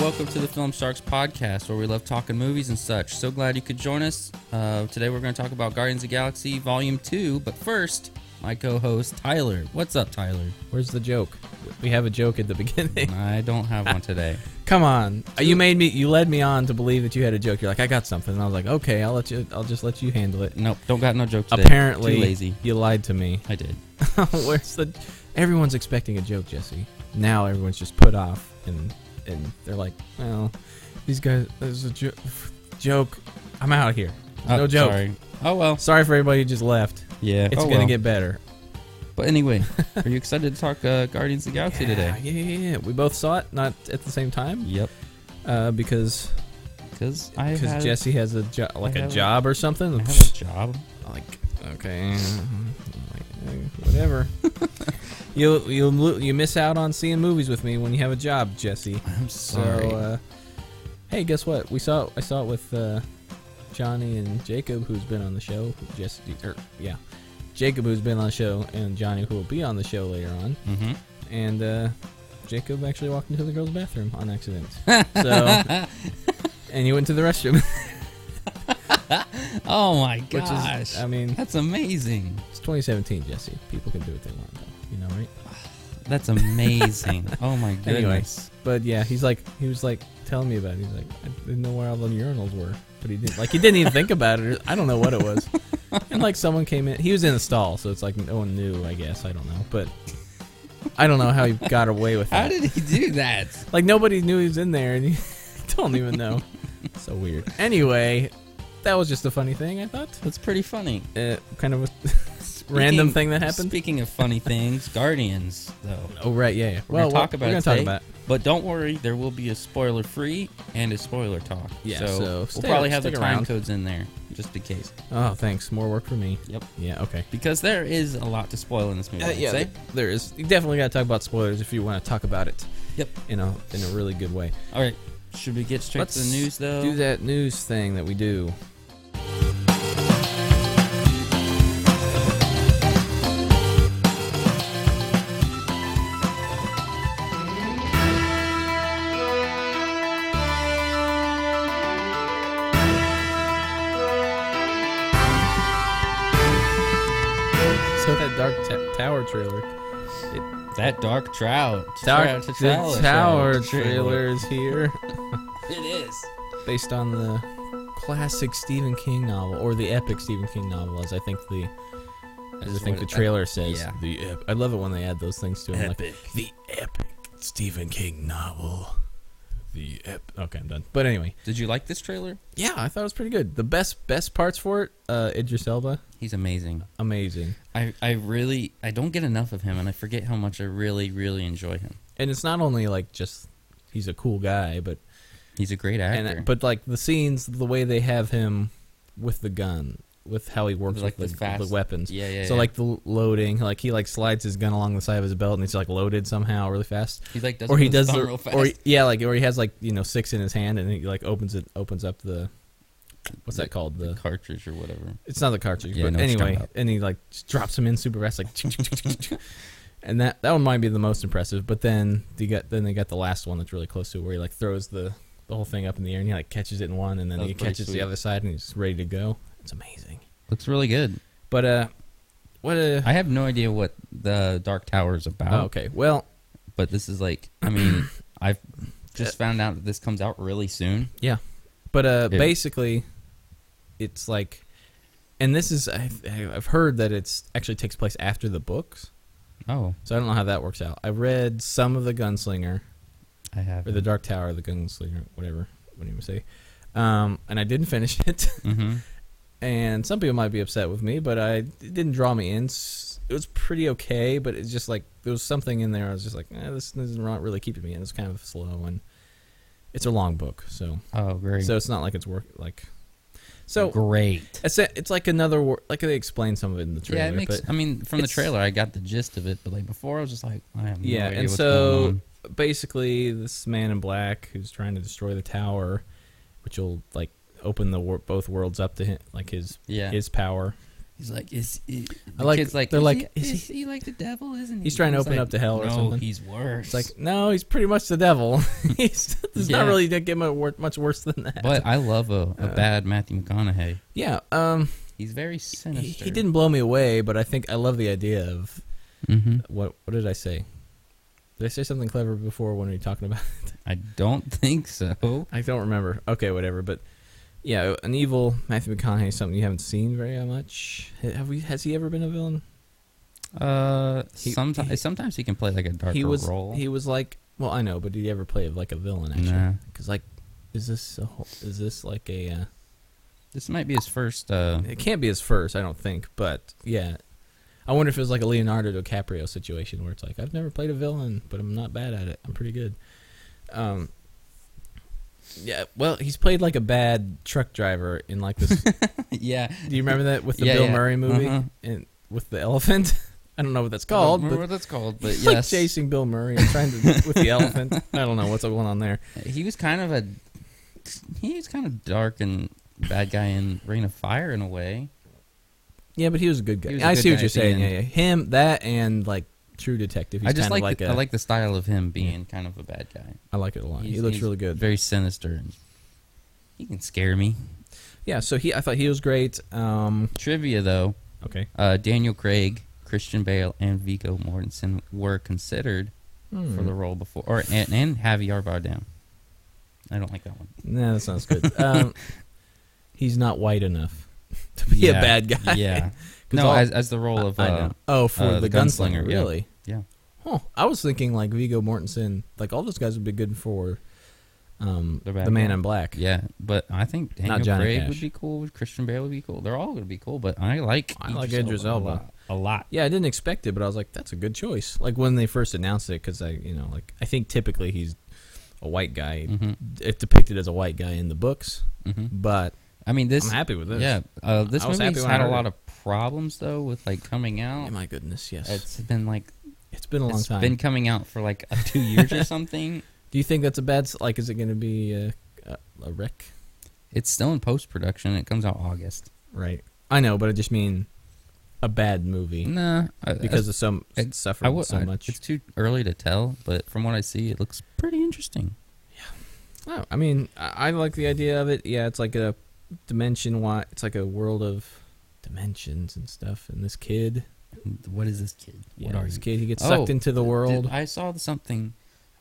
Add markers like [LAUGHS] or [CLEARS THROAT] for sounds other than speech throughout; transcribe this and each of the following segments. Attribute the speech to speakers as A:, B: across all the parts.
A: welcome to the Film Sharks podcast, where we love talking movies and such. So glad you could join us. Uh, today we're going to talk about Guardians of the Galaxy Volume 2, but first, my co host Tyler. What's up, Tyler?
B: Where's the joke? We have a joke at the [LAUGHS] beginning.
A: I don't have one today.
B: Come on, you made me. You led me on to believe that you had a joke. You're like, I got something. And I was like, okay, I'll let you. I'll just let you handle it.
A: Nope, don't got no joke today.
B: Apparently,
A: Too lazy.
B: you lied to me. [LAUGHS]
A: I did.
B: Where's the? Everyone's expecting a joke, Jesse. Now everyone's just put off, and and they're like, well, these guys. There's a jo- joke. I'm out of here. There's
A: Oh,
B: no joke. Sorry.
A: Sorry. Oh, well.
B: for everybody who just left.
A: Yeah.
B: It's
A: oh,
B: gonna
A: well.
B: get better.
A: But
B: [LAUGHS]
A: anyway, are you excited to talk uh, Guardians of the Galaxy
B: yeah,
A: today?
B: Yeah, yeah, yeah. We both saw it, not at the same time,
A: Yep.
B: uh, because
A: Because I
B: because
A: have,
B: Jesse has a jo- like a
A: have a-
B: job or
A: I
B: something.
A: have a job.
B: like okay, like, eh,
A: [LAUGHS]
B: whatever. you you lo- you miss out on seeing movies with me when you have a job, Jesse.
A: I'm
B: So
A: sorry.
B: uh, hey, guess what? We saw I saw it with uh, Johnny and Jacob, who's been on the show. Jesse, er, yeah, Jacob, who's been on the show, and Johnny, who will be on the show later on.
A: hmm
B: And uh, Jacob actually walked into the girls' bathroom
A: [LAUGHS]
B: on accident. so and he went to the restroom,
A: Oh my
B: which
A: gosh.
B: is um, I mean.
A: That's amazing.
B: It's 2017, Jesse. People can do what they want, though. You know, right?
A: That's
B: [LAUGHS]
A: amazing. oh my goodness.
B: Anyway. But yeah, he's like, he was like telling me about it. He's like, I didn't know where all the urinals were, but he didn't. Like, he didn't even think about it. Or, I don't know what
A: [LAUGHS]
B: it was. And like, someone came in. He was in a stall, so it's like no one knew. I guess I don't know, but I don't know how he got away with
A: How
B: that.
A: did he do that?
B: Like nobody knew he was in there, and he [LAUGHS] don't even know. so weird. Anyway, that was just a funny thing I thought.
A: That's pretty funny.
B: Uh, kind of a random
A: Speaking-
B: thing that happened.
A: Speaking of funny things, Guardians though.
B: oh right, yeah. yeah.
A: We're gonna
B: well,
A: talk about
B: we're
A: it
B: gonna talk
A: today.
B: about it.
A: But don't worry, there will be a spoiler free and a spoiler talk.
B: Yeah, so
A: we'll
B: stay-
A: probably have the
B: stick
A: time
B: around.
A: codes in there just in case,
B: Oh, thanks. More work for me.
A: Yep.
B: Yeah. Okay.
A: because there is a lot to spoil in this
B: Uh,
A: movie. I'd say.
B: there is. You definitely got to talk about spoilers if you want to talk about it.
A: Yep.
B: In a in a really good way.
A: All right, should we get straight to
B: Let's
A: the news though?
B: Do that news thing that we do. So that dark ta- tower trailer.
A: That dark trout.
B: Dark
A: Trout-
B: the
A: trout-
B: tower
A: trout-
B: trailer is here.
A: It is.
B: based on the classic Stephen King novel or the epic Stephen King novel, as I think the as I
A: Is
B: think
A: what
B: the
A: it-
B: trailer says.
A: yeah.
B: The ep- I love it when they add those things to it. Like, the epic Stephen King novel. The ep. Okay, I'm done. But anyway,
A: Did you like this trailer?
B: yeah, I thought it was pretty good. The best best parts for it, uh, Idris Elba,
A: He's amazing.
B: amazing.
A: I, I really I don't get enough of him and I forget how much I really really enjoy him.
B: And it's not only like just he's a cool guy, but
A: He's a great actor.
B: and uh, but like the scenes, the way they have him with the gun, with how he works
A: Like
B: with
A: the
B: the,
A: fast-
B: the weapons.
A: yeah, yeah.
B: So
A: yeah.
B: like the l- loading, like he like slides his gun along the side of his belt and it's like loaded somehow really fast.
A: he like does
B: or
A: it
B: he
A: with his
B: does,
A: thumb
B: the-
A: real fast.
B: or he- yeah, like or he has like you know six in his hand and he like opens it, opens up the, what's that called?
A: the
B: The
A: cartridge or whatever.
B: it's not the cartridge,
A: Yeah, I
B: but
A: know what you're talking
B: anyway,
A: about.
B: and he like just drops him in super fast, like, and that that one might be the most impressive. But then you got then they got the last one that's really close to it, where he like throws the the whole thing up in the air and he like catches it in one and then
A: That was
B: he
A: pretty
B: catches
A: sweet.
B: the other side and he's ready to go. It's amazing.
A: Looks really good.
B: But uh, what a
A: I have no idea what the Dark Tower is about,
B: oh, okay, well.
A: but this is like I
B: [COUGHS]
A: mean I've just found out that this comes out really soon.
B: But uh,
A: Yeah.
B: basically, it's like, and this is I've, I've heard that it's actually takes place after the books,
A: Oh,
B: so I don't know how that works out. I read some of the Gunslinger
A: I have.
B: or the Dark Tower, the Gunslinger, whatever, what do you say? Um, and I didn't [LAUGHS] finish it.
A: hmm
B: and some people might be upset with me, but I it didn't draw me in. S- It was pretty okay, but it's just like there was something in there. I was just like, eh, this isn't really keeping me in. It's kind of slow and it's a long book, so
A: Oh, great.
B: so it's not like it's work like. So
A: great.
B: It's, a, it's like another wor- like they explain some of it in the trailer.
A: yeah, it makes.
B: but
A: I mean, from the
B: it's-
A: trailer, I got the gist of it, but like before, I was just like, I have no
B: yeah,
A: idea
B: and
A: what's going
B: so
A: on.
B: basically, this man in black who's trying to destroy the tower, which will like open the wor- both worlds up to him, like his
A: yeah,
B: his power,
A: He's like, is the
B: I like-
A: kid's like
B: they're
A: is
B: like,
A: he,
B: is
A: is he like the devil? Isn't he?
B: He's trying to
A: I was
B: open
A: like,
B: up to hell or
A: no,
B: something.
A: he's worse.
B: It's like, no, he's pretty much the devil. [LAUGHS] he's it's
A: Yeah.
B: not really gonna get mu- wor- much worse than that.
A: but I love a, a
B: Uh,
A: bad Matthew McConaughey.
B: yeah, um,
A: He's very
B: he,
A: sinister.
B: he didn't blow me away, but I think I love the idea of
A: hmm
B: what? What did I say? Did I say something clever before when we were talking about?
A: I don't think so.
B: I don't remember. Okay, whatever. But yeah, an evil Matthew McConaughey is something you haven't seen very much. Have we? Has he ever been a villain?
A: Uh,
B: He-
A: sometimes
B: he-
A: sometimes he can play like a darker
B: he was.
A: role.
B: He was like. Well, I know, but did he ever play like a villain?
A: Nah.
B: Actually, because like, is this a whole, is this like a? Uh,
A: This might be his first.
B: [LAUGHS]
A: Uh, [LAUGHS]
B: It can't be his first, I don't think, but yeah. I wonder if it was like a Leonardo DiCaprio situation where it's like, I've never played a villain, but I'm not bad at it. I'm pretty good. Um Yeah, well, he's played like a bad truck driver in like this
A: yeah,
B: Do you remember that with the
A: Yeah,
B: Bill
A: yeah.
B: Murray movie
A: Uh-huh.
B: and with the elephant? [LAUGHS] I don't know what that's called,
A: I don't remember
B: [LAUGHS] but,
A: what that's called, but
B: he's
A: yes,
B: like chasing Bill Murray and trying to with the
A: [LAUGHS]
B: elephant. I don't know what's going on there.
A: he was kind of a he was kind of dark and bad guy in Rain of Fire in a way.
B: Yeah, but he was a good guy.
A: He was a
B: I
A: good
B: see
A: guy
B: what you're
A: at the
B: saying.
A: end.
B: Yeah, yeah. Him, that, and like True Detective. He's
A: I just like,
B: kind of like
A: the,
B: a,
A: I like the style of him being kind of a bad guy.
B: I like it a lot. He
A: He's-
B: looks
A: he's
B: really good.
A: Very sinister and he can scare me.
B: Yeah, so he I thought he was great. Um,
A: Trivia though,
B: okay.
A: uh, Daniel Craig, Christian Bale, and Vigo Mortensen were considered
B: Hmm.
A: for the role before, or and, and Javier Bardem. I don't like that one.
B: Nah, that sounds
A: [LAUGHS]
B: good. Um, he's not white enough [LAUGHS] to be
A: Yeah,
B: a bad guy.
A: Yeah.
B: [LAUGHS] 'Cause
A: no,
B: all-
A: as, as the role of
B: I
A: uh,
B: know. Oh, for
A: uh, the
B: the, gunslinger,
A: gunslinger, yeah.
B: really?
A: Yeah.
B: Huh. I was thinking like Vigo Mortensen, like all those guys would be good for um,
A: The
B: the,
A: Bad
B: Man
A: Guy.
B: in Black.
A: yeah, but I think Daniel
B: Johnny
A: Craig
B: Cash.
A: would be cool. Christian Bale would be cool. They're all going to be cool, but I like
B: I like Idris
A: a
B: Elba.
A: lot. A lot.
B: Yeah, I didn't expect it, but I was like, that's a good choice. Like when they first announced it, because I, you know, like I think typically he's a white guy.
A: Mhm,
B: It's depicted as a white guy in the books,
A: mhm.
B: but
A: I mean, this
B: I'm happy with this.
A: Yeah, uh, this
B: I was happy
A: movie's
B: when I
A: had a
B: heard
A: lot
B: it.
A: of problems though with like coming out.
B: Oh my goodness, yes.
A: It's been like
B: it's been a long
A: it's
B: time.
A: been coming out for like uh, two years [LAUGHS] or something.
B: Do you think that's a bad s- like? Is it going to be a, a, a wreck?
A: It's still in post production. It comes out August.
B: Right. I know, but I just mean a bad movie
A: Nah, I,
B: because of some
A: it-
B: it
A: I,
B: suffered
A: I, would-
B: so
A: I-
B: much.
A: It's too early to tell, but from what I see, it looks pretty interesting.
B: Oh, I mean, I, I like the idea of it. Yeah, it's like a dimension. Why it's like a world of dimensions and stuff. And this kid,
A: What is this kid?
B: yeah,
A: what are
B: this
A: you?
B: kid, he gets
A: Oh,
B: sucked into the
A: Did-
B: world.
A: I saw something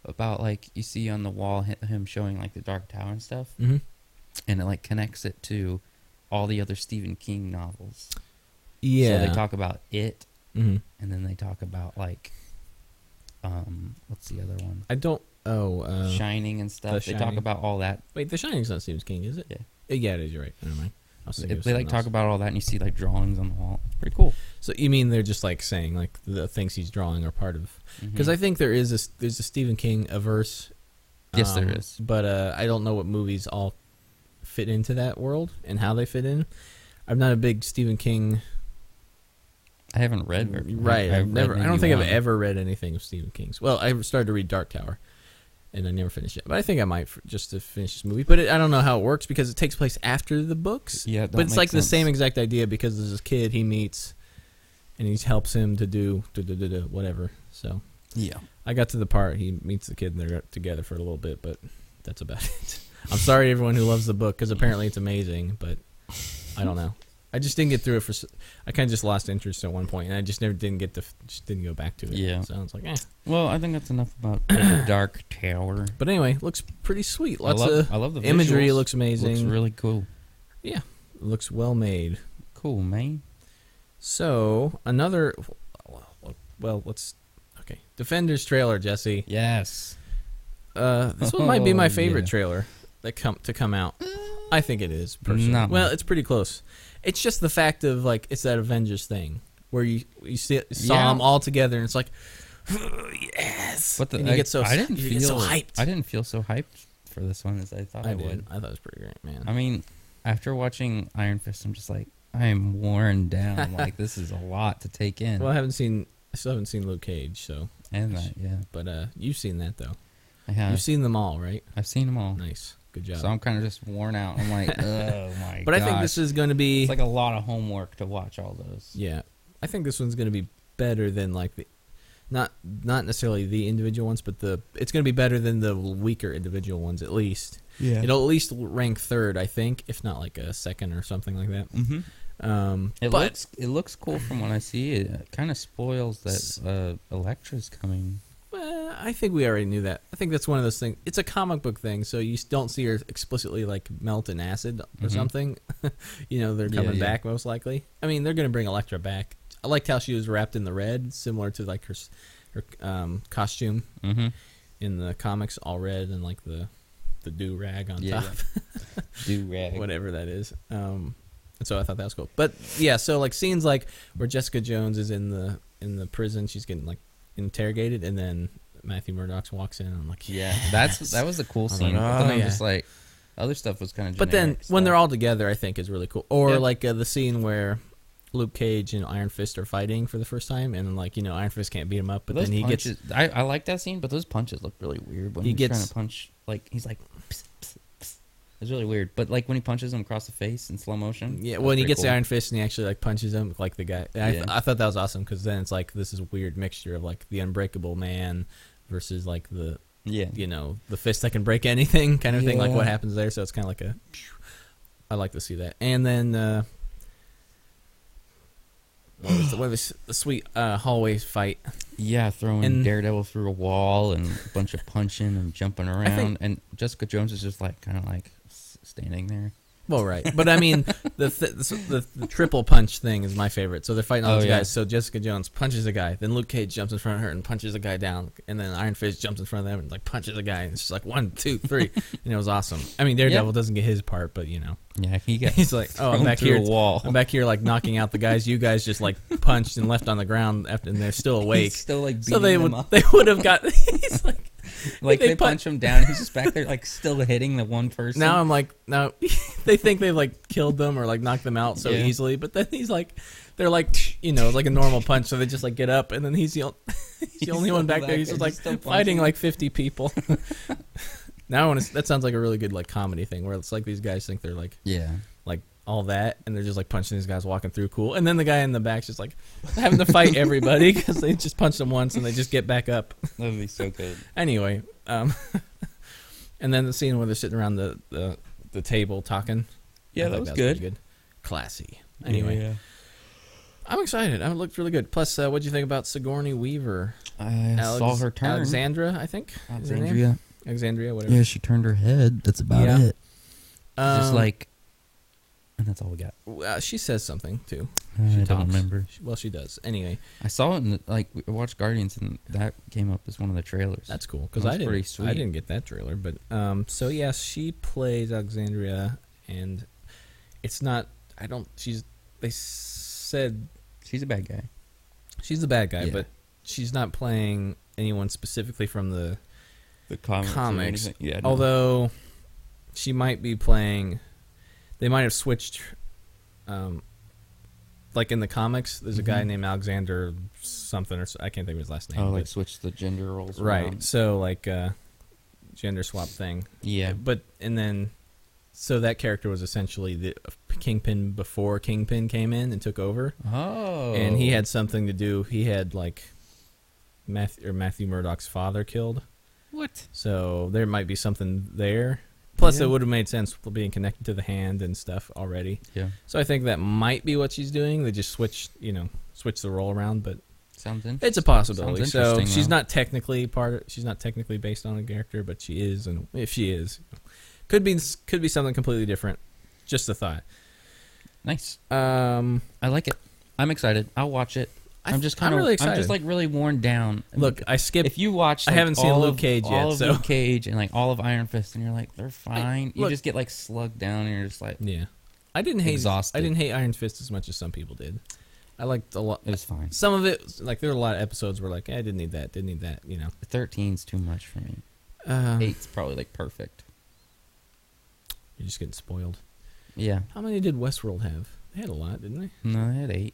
A: about like you see on the wall hi- him showing like the Dark Tower and stuff,
B: hmm
A: and it like connects it to all the other Stephen King novels.
B: Yeah.
A: So they talk about it
B: Mhm.
A: and then they talk about like um what's the other one
B: I don't. Oh, uh,
A: shining and stuff
B: The
A: they talk
B: Shining.
A: about all that
B: wait. The Shining's not Stephen King, is it?
A: Yeah.
B: Uh, Yeah, it is. You're right. Never mind. I was
A: they,
B: thinking of
A: they, like
B: something
A: talk
B: else.
A: about all that and you see like drawings on the wall it's pretty cool
B: So you mean they're just like saying like the things he's drawing are part of?
A: Mm-hmm. Hmm.
B: Because I think there is a there's a Stephen King averse.
A: Yes, there is.
B: But uh, I don't know what movies all fit into that world and how they fit in. I'm not a big Stephen King
A: i haven't read very-
B: Mm, right.
A: I-
B: I've
A: read
B: never. I
A: maybe
B: don't think
A: one.
B: I've ever read anything of Stephen King's. Well, I started to read Dark Tower, and I never finished it. But I think I might f- just to finish this movie. But it, I don't know how it works because it takes place after the books.
A: yeah it don't
B: but it's
A: make
B: like the
A: sense.
B: same exact idea because there's this kid he meets, and he helps him to do da, da, da, da, whatever. So
A: yeah
B: I got to the part he meets the kid and they're together for a little bit, but that's about [LAUGHS] it. I'm sorry to everyone who loves the book because apparently it's amazing, but I don't know. I just didn't get through it for. s- I kind of just lost interest at one point, and I just never didn't get to f- just didn't go back to it.
A: Yeah.
B: so it's like, eh.
A: well i think that's enough about
B: [COUGHS]
A: the dark tower
B: But anyway, looks pretty sweet. Lots
A: I love,
B: of
A: I love the
B: imagery.
A: visuals.
B: Looks amazing.
A: looks really cool
B: looks well made.
A: cool man
B: So another. Well, let's. Okay, Defenders trailer, Jesse.
A: yes
B: Uh, this one might be
A: Oh,
B: my favorite
A: yeah.
B: trailer that come to come out. I think it is personally.
A: Not
B: well,
A: mine.
B: it's pretty close. It's just the fact of like it's that Avengers thing where you you see, saw
A: Yeah.
B: them all together and it's like [SIGHS] yes,
A: but the,
B: and you
A: I,
B: get so
A: I didn't
B: you
A: feel
B: get so hyped.
A: i didn't feel so hyped for this one as i thought i,
B: did.
A: would
B: I thought it was pretty great, man.
A: I mean, after watching Iron Fist, I'm just like, I am worn
B: [LAUGHS]
A: down. like this is a lot to take in.
B: well, I haven't seen I still haven't seen Luke Cage, so
A: And that, yeah,
B: but uh, you've seen that though.
A: I have.
B: You've seen them all, right?
A: I've seen them all.
B: Nice. Good job.
A: So I'm kind of just worn out. I'm
B: [LAUGHS]
A: like, oh my
B: but I think this is going to be
A: it's like a lot of homework to watch all those.
B: yeah. I think this one's going to be better than like the not not necessarily the individual ones, but the it's going to be better than the weaker individual ones at least.
A: Yeah.
B: It'll at least rank third, I think, if not like a second or something like that.
A: hmm
B: Um,
A: It
B: but
A: looks it looks cool from what I see. It kind of spoils that uh, Electra's coming.
B: Well, uh, I think we already knew that. I think that's one of those things. It's a comic book thing, so you s- don't see her explicitly like melt in acid or
A: Mhm.
B: something. [LAUGHS] you know, they're
A: Yeah,
B: coming
A: yeah.
B: back most likely. I mean, they're going to bring Elektra back. I liked how she was wrapped in the red, similar to like her s- her um, costume
A: Mm-hmm.
B: in the comics, all red and like the the do rag on
A: Yeah,
B: top, [LAUGHS]
A: Do rag.
B: whatever that is. Um, and so I thought that was cool. But yeah, so like scenes like where Jessica Jones is in the in the prison, she's getting like interrogated, and then Matthew Murdock walks in. And I'm like,
A: Yeah, that's
B: Yes.
A: that was a cool
B: I was
A: scene.
B: like,
A: but then
B: oh,
A: I'm
B: yeah.
A: just like, other stuff was kind of.
B: But then when they're all together, I think is really cool. Or
A: Yeah.
B: like uh, the scene where Luke Cage and Iron Fist are fighting for the first time, and like you know Iron Fist can't beat him up, but then he gets
A: gets. I, I like that scene, but those punches look really weird when
B: He
A: he's trying
B: gets-
A: to punch. Like he's like, "Psst, psst, psst." it's really weird. But like when he punches him across the face in slow motion. Mm,
B: yeah.
A: that's
B: When he
A: pretty
B: gets
A: cool.
B: the Iron Fist and he actually like punches him like the guy. I,
A: Yeah.
B: I thought that was awesome because then it's like this is a weird mixture of like the Unbreakable Man versus like the
A: Yeah,
B: you know the fist that can break [LAUGHS] anything kind of thing like what
A: Yeah.
B: happens there so it's kind of like a i like to see that and then uh what was the, what was the sweet uh hallway fight
A: yeah, throwing
B: And-
A: Daredevil through a wall and a bunch of punching and jumping around, and Jessica Jones is just like kind of like s- standing there.
B: well right but i mean the, th- the the triple punch thing is my favorite so they're fighting all
A: Oh,
B: those
A: yeah.
B: guys so jessica jones punches a guy then luke cage jumps in front of her and punches a guy down and then iron fist jumps in front of them and like punches a guy and it's just like one
A: [LAUGHS]
B: two three and it was awesome i mean daredevil doesn't get his part but you know
A: Yeah,
B: [LAUGHS]
A: he got
B: he's like oh i'm
A: thrown
B: back
A: through
B: here
A: a wall. [LAUGHS]
B: I'm back here like knocking out the guys you guys just like punched and left on the ground after, and they're still
A: [LAUGHS]
B: awake.
A: He's still like beating
B: so they
A: them
B: would
A: up.
B: [LAUGHS] they would have got. He's like
A: Like
B: They
A: they,
B: pun-
A: punch him down. He's just
B: [LAUGHS]
A: back there, like still hitting the one person.
B: now I'm like now [LAUGHS] they think they like killed them or like knocked them out so
A: Yeah.
B: easily, but then he's like they're like [SNIFFS] you know it's like a normal punch, so they just like get up and then he's the only, he's the
A: [LAUGHS] He's
B: only one
A: still
B: back
A: back
B: there. He's
A: there,
B: just
A: just
B: like
A: still
B: fighting
A: punching.
B: like
A: [LAUGHS]
B: 50 people. now I want to. That sounds like a really good like comedy thing where it's like these guys think they're like
A: yeah,
B: like all that, and they're just like punching these guys walking through, cool. And then the guy in the back's just like having to fight everybody [LAUGHS] because they just punch them once and they just get back up.
A: that would be so good.
B: Anyway, um, [LAUGHS] and then the scene where they're sitting around the the, the table talking. I
A: Yeah, that
B: thought
A: was
B: pretty
A: good.
B: classy. [LAUGHS] Anyway, I'm excited. Uh, It looked really good. Plus, uh, what do you think about Sigourney Weaver?
A: I
B: Alex-
A: saw her turn.
B: Alexandra, I think. is her name?
A: Alexandria.
B: Alexandria, whatever.
A: Yeah, she turned her head. That's about
B: Yeah.
A: it. just
B: Um,
A: like, and that's all we got.
B: uh, she says something too.
A: Uh, I
B: talks.
A: don't remember.
B: She- Well, she does. Anyway,
A: I saw it in the, like we watched Guardians, and that came up as one of the trailers.
B: That's cool because
A: That's
B: I didn't.
A: pretty sweet.
B: I didn't get that trailer, but um. So yeah, she plays Alexandria, and it's not. I don't. She's. They said
A: she's a bad guy.
B: she's the bad guy,
A: Yeah.
B: but she's not playing anyone specifically from the.
A: The comics. or
B: Comics,
A: anything. Yeah. no.
B: Although, she might be playing. They might have switched. Um. Like in the comics, there's a guy
A: Mhm.
B: named Alexander something or s- I can't think of his last name.
A: oh,
B: but-
A: like switch the gender roles.
B: right.
A: around.
B: So like, uh, gender swap thing.
A: Yeah.
B: But and then so that character was essentially the Kingpin before Kingpin came in and took over
A: Oh.
B: and he had something to do. He had like Matthew or Matthew Murdock's father killed.
A: what?
B: So there might be something there. Plus
A: Yeah.
B: it would have made sense with being connected to the hand and stuff already.
A: Yeah.
B: So I think that might be what she's doing. They just switched, you know, switched the role around, but
A: Sounds interesting.
B: it's a possibility.
A: Sounds
B: So
A: interesting,
B: she's
A: though.
B: not technically part. Of, she's not technically based on a character, but she is, and if she is, could be could be something completely different. Just a thought.
A: Nice.
B: Um,
A: I like it. I'm excited. I'll watch it.
B: I,
A: I'm just kind of
B: I'm
A: I'm
B: really excited.
A: just like really worn down.
B: look, I skipped.
A: if you watch,
B: I
A: like,
B: haven't seen
A: all
B: Luke
A: of-
B: Cage
A: all
B: yet,
A: of
B: so-
A: Luke Cage and like all of Iron Fist, and you're like, they're fine. you
B: look-
A: just get like slugged down, and you're just like,
B: yeah, I didn't hate.
A: Exhausted.
B: I didn't hate Iron Fist as much as some people did. I liked a lot.
A: it was fine.
B: Some of it, like there were a lot of episodes where like eh, I didn't need that, didn't need that, you know.
A: 13's too much for me.
B: Um,
A: Eight's probably like perfect.
B: You're just getting spoiled.
A: Yeah.
B: How many did Westworld have? They had a lot, didn't they?
A: No, they had eight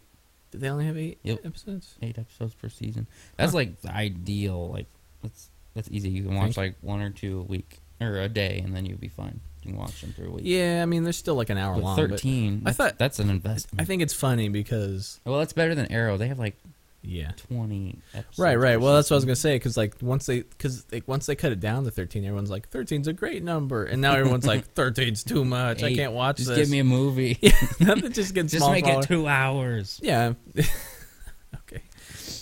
B: Did they only have eight
A: Yep.
B: episodes?
A: eight episodes per season. That's like the ideal. Like that's that's easy. You can watch like
B: Thank-
A: one or two a week or a day, and then you'll be fine. You can watch them through a week.
B: Yeah, I mean, they're still like an hour
A: But
B: long. but
A: thirteen.
B: I
A: that's,
B: thought-
A: that's an investment.
B: I think it's funny because
A: well, that's better than Arrow. They have like
B: yeah.
A: twenty. Episodes
B: Right, right.
A: or
B: Well, that's what I was
A: something.
B: gonna say. Because like once they, because like once they cut it down to thirteen, everyone's like, 13's a great number," and now
A: [LAUGHS]
B: everyone's like, "13's too much. I
A: Hey,
B: can't watch
A: Just
B: this."
A: give me
B: [LAUGHS]
A: a movie.
B: Nothing just
A: [LAUGHS]
B: gets
A: Just
B: small
A: make
B: smaller.
A: it two hours.
B: Yeah. [LAUGHS] okay.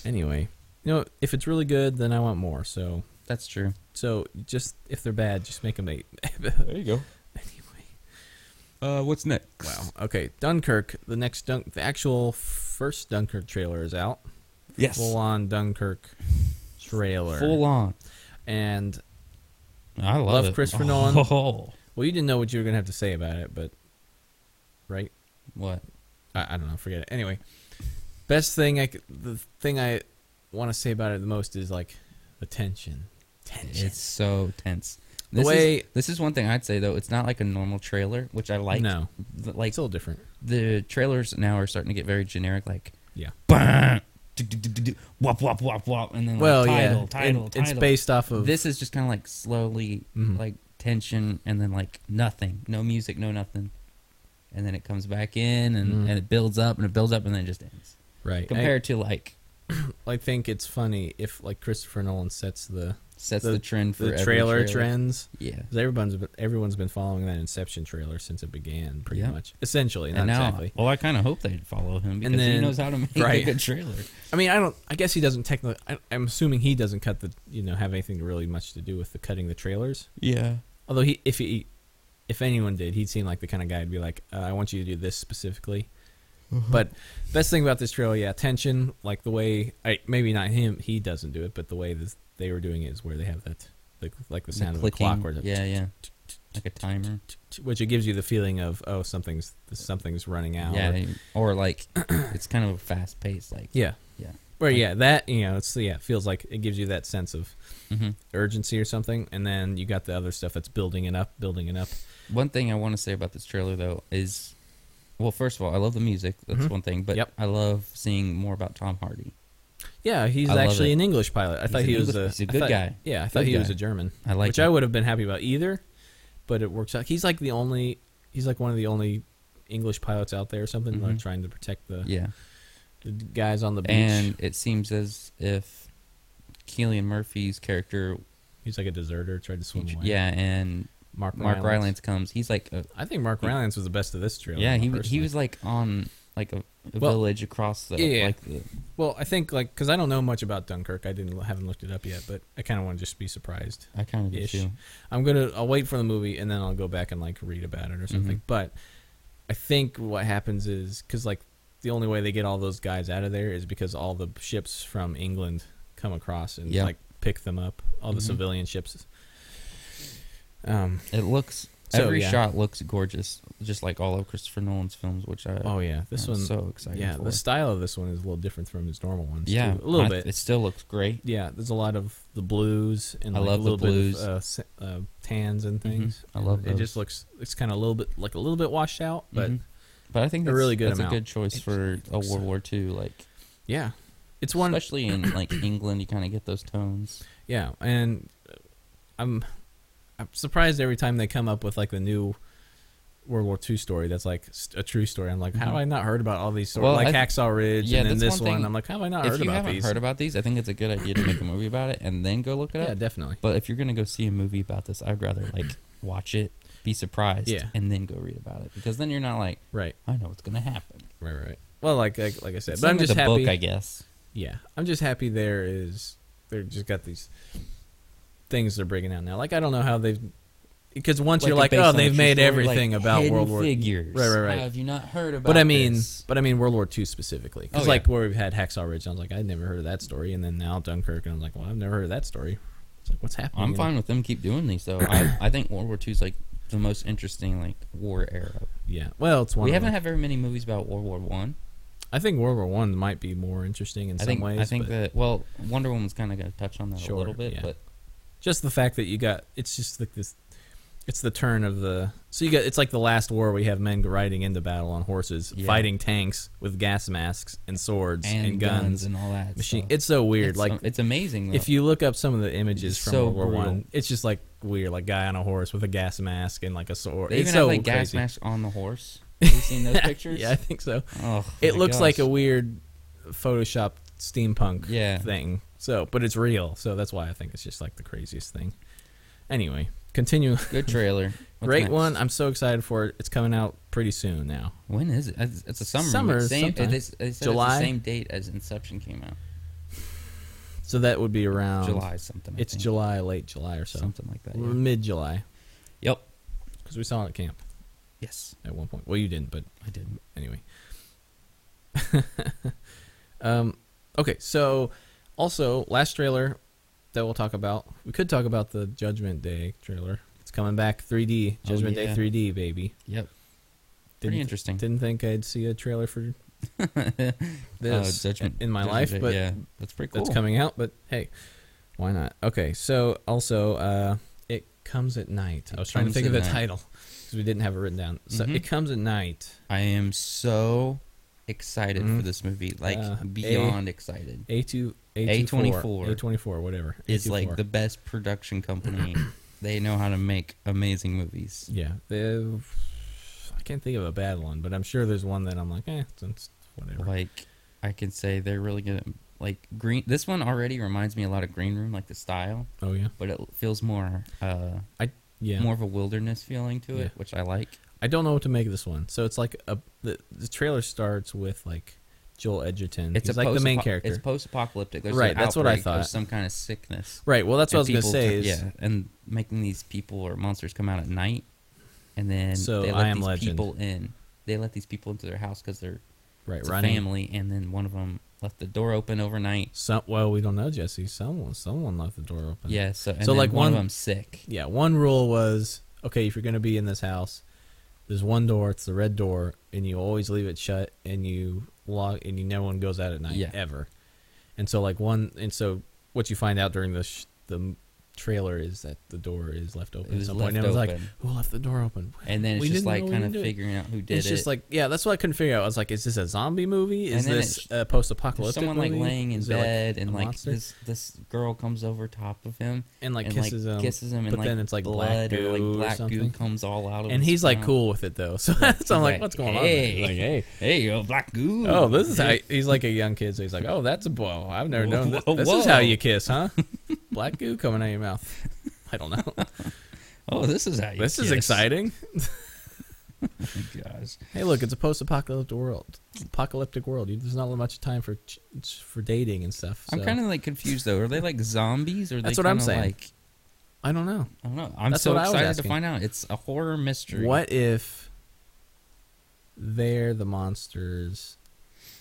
B: Anyway, you know, if it's really good, then I want more. So,
A: That's true.
B: so just if they're bad, just make them [LAUGHS] eight.
A: There you go.
B: anyway.
A: Uh, what's next?
B: Wow. Okay. Dunkirk. The next Dunk. The actual first Dunkirk trailer is out.
A: Yes.
B: Full on Dunkirk trailer.
A: Full on. and
B: And
A: I love,
B: Love
A: it.
B: Christopher
A: oh.
B: Nolan. well, you didn't know what you were gonna have to say about it, but right.
A: [LAUGHS] What?
B: I, I don't know. Forget it. Anyway, best thing I c- the thing I want to say about it the most is like the tension. Tension.
A: It's so tense.
B: The
A: This
B: way-
A: is, this is one thing I'd say though. It's not like a normal trailer, which I like.
B: no,
A: Th- Like
B: it's a little different.
A: the trailers now are starting to get very generic. Like
B: Yeah.
A: bang, du- du- du- du- du, wop wop wop wop, and then like,
B: well,
A: title,
B: yeah.
A: title,
B: and
A: title.
B: It's based off of
A: this is just kind of like slowly
B: Mhm.
A: like tension and then like nothing no music no nothing and then it comes back in and,
B: Mm.
A: and it builds up and it builds up and then it just ends
B: right. I,
A: compared to like
B: I think it's funny if like Christopher Nolan sets the
A: sets the,
B: The-
A: trend for
B: the
A: every
B: trailer, trends.
A: yeah
B: 'Cause everyone's been, everyone's been following that Inception trailer since it began, pretty
A: Yeah.
B: much. Essentially, not
A: and now
B: exactly.
A: well i kind of hope they'd follow him because he
B: then-
A: knows how to make a
B: right.
A: good trailer
B: I mean, I don't. I guess he doesn't technically. I, I'm assuming he doesn't cut the. You know, have anything really much to do with the cutting the trailers.
A: yeah
B: Although he, if he, if anyone did, he'd seem like the kind of guy who'd be like, uh, "I want you to do this specifically."
A: Mm-hmm.
B: But best thing about this trailer, yeah, tension. Like the way, I maybe not him, he doesn't do it, but the way this, they were doing it is where they have that, the, like the sound of the clock, where the,
A: yeah yeah like a timer
B: which it gives you the feeling of oh something's something's running out.
A: yeah
B: or-
A: and- or like [CLEARS THROAT] it's kind of a fast pace like
B: yeah,
A: Yeah.
B: Well,
A: Like-
B: yeah, that you know, it's yeah, it feels like it gives you that sense of
A: mhm.
B: Mm-hmm. urgency or something, and then you got the other stuff that's building it up, building it up.
A: One thing I want to say about this trailer though is, well, first of all, I love the music. That's
B: Mhm.
A: one thing, but
B: Yep.
A: I love seeing more about Tom Hardy.
B: Yeah, he's
A: I love
B: actually
A: it.
B: an English pilot. I
A: He's
B: thought
A: an
B: he was
A: English-
B: a,
A: he's a
B: I
A: good
B: thought-
A: guy.
B: Yeah, I thought
A: Good
B: he was
A: guy.
B: a German,
A: I like.
B: which
A: him.
B: I would have been happy about either, but it works out. He's like the only, he's like one of the only English pilots out there or something, like
A: Mhm.
B: trying to protect the,
A: Yeah,
B: the guys on uh, the beach.
A: and it seems as if Keelan Murphy's character,
B: he's like a deserter, tried to swim away.
A: yeah, and
B: Mark
A: Mark
B: Rylance.
A: Rylance comes. He's like, a,
B: I think Mark
A: He-
B: Rylance was the best of this trailer.
A: yeah, he he
B: personally.
A: was like on like a, a
B: Well,
A: village across the
B: yeah, yeah.
A: like the
B: Well, I think like because I don't know much about Dunkirk. I didn't haven't looked it up yet, but I kind of want to just be surprised.
A: I kind of do
B: Ish.
A: too.
B: I'm gonna I'll wait for the movie and then I'll go back and like read about it or something.
A: Mhm.
B: But I think what happens is because like the only way they get all those guys out of there is because all the ships from England come across and
A: Yeah.
B: like pick them up. All the
A: Mhm.
B: civilian ships. Um.
A: It looks
B: So,
A: every
B: yeah.
A: shot looks gorgeous, just like all of Christopher Nolan's films, which I
B: Oh yeah, this
A: am
B: one.
A: so excited.
B: yeah,
A: for.
B: the style of this one is a little different from his normal ones.
A: yeah,
B: too. a little
A: I-
B: bit.
A: It still looks great.
B: yeah, there's a lot of the blues and
A: I
B: like
A: love
B: a
A: the
B: little
A: blues. Mm-hmm.
B: bit of uh, s- uh, tans and things.
A: I love
B: it.
A: those.
B: Just looks it's kind of a little bit like a little bit washed out, but
A: Mhm. but I think
B: a
A: that's,
B: really good
A: that's
B: amount.
A: a good choice
B: It-
A: for
B: it
A: a
B: looks-
A: World War II. Like
B: yeah, it's one.
A: especially
B: [COUGHS]
A: in like England, you kind of get those tones.
B: yeah, and uh, I'm I'm surprised every time they come up with like the new World War II story that's like st- a true story. I'm like, how have I not heard about all these stories?
A: Mm-hmm. Well,
B: like
A: I th-
B: Hacksaw Ridge
A: yeah,
B: and then
A: that's
B: this
A: one
B: one.
A: thing-
B: I'm like, how have I not
A: if
B: heard
A: you
B: about
A: haven't
B: these?
A: heard about these, I think it's a good idea to make a movie about it and then go look it
B: yeah,
A: up.
B: definitely.
A: But if you're gonna go see a movie about this, I'd rather like watch it, be surprised,
B: Yeah.
A: and then go read about it because then you're not like
B: Right,
A: I know what's gonna happen.
B: right, right. Well, like like, like I said,
A: It's
B: but I'm
A: like
B: just
A: the
B: happy.
A: book, I guess.
B: yeah i'm just happy there is they're just got these things they're bringing out now like i don't know how they've because once you're
A: a
B: like
A: based
B: oh
A: on a
B: they've
A: true
B: made
A: story,
B: everything
A: like
B: about
A: Hidden
B: world war
A: figures.
B: Right, right, right.
A: How have you not heard about?
B: but i mean
A: this?
B: but i mean world war ii specifically because
A: Oh,
B: like
A: yeah.
B: where we've had hacksaw ridge i was like i'd never heard of that story and then now dunkirk and i'm like well i've never heard of that story it's like what's happening
A: I'm
B: you know?
A: fine with them keep doing these though. I, I think World War II is like the most interesting like war era.
B: yeah well it's one
A: we
B: of
A: haven't
B: them.
A: had very many movies about World War One.
B: i think world war one might be more interesting in
A: I
B: some
A: think
B: ways
A: I think
B: but
A: that well, Wonder Woman's kind of going to touch on that a
B: Sure,
A: little bit,
B: yeah.
A: but
B: just the fact that you got it's just like this it's the turn of the so you got it's like the last war we have men riding into battle on horses
A: Yeah.
B: fighting tanks with gas masks and swords
A: and,
B: and,
A: guns,
B: guns,
A: and all that.
B: machine
A: stuff.
B: it's so weird
A: It's-
B: like
A: it's amazing. Though.
B: if you look up some of the images
A: It's
B: from
A: so
B: world war
A: brutal.
B: one it's just like weird, like guy on a horse with a gas mask and like a sword.
A: They
B: it's
A: even
B: so
A: have like gas
B: crazy.
A: mask on the
B: [LAUGHS]
A: horse. Have you seen those pictures?
B: yeah, I think so.
A: Oh,
B: It
A: my
B: looks like
A: gosh.
B: a weird Photoshop steampunk
A: Yeah.
B: thing. So, but it's real. So that's why I think it's just like the craziest thing. Anyway, continue.
A: good trailer. What's
B: Great
A: next?
B: one. I'm so excited for it. It's coming out pretty soon now.
A: When is it? It's it's a summer. but
B: Summer
A: Same.
B: sometime.
A: It is, they said it's
B: July?
A: the same date as Inception came out.
B: So that would be around
A: July something. I
B: Um, It's
A: think.
B: July, late July or so.
A: Something like that. yeah.
B: Mid July.
A: Yep.
B: Because we saw it at camp
A: Yes,
B: at one point. Well, you didn't, but
A: I did.
B: anyway. [LAUGHS] um, okay, so also last trailer that we'll talk about. We could talk about the Judgment Day trailer. It's coming back 3D.
A: Oh,
B: Judgment
A: yeah.
B: Day 3D, baby.
A: Yep.
B: Didn't,
A: Pretty interesting.
B: Didn't think I'd see a
A: [LAUGHS]
B: trailer for this
A: Uh, Judgment-
B: in my
A: Judgment
B: life,
A: Day,
B: but
A: yeah, that's pretty cool.
B: that's coming out. But hey, why not? Okay, so also uh, it comes at night.
A: It
B: I was trying to
A: Comes
B: think of the
A: at Night.
B: title because we didn't have it written down. So
A: Mhm.
B: it comes at night.
A: I am so excited
B: Mhm.
A: for this movie, like
B: Uh, A-
A: beyond excited.
B: A two A
A: A24.
B: A twenty four whatever
A: It's like
B: A24.
A: the best production
B: [CLEARS THROAT]
A: company. they know how to make amazing movies.
B: yeah. They, I can't think of a bad one, but I'm sure there's one that I'm like eh, it's, it's whatever.
A: Like I can say they're really good. at- Like green. This one already reminds me a lot of Green Room, like the style,
B: Oh yeah,
A: but it feels more, uh,
B: yeah.
A: more of a wilderness feeling to it,
B: Yeah.
A: which I like.
B: I don't know what to make of this one. So it's like a the, the trailer starts with like Joel Edgerton.
A: It's
B: He's
A: a
B: like the main
A: post-apo-
B: character.
A: It's post-apocalyptic. There's
B: Right,
A: an
B: that's what I
A: outbreak of
B: thought.
A: Some kind of sickness.
B: right. Well, that's what I was
A: And
B: gonna
A: people
B: say.
A: tur-
B: is
A: yeah, and making these people or monsters come out at night, and then
B: So,
A: they let
B: I Am
A: these
B: Legend.
A: people in. They let these people into their house because they're
B: right.
A: it's a
B: Running.
A: family, and then one of them left the door open overnight.
B: Some well, we don't know Jesse. Someone someone left the door open.
A: Yeah, so and
B: So,
A: then
B: like,
A: one, of
B: one-
A: them's sick.
B: Yeah, one rule was okay, if you're going to be in this house, there's one door, it's the red door, and you always leave it shut and you lock and you no one goes out at night
A: Yeah.
B: ever. And so like one and so what you find out during the sh- the m- trailer is that the door is left open
A: It
B: at
A: was
B: some
A: left
B: point. And it was like,
A: open.
B: who left the door open?
A: and then it's
B: we
A: just
B: didn't know
A: like
B: we
A: kind of
B: didn't do it.
A: figuring out who did
B: It's
A: it.
B: just like yeah, that's what I couldn't figure out. I was like, is this a zombie movie? Is
A: then
B: this
A: it's-
B: a
A: There's
B: post-apocalyptic
A: someone like
B: movie?
A: laying in
B: Is there, like,
A: bed, and
B: a
A: like
B: monster?
A: this this girl comes over top of him
B: and like
A: and
B: kisses
A: like
B: him,
A: kisses him, and
B: but
A: like
B: then it's like black
A: blood or
B: goo or
A: like black goo
B: something.
A: comes all out of.
B: and
A: his
B: he's like
A: mouth.
B: cool with it though. [LAUGHS] So, so I'm
A: He's
B: like,
A: like,
B: what's going on? there?" He's
A: "Hey."
B: like, hey,
A: Hey, yo, black goo.
B: oh, this is how he's like a young kid. So he's like, oh, that's a boy. I've never
A: Whoa,
B: known this.
A: whoa,
B: This is how
A: whoa.
B: you kiss, huh?
A: [LAUGHS]
B: Black goo coming out of your mouth. I don't know.
A: Oh, this is how you
B: this is
A: kiss.
B: exciting.
A: Gosh.
B: Hey, look, it's a post-apocalyptic world. Apocalyptic world. You- There's not much time for ch- ch- for dating and stuff.
A: I'm
B: so-
A: kind of like confused though. Are they like zombies or are
B: That's
A: they
B: what I'm
A: kinda,
B: saying.
A: Like,
B: I don't know.
A: I don't know. I'm
B: That's
A: so
B: what I was
A: excited to
B: asking.
A: find out. It's a horror mystery.
B: What if they're the monsters?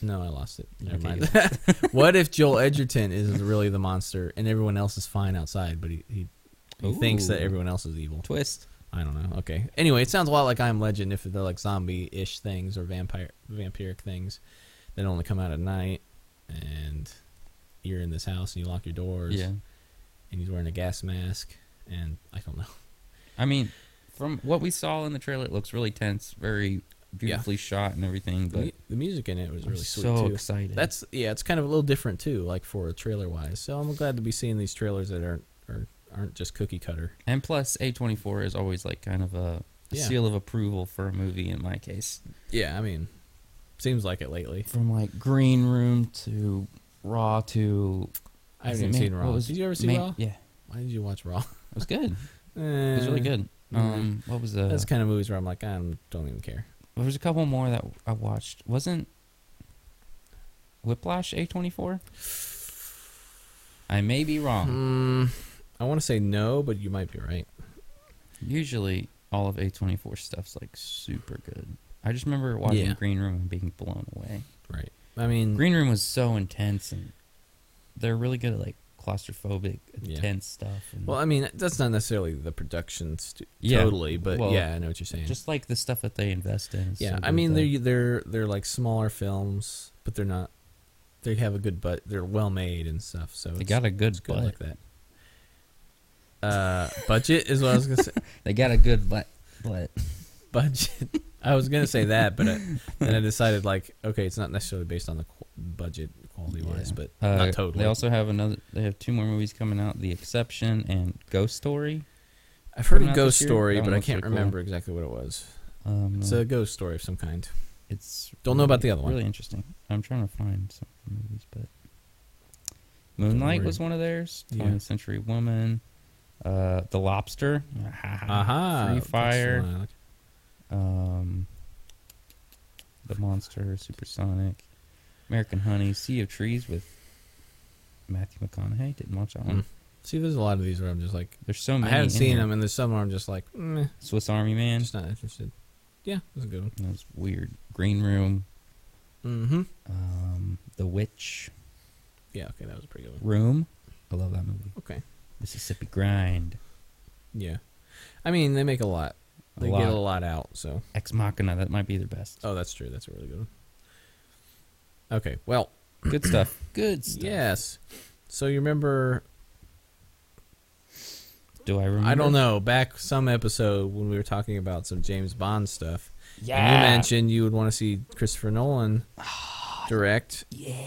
B: No, I lost it. Never
A: Okay,
B: [LAUGHS] mind. what if Joel Edgerton is really the monster and everyone else is fine outside, but he, he, he thinks that
A: Ooh.
B: everyone else is evil?
A: twist?
B: I don't know. Okay. Anyway, it sounds a lot like I Am Legend if they're like zombie ish things or vampire vampiric things that only come out at night and you're in this house and you lock your doors
A: Yeah.
B: and he's wearing a gas mask and I don't know.
A: I mean, from what we saw in the trailer, it looks really tense, very beautifully shot and everything.
B: The,
A: But
B: mu- the music in it was
A: I'm
B: really sweet
A: so
B: too.
A: excited.
B: That's yeah, it's kind of a little different too, like for a trailer wise. So I'm glad to be seeing these trailers that aren't are, aren't just cookie cutter.
A: and plus A24 is always like kind of a
B: Yeah.
A: seal of approval for a movie in my case.
B: Yeah, I mean, seems like it lately.
A: From like Green Room to Raw to
B: I
A: Is
B: haven't even
A: it Ma-
B: seen Raw.
A: what was
B: did
A: it?
B: you ever see
A: Ma-
B: Raw?
A: Yeah, it
B: Why did you watch Raw? Mm-hmm.
A: was good. It was really good.
B: yeah.
A: Um, what was the?
B: That's the kind of movies where I'm like, I don't don't even care.
A: There was a couple more that I watched. Wasn't Whiplash A twenty four? I may be wrong.
B: Mm, I want to say no, but you might be right.
A: Usually, all of A twenty four stuff's like super good. I just remember watching
B: Yeah.
A: Green Room and being blown away.
B: Right. I mean,
A: Green Room was so intense, and they're really good at like claustrophobic,
B: Yeah.
A: intense stuff. And
B: well, I mean, that's not necessarily the production st-
A: Yeah.
B: totally, but
A: Well,
B: yeah, I know what you're saying.
A: just like the stuff that they invest in. is so
B: yeah, I
A: good that-
B: mean, they're they're they're like smaller films, but they're not. They have a good butt. They're well made and stuff. So
A: they
B: it's-
A: got a good
B: it's good
A: butt.
B: like that. Uh, budget is what I was gonna say.
A: They got a good butt. But
B: budget. [LAUGHS] I was gonna say that, but I, then I decided like, okay, it's not necessarily based on the qu- budget quality wise, but [LAUGHS]
A: Uh,
B: not totally.
A: They also have another. They have two more movies coming out: The Exception and Ghost Story.
B: I've heard
A: Coming
B: a
A: out
B: ghost
A: this year?
B: story,
A: That
B: but
A: one
B: I
A: looks
B: can't
A: pretty cool.
B: remember exactly what it was.
A: Um,
B: It's a ghost story of some kind.
A: it's
B: Don't know about the other one.
A: Really interesting. I'm trying to find some of the movies, but Moonlight
B: worry.
A: was one of theirs.
B: Yeah.
A: 20th Century Woman, uh, The Lobster,
B: Aha!
A: Free
B: that's the
A: Fire.
B: one I like.
A: um, The Monster, Supersonic, American Honey, Sea of Trees with Matthew McConaughey. Didn't watch that one.
B: Mm. See, there's a lot of these where I'm just like,
A: There's so
B: I
A: many.
B: haven't
A: in
B: seen
A: there.
B: them, and there's some where I'm just like, meh,
A: Swiss Army Man.
B: just not interested. Yeah, that's a good one.
A: That was weird. Green Room.
B: Mm-hmm.
A: Um, the Witch
B: Yeah, okay, that was a pretty good one.
A: Room. I love that movie.
B: Okay.
A: Mississippi Grind.
B: Yeah, I mean they make a lot.
A: A
B: They
A: lot.
B: get a lot out. So,
A: Ex Machina. That might be their best.
B: oh, that's true. That's a really good one. Okay, well,
A: Good stuff.
B: [CLEARS THROAT]
A: Good stuff.
B: yes. So you remember
A: Do I remember?
B: I don't know. Back some episode when we were talking about some James Bond stuff,
A: Yeah.
B: and you mentioned you would want to see Christopher Nolan direct,
A: Ah, Yeah. Um,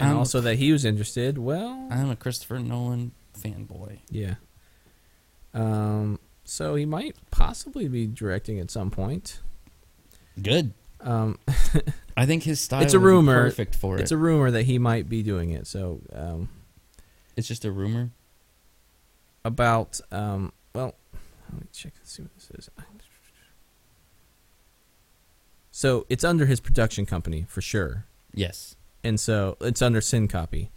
B: and
A: I'm-
B: also that he was interested. Well,
A: I'm a Christopher Nolan fanboy.
B: yeah. Um, so he might possibly be directing at some point.
A: Good.
B: Um,
A: I think his style.
B: It's a
A: would be
B: rumor.
A: Perfect for
B: it's
A: it.
B: a rumor that he might be doing it. So, um,
A: it's just a rumor.
B: about um, well, let me check and see what this is. So it's under his production company for sure.
A: Yes.
B: and so it's under sin copy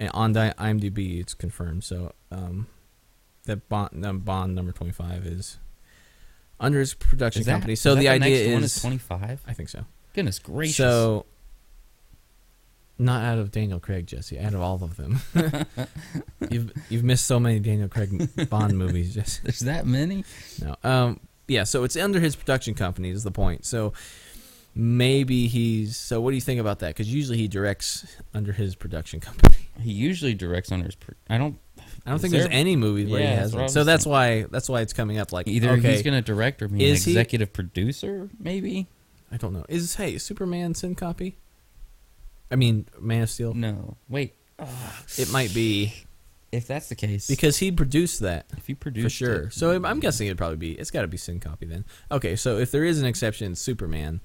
B: and on di- imdb it's confirmed so um that bond, um, bond number 25 is under his production
A: Is that-
B: company
A: is
B: so
A: that
B: the, idea
A: next one is
B: is
A: 25.
B: i think so
A: Goodness gracious.
B: so not out of daniel craig jesse out of all
A: [LAUGHS]
B: of them you've you've missed so many daniel
A: [LAUGHS]
B: craig bond movies jesse
A: There's that many.
B: no. Um. Yeah. So it's under his production company is the point. So maybe he's. So what do you think about that? Because usually he directs under his production company.
A: He usually directs on his. Per- I don't.
B: I don't
A: Is
B: think
A: there-
B: there's any movie where
A: Yeah,
B: he
A: that's
B: has
A: what I
B: one.
A: was
B: So that's
A: thinking.
B: why that's why it's coming up. Like
A: Either
B: okay,
A: he's gonna direct or be an
B: Is he-
A: executive producer, maybe.
B: I don't know. Is hey Superman sin copy? I mean Man of Steel.
A: No, wait.
B: It might be
A: If that's the case,
B: because he produced that.
A: if he produced
B: For sure.
A: it-
B: So I'm- I'm guessing it'd probably be. It's got to be sin copy then. Okay. So if there is an exception, it's Superman.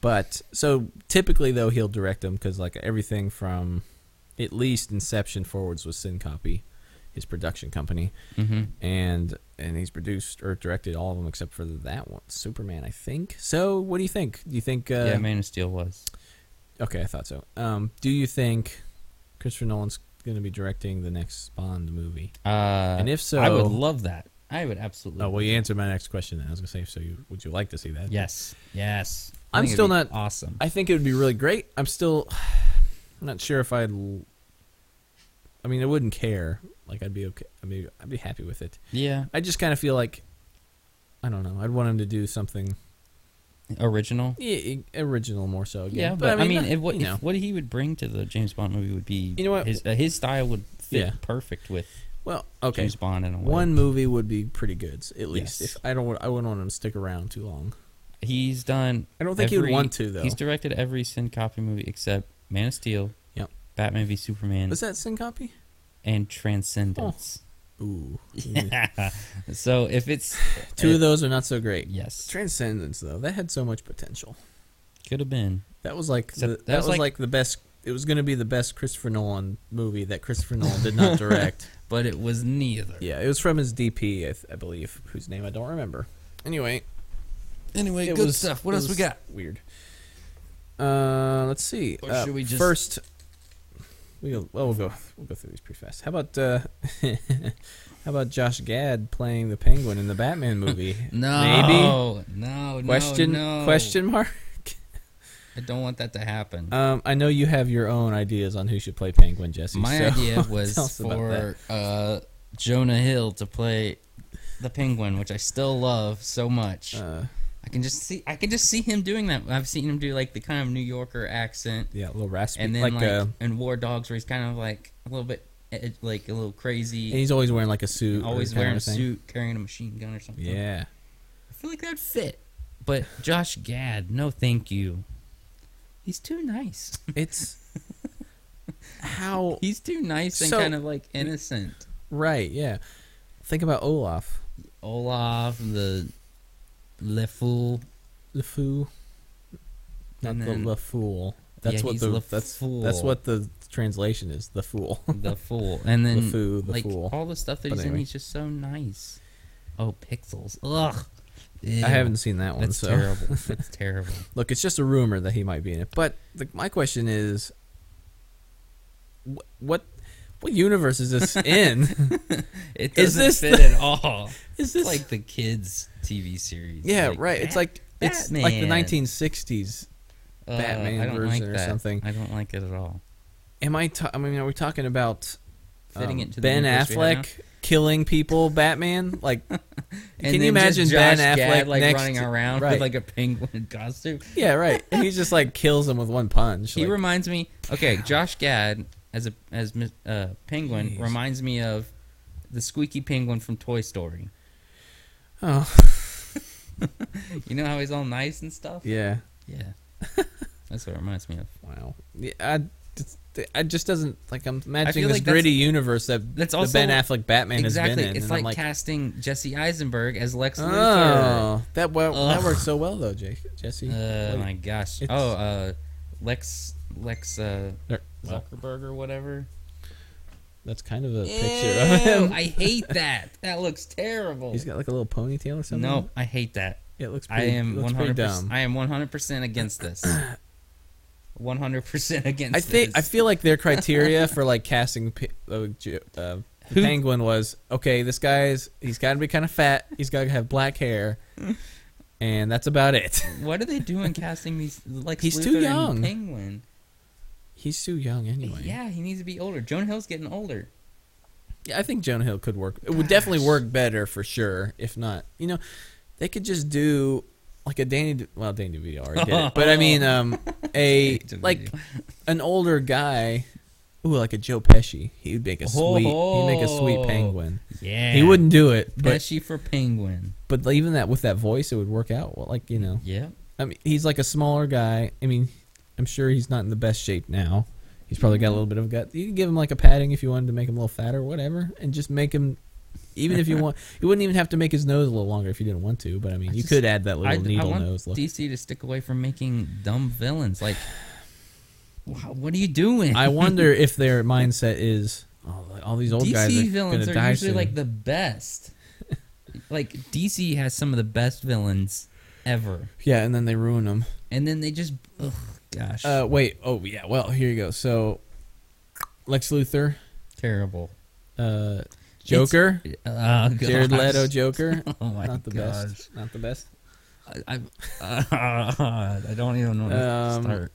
B: But so typically though he'll direct them because like everything from at least Inception forwards was sin copy, his production company,
A: Mhm.
B: and and he's produced or directed all of them except for that one Superman I think. So what do you think? Do you think? Uh,
A: yeah, Man of Steel was.
B: Okay, I thought so. Um, do you think Christopher Nolan's going to be directing the next Bond movie?
A: Uh,
B: and if so,
A: I would love that. I would absolutely.
B: Oh well, you answered my next question. Then. I was gonna say, so you, would you like to see that?
A: Yes. Yes. I
B: I'm
A: think it'd
B: still
A: be
B: not-
A: awesome.
B: I think it would be really great. I'm still, [SIGHS] I'm not sure if I'd. l- I mean, I wouldn't care. Like I'd be okay. I mean, I'd be happy with it.
A: yeah.
B: I just kind of feel like, I don't know. I'd want him to do something
A: Original.
B: yeah, e, original more so. Again.
A: Yeah, but, I mean, if, what,
B: you know,
A: if what he would bring to the James Bond movie would be
B: You know what?
A: his uh, his style would fit
B: Yeah.
A: perfect with
B: well, okay.
A: James Bond in a way.
B: One movie would be pretty good, at least.
A: Yes.
B: If I don't, want- I wouldn't want him to stick around too long.
A: he's done.
B: I don't think he would
A: every-
B: want to though.
A: He's directed every Sin Copy movie except Man of Steel,
B: Yep.
A: Batman v Superman,
B: Was that Oh. Sin Copy?
A: and [LAUGHS] Transcendence.
B: Ooh,
A: so if it's
B: two of those are not so great.
A: yes,
B: Transcendence though, that had so much potential.
A: could have been.
B: That was like the,
A: Except
B: that, was like, the best. It was going to be the best Christopher Nolan movie that Christopher Nolan did not
A: [LAUGHS]
B: direct.
A: but it was neither.
B: yeah, it was from his DP, I, th- I believe, whose name I don't remember. Anyway,
A: Anyway,
B: it
A: good
B: was-
A: stuff. What
B: it
A: else we
B: was
A: got?
B: Weird. Uh, let's see.
A: Or
B: Uh,
A: should we just-
B: first? We go, well, we'll go we'll go through these pretty fast. How about uh, [LAUGHS] how about Josh Gad playing the Penguin in the
A: [LAUGHS]
B: Batman movie?
A: No, maybe no no,
B: question
A: no.
B: question mark.
A: I don't want that to happen.
B: Um, I know you have your own ideas on who should play Penguin, Jesse.
A: My
B: so [LAUGHS]
A: idea
B: tell
A: was
B: us about that.
A: for uh, Jonah Hill to play the Penguin, which I still love so much.
B: Uh,
A: I can just see I can just see him doing that. I've seen him do like the kind of New Yorker accent,
B: yeah, a little raspy.
A: and then
B: like,
A: like,
B: uh,
A: in War Dogs, where he's kind of like a little bit eh, like a little
B: and
A: crazy,
B: he's always wearing like a suit. or
A: always
B: kinda
A: wearing a
B: thing.
A: suit, carrying a machine gun or something.
B: Yeah.
A: I feel like that'd fit. But Josh Gad, no, thank you. He's too nice. [LAUGHS]
B: It's how
A: He's too nice and
B: Oh. So-
A: kind of like innocent.
B: right. Yeah. Think about Olaf.
A: Olaf, the LeFou.
B: The foo. Not
A: And
B: the
A: then-
B: the fool. That's
A: Yeah,
B: what
A: he's
B: the
A: the
B: that's
A: fool.
B: that's what the translation is.
A: [LAUGHS]
B: The fool. [LAUGHS]
A: the fool, and
B: The
A: then
B: foo. The
A: like
B: fool.
A: all the stuff that
B: But
A: he's in,
B: anyway.
A: he's just so nice. Oh, pixels! Ugh, Ew.
B: I haven't seen that one.
A: That's
B: so [LAUGHS]
A: terrible. That's terrible.
B: look, it's just a rumor that he might be in it. But the, my question is, wh- what what universe
A: [LAUGHS]
B: is this in?
A: It
B: Is
A: doesn't
B: this
A: fit at
B: [LAUGHS]
A: all.
B: is
A: It's
B: this
A: like the kids TV series.
B: yeah right? It's
A: Bat-
B: like it's like the
A: Batman.
B: 1960s.
A: uh,
B: Batman
A: I don't
B: version
A: like
B: or
A: that.
B: something.
A: I don't like it at all.
B: Am I? Ta- I mean, are we talking about
A: Fitting
B: um,
A: it to
B: Ben
A: the universe we have
B: Affleck
A: now.
B: killing people, Batman?
A: [LAUGHS]
B: Like,
A: And
B: can you
A: then just
B: imagine
A: Josh
B: Ben Affleck
A: Gad, like
B: next
A: running
B: to-
A: around
B: right.
A: with like a penguin costume?
B: yeah, right. And he just like kills him with one punch.
A: He
B: like-
A: reminds me. Okay, Josh Gad as a as Mis- uh, Penguin
B: Jeez.
A: reminds me of the squeaky penguin from Toy Story.
B: oh,
A: You know how he's all nice and stuff.
B: yeah.
A: Yeah. [LAUGHS] That's what it reminds me of.
B: Wow. Yeah, I just, I just doesn't like. I'm
A: feel
B: imagining this
A: like that's-
B: gritty universe that
A: that's
B: the
A: also-
B: Ben Affleck Batman has
A: exactly.
B: been in.
A: It's
B: and
A: like,
B: I'm like,
A: casting Jesse Eisenberg as Lex Luthor.
B: oh, that well, that
A: Ugh.
B: works so well though, Jake Jesse.
A: Uh,
B: Wait,
A: my gosh.
B: It's-
A: Oh, uh, Lex Lex uh,
B: there- well,
A: Zuckerberg or whatever.
B: that's kind of a picture of him.
A: Ew, I hate that. That looks terrible.
B: [LAUGHS] He's got like a little ponytail or something.
A: no, I hate that.
B: it looks.
A: I
B: Pretty,
A: am
B: looks
A: one
B: pretty
A: hundred.
B: dumb.
A: I am one hundred percent against this. One hundred percent against.
B: I think I
A: this.
B: feel like
A: [LAUGHS]
B: their criteria for like casting pe- uh, Ju- uh, the
A: Who-
B: penguin was okay. This guy's he's got to be kind of fat. He's got to have
A: [LAUGHS]
B: black hair, and that's about it. [LAUGHS]
A: What are they doing casting these? Like
B: He's too young.
A: Penguin.
B: he's too young anyway.
A: Yeah, he needs to be older. Joan Hill's getting older.
B: Yeah, I think Jonah Hill could work. It would definitely
A: Gosh.
B: work better for sure. If not, you know, they could just do like a Danny. De- well, Danny DeVito already did it, but I mean, um,
A: [LAUGHS]
B: a
A: Danny
B: like
A: DeVito.
B: an older guy. Ooh, like a Joe Pesci. He'd make a sweet. He'd make a sweet
A: Oh.
B: penguin.
A: Yeah,
B: He wouldn't do it, but
A: Pesci for Penguin.
B: but even that with that voice, it would work out. Well, like you know,
A: Yeah.
B: I mean, he's like a smaller guy. I mean, I'm sure he's not in the best shape now. He's probably got a little bit of gut. You can give him like a padding if you wanted to make him a little fatter, whatever, and just make him.
A: [LAUGHS]
B: Even if you want, you wouldn't even have to make his nose a little longer if you didn't want to. But I mean,
A: I
B: you
A: just-
B: could add that little
A: I, I
B: needle
A: want
B: nose look.
A: DC to stick away from making dumb villains. Like, wow, what are you doing? [LAUGHS]
B: I wonder if their mindset is oh, like, all these old
A: DC
B: guys are
A: villains
B: gonna
A: are
B: die
A: usually
B: soon.
A: like the
B: [LAUGHS]
A: best. like DC has some of the best villains ever,
B: yeah, and then they ruin them.
A: and then they just, ugh, gosh,
B: Uh, wait, oh yeah, well here you go. So, Lex Luthor,
A: terrible.
B: uh, Joker.
A: [LAUGHS] Oh, gosh.
B: Jared Leto Joker.
A: Oh my
B: not the
A: gosh.
B: best. Not the best.
A: I, uh, [LAUGHS] I, I don't even know where
B: Um,
A: to start.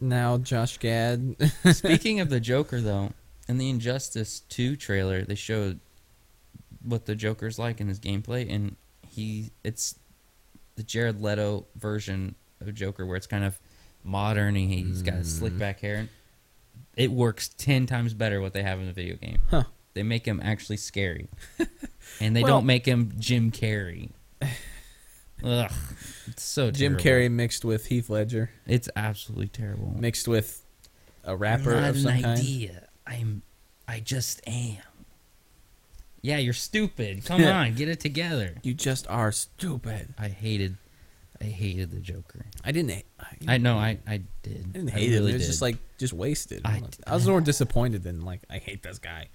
B: Now Josh Gad. [LAUGHS]
A: Speaking of the Joker, though, in the Injustice 2 trailer, they showed what the Joker's like in his gameplay, and he it's the Jared Leto version of Joker, where it's kind of modern and he's got his
B: Mm.
A: slick back hair. It works ten times better what they have in the video game.
B: Huh.
A: They make him actually
B: [LAUGHS]
A: scary, and they
B: Well-
A: don't make him Jim
B: [LAUGHS]
A: Carrey. Ugh, it's so
B: Jim
A: terrible.
B: Carrey mixed with Heath Ledger,
A: It's absolutely terrible
B: mixed with a rapper
A: not
B: of some
A: an
B: kind.
A: idea. I'm. I just am. Yeah, you're
B: [LAUGHS]
A: stupid. Come on, get it together.
B: You just are stupid.
A: I hated. I hated the Joker.
B: I didn't. ha-
A: I know. I. I did.
B: I didn't hate
A: really
B: him. It was
A: did.
B: just like just wasted.
A: I-
B: I, was more disappointed than like I hate this guy,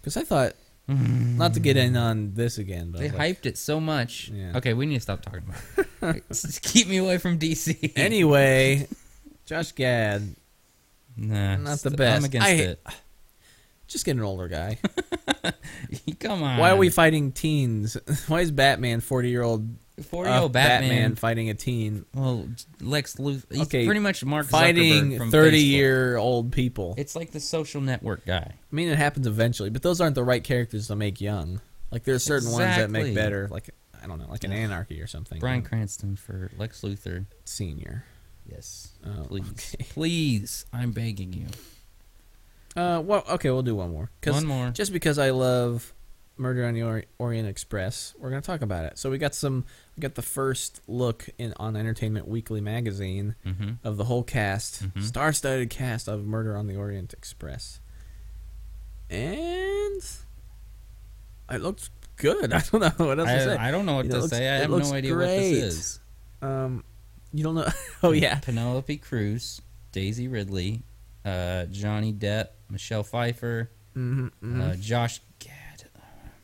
B: because I thought not to get in on this again.
A: Mm.
B: But
A: they
B: like,
A: hyped it so much.
B: Yeah.
A: Okay, we need to stop talking about. It.
B: [LAUGHS]
A: Just keep me away from DC.
B: anyway. Josh Gad,
A: Nah,
B: not the
A: st-
B: best.
A: I'm against
B: I-
A: it. [LAUGHS]
B: just get an older guy.
A: Come on.
B: Why are we fighting teens? [LAUGHS] Why is Batman forty year old
A: Forty year
B: uh,
A: old Batman,
B: fighting a teen
A: Well, Lex Luthor. He's
B: Okay,
A: pretty much Mark Zuckerberg
B: fighting
A: from
B: 30
A: Facebook.
B: year old people.
A: It's like the Social Network guy.
B: I mean, it happens eventually, but those aren't the right characters to make young. Like there are certain ones that make
A: Exactly.
B: better, like I don't know, like an anarchy or something.
A: Brian
B: Um,
A: Cranston for Lex Luthor.
B: senior.
A: Yes.
B: Oh,
A: Please.
B: okay.
A: Please. I'm begging you.
B: Uh, well, okay, we'll do one more. 'Cause
A: One more.
B: Just because I love Murder on the Ori- Orient Express, we're gonna talk about it. So we got some, we got the first look in on Entertainment Weekly magazine
A: mm-hmm.
B: of the whole cast,
A: Mhm.
B: star-studded cast of Murder on the Orient Express. And it looked good. [LAUGHS] I don't know what else to say.
A: I, I don't know what
B: It
A: to
B: looks-
A: say. I
B: it
A: have
B: looks
A: no idea what
B: great.
A: this is.
B: um, you don't know? [LAUGHS] oh yeah,
A: Penelope Cruz, Daisy Ridley, uh, Johnny Depp, Michelle Pfeiffer,
B: mm-hmm,
A: uh, Josh. Gad.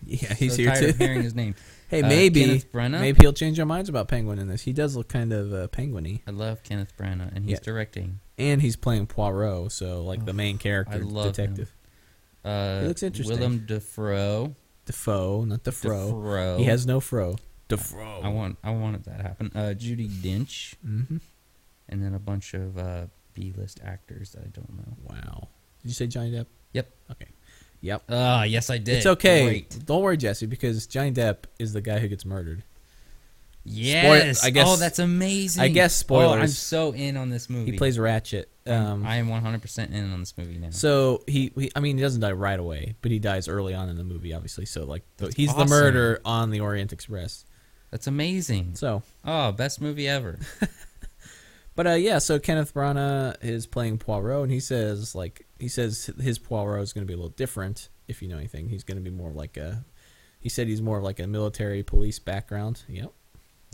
B: yeah, he's
A: so
B: here
A: tired
B: too.
A: of hearing his name.
B: [LAUGHS] hey,
A: Uh,
B: maybe
A: Kenneth Branagh.
B: maybe he'll change our minds about Penguin in this. He does look kind of uh, penguin-y.
A: I love Kenneth Branagh, and he's
B: Yeah.
A: directing.
B: and he's playing Poirot, so like the main character,
A: I love him.
B: detective
A: Uh,
B: He looks interesting.
A: Willem Dafoe.
B: Defoe, not Defro.
A: Dafoe.
B: He has no fro. Defro.
A: I want. I wanted that to happen. Uh, Judy Dench,
B: Mm-hmm.
A: and then a bunch of uh, B-list actors that I don't know.
B: Wow. Did you say Johnny Depp?
A: Yep.
B: Okay. Yep.
A: Ah, yes, I did.
B: It's okay.
A: Great.
B: Don't worry, Jesse, because Johnny Depp is the guy who gets murdered.
A: Yes.
B: I guess-
A: oh, that's amazing.
B: I guess
A: Oh, I'm
B: spoilers.
A: so in on this movie.
B: He plays Ratchet. Um,
A: I am 100% in on this movie now.
B: so he, he, I mean, he doesn't die right away, but he dies early on in the movie, obviously. So like, the, he's
A: awesome.
B: the murderer on the Orient Express.
A: That's amazing.
B: So
A: Oh, best movie ever. [LAUGHS]
B: But uh, yeah, so Kenneth Branagh is playing Poirot, and he says like he says his Poirot is going to be a little different. If you know anything, he's going to be more like a. He said he's more of like a military police background. Yep,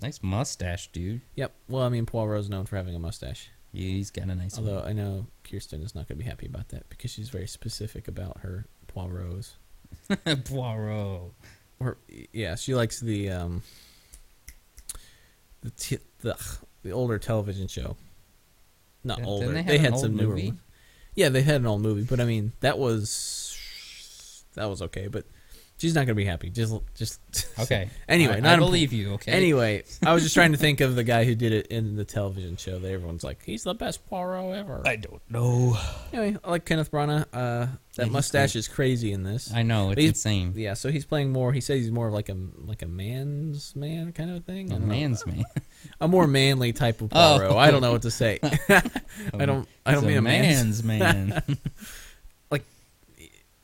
A: nice mustache, dude.
B: yep. Well, I mean, Poirot's known for having a mustache.
A: He's got a nice one.
B: Although I know Kirsten is not going to be happy about that because she's very specific about her Poirots.
A: [LAUGHS] Poirot.
B: Or yeah, she likes the um. The t- the the older television show. Not
A: Didn't
B: older.
A: they have
B: They,
A: an
B: had
A: old
B: some newer
A: movie?
B: one. Yeah, they had an old movie, but I mean that was that was okay. But she's not gonna be happy. Just just [LAUGHS]
A: Okay.
B: Anyway,
A: I,
B: not
A: I
B: a-
A: believe you, okay?
B: Anyway, I was just trying to think of the guy who did it in the television show that everyone's like, he's the best Poirot ever.
A: don't know.
B: anyway, I like Kenneth Branagh.
A: Yeah,
B: Uh, that
A: he's
B: mustache
A: great.
B: is crazy in this.
A: I know. It's
B: He's-
A: insane.
B: yeah, so he's playing more. He says he's more of like a like a man's man kind of thing. I
A: A
B: don't know.
A: man's [LAUGHS] man.
B: a more manly type of
A: Oh.
B: Poirot. I don't know
A: [LAUGHS]
B: what to say. I don't. I
A: He's
B: don't mean a man's
A: man's man.
B: [LAUGHS]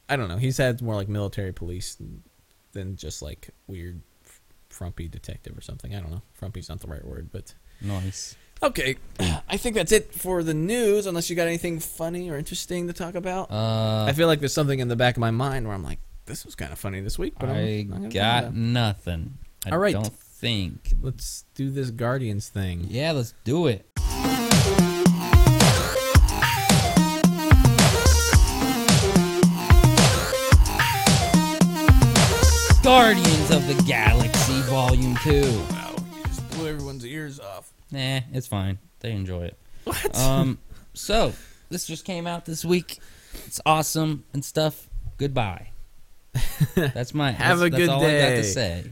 B: I don't know. He's had more like military police than just like weird f- frumpy detective or something. I don't know. Frumpy's not the right word, but
A: nice.
B: okay. [CLEARS THROAT] I think that's it for the news. Unless you got anything funny or interesting to talk about.
A: Uh,
B: I feel like there's something in the back of my mind where I'm like, this was kind of funny this week, but
A: I
B: I'm, I'm
A: got nothing. I
B: All right.
A: don't think.
B: Let's do this Guardians thing.
A: Yeah, let's do it. Guardians of the Galaxy Volume 2.
B: Wow, you just blew everyone's ears off.
A: Nah, it's fine. They enjoy it.
B: What?
A: Um, so, this just came out this week. It's awesome and stuff.
B: [LAUGHS]
A: Goodbye. That's my
B: Have
A: that's,
B: a
A: that's
B: good
A: all I got
B: day.
A: to say.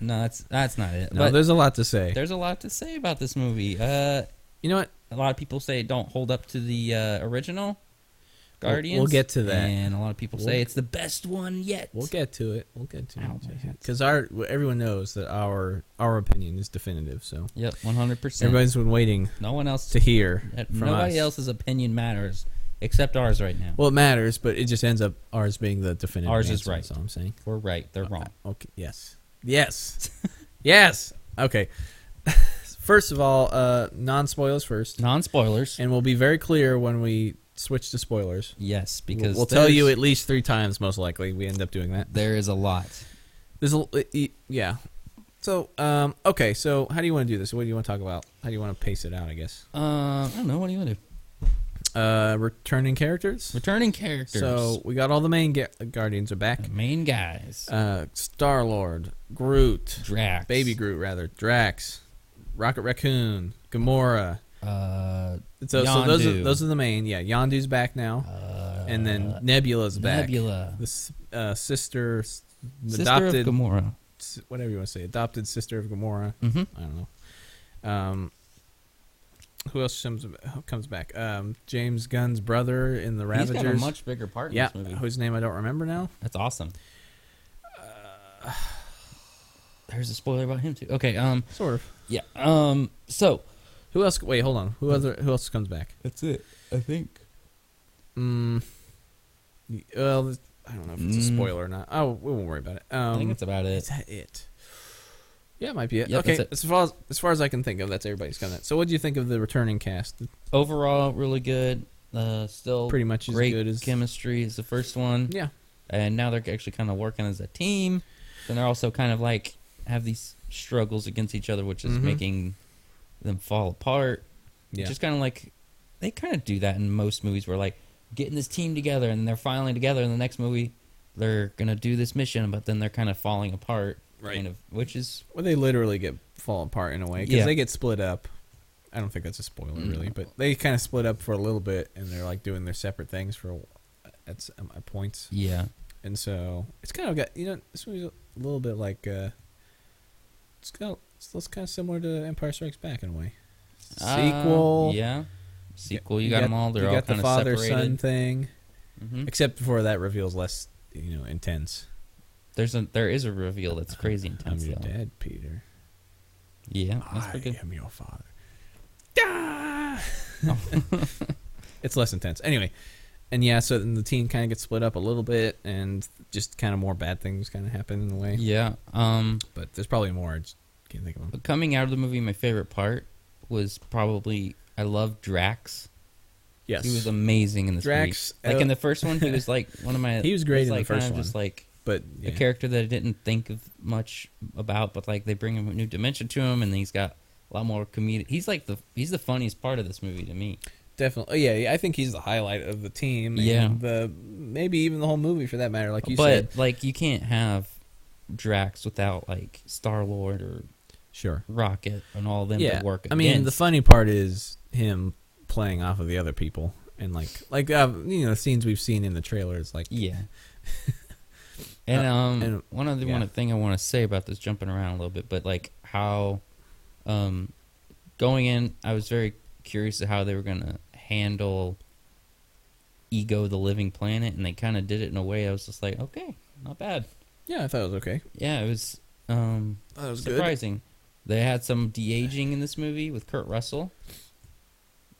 A: No, that's that's not it.
B: no,
A: but
B: there's a lot to say.
A: there's a lot to say about this movie. Uh
B: You know what?
A: a lot of people say it don't hold up to the uh, original
B: We'll- we'll
A: Guardians.
B: get to that.
A: And a lot of people
B: We'll-
A: say it's the best one yet.
B: We'll get to it. We'll get to
A: Ow, my
B: it
A: head.
B: because our everyone knows that our our opinion is definitive. So
A: yep, 100%.
B: everybody's been waiting
A: no one else
B: to hear from
A: nobody
B: us.
A: else's opinion matters except ours right now.
B: Well, it matters, but it just ends up ours being the definitive.
A: Ours is
B: answer,
A: right.
B: That's all I'm saying.
A: We're right, they're wrong.
B: Okay. Yes. Yes. [LAUGHS] yes. Okay. [LAUGHS] first of all, uh, non spoilers first,
A: Non-spoilers.
B: and we'll be very clear when we switch to spoilers.
A: Yes,
B: We'll-
A: because
B: we'll tell you
A: there's-
B: at least three times, most likely. We end up doing that.
A: there is a lot.
B: There's a it- it- yeah. So um okay, so how do you want to do this? What do you want to talk about? How do you want to pace it out? I guess.
A: Uh, I don't know. What do you want to do?
B: Uh, returning characters.
A: Returning characters.
B: So we got all the main ga- guardians are back.
A: the main guys.
B: Uh, Star Lord, Groot,
A: Drax.
B: Baby Groot rather, Drax, Rocket Raccoon, Gamora.
A: Uh,
B: So, so those are
A: Yondu.
B: those are the main. Yeah, Yondu's back now,
A: uh,
B: and then Nebula's back.
A: Nebula.
B: The s- uh, sister, s-
A: Sister
B: adopted,
A: of Gamora.
B: s- whatever you want to say, adopted sister of Gamora.
A: hmm
B: I don't know. Um, who else comes who comes back? Um, James Gunn's brother in the Ravagers.
A: He's got a much bigger part in
B: yeah,
A: this movie.
B: whose name I don't remember now.
A: That's
B: [SIGHS]
A: awesome. There's a spoiler about him too. Okay. Um.
B: Sort of.
A: Yeah. Um. So
B: Who else? Wait, hold on.
A: Hmm.
B: Who other? Who else comes back?
A: that's it. I think.
B: Mm, y- well, th- I don't know if it's a
A: Mm.
B: spoiler or not. Oh, we won't worry about it. Um,
A: I think that's about
B: is
A: it.
B: that it? Yeah, it might be it.
A: Yep,
B: okay,
A: that's it.
B: as far as, as far as I can think of, that's everybody's coming. So, what do you think of the returning cast?
A: Overall, really good. Uh. Still
B: Pretty much as
A: great
B: good as
A: chemistry is the first one,
B: yeah.
A: and now they're actually kind of working as a team. then they're also kind of like have these struggles against each other, which is
B: Mhm.
A: making them fall apart.
B: Yeah.
A: Just kind of like they kind of do that in most movies where like getting this team together and they're finally together in the next movie they're going to do this mission but then they're kind of falling apart
B: Right.
A: kind of which is
B: Well, they literally get fall apart in a way because
A: Yeah. Mm.
B: they get split up. I don't think that's a spoiler really, but they kind of split up for a little bit, and they're like doing their separate things for a- at s- um, at points,
A: yeah
B: and so it's kind of got you know this movie's a little bit like uh, it's kind of it's, it's kind of similar to Empire Strikes Back in a way.
A: Uh,
B: Sequel,
A: yeah sequel you got them all they're
B: you
A: all
B: got the
A: kind of
B: father son
A: separated
B: thing,
A: hmm
B: except for that reveals less you know intense.
A: there's a there is a reveal that's crazy
B: I'm
A: intense
B: your
A: though.
B: dad, Peter.
A: yeah that's pretty
B: I
A: good
B: am your father.
A: [LAUGHS]
B: Ah! it's less intense. Anyway, and yeah, so then the team kind of gets split up a little bit, and just kind of more bad things kind of happen in a way.
A: yeah um
B: But there's probably more. I just can't think of them.
A: But coming out of the movie, my favorite part was probably I love Drax.
B: Yes,
A: He was amazing in this
B: Drax,
A: movie. Like
B: uh,
A: in the first one, he was
B: [LAUGHS]
A: like one of my.
B: He was great in the
A: like kind
B: first
A: of Just
B: one.
A: like
B: but
A: a
B: yeah.
A: character that I didn't think of much about, but like they bring him a new dimension to him, and he's got a lot more comedic. He's like the he's the funniest part of this movie to me.
B: definitely. Oh, yeah, yeah, I think he's the highlight of the team. and
A: Yeah.
B: the maybe even the whole movie for that matter. Like you
A: but
B: said,
A: like you can't have Drax without like Star Lord or
B: sure.
A: Rocket and all them
B: yeah,
A: that work.
B: I mean, the
A: against.
B: funny part is him playing off of the other people, and like like uh, you know the scenes we've seen in the trailers, like
A: Yeah.
B: [LAUGHS]
A: and
B: Uh,
A: um,
B: and-
A: one other
B: yeah.
A: one thing I want to say about this, jumping around a little bit, but like how, um, going in, I was very curious to how they were gonna handle ego, the living planet, and they kind of did it in a way I was just like, okay, not bad.
B: Yeah, I thought it was okay.
A: Yeah, it was um
B: That was
A: surprising. They had some de aging in this movie with Kurt Russell.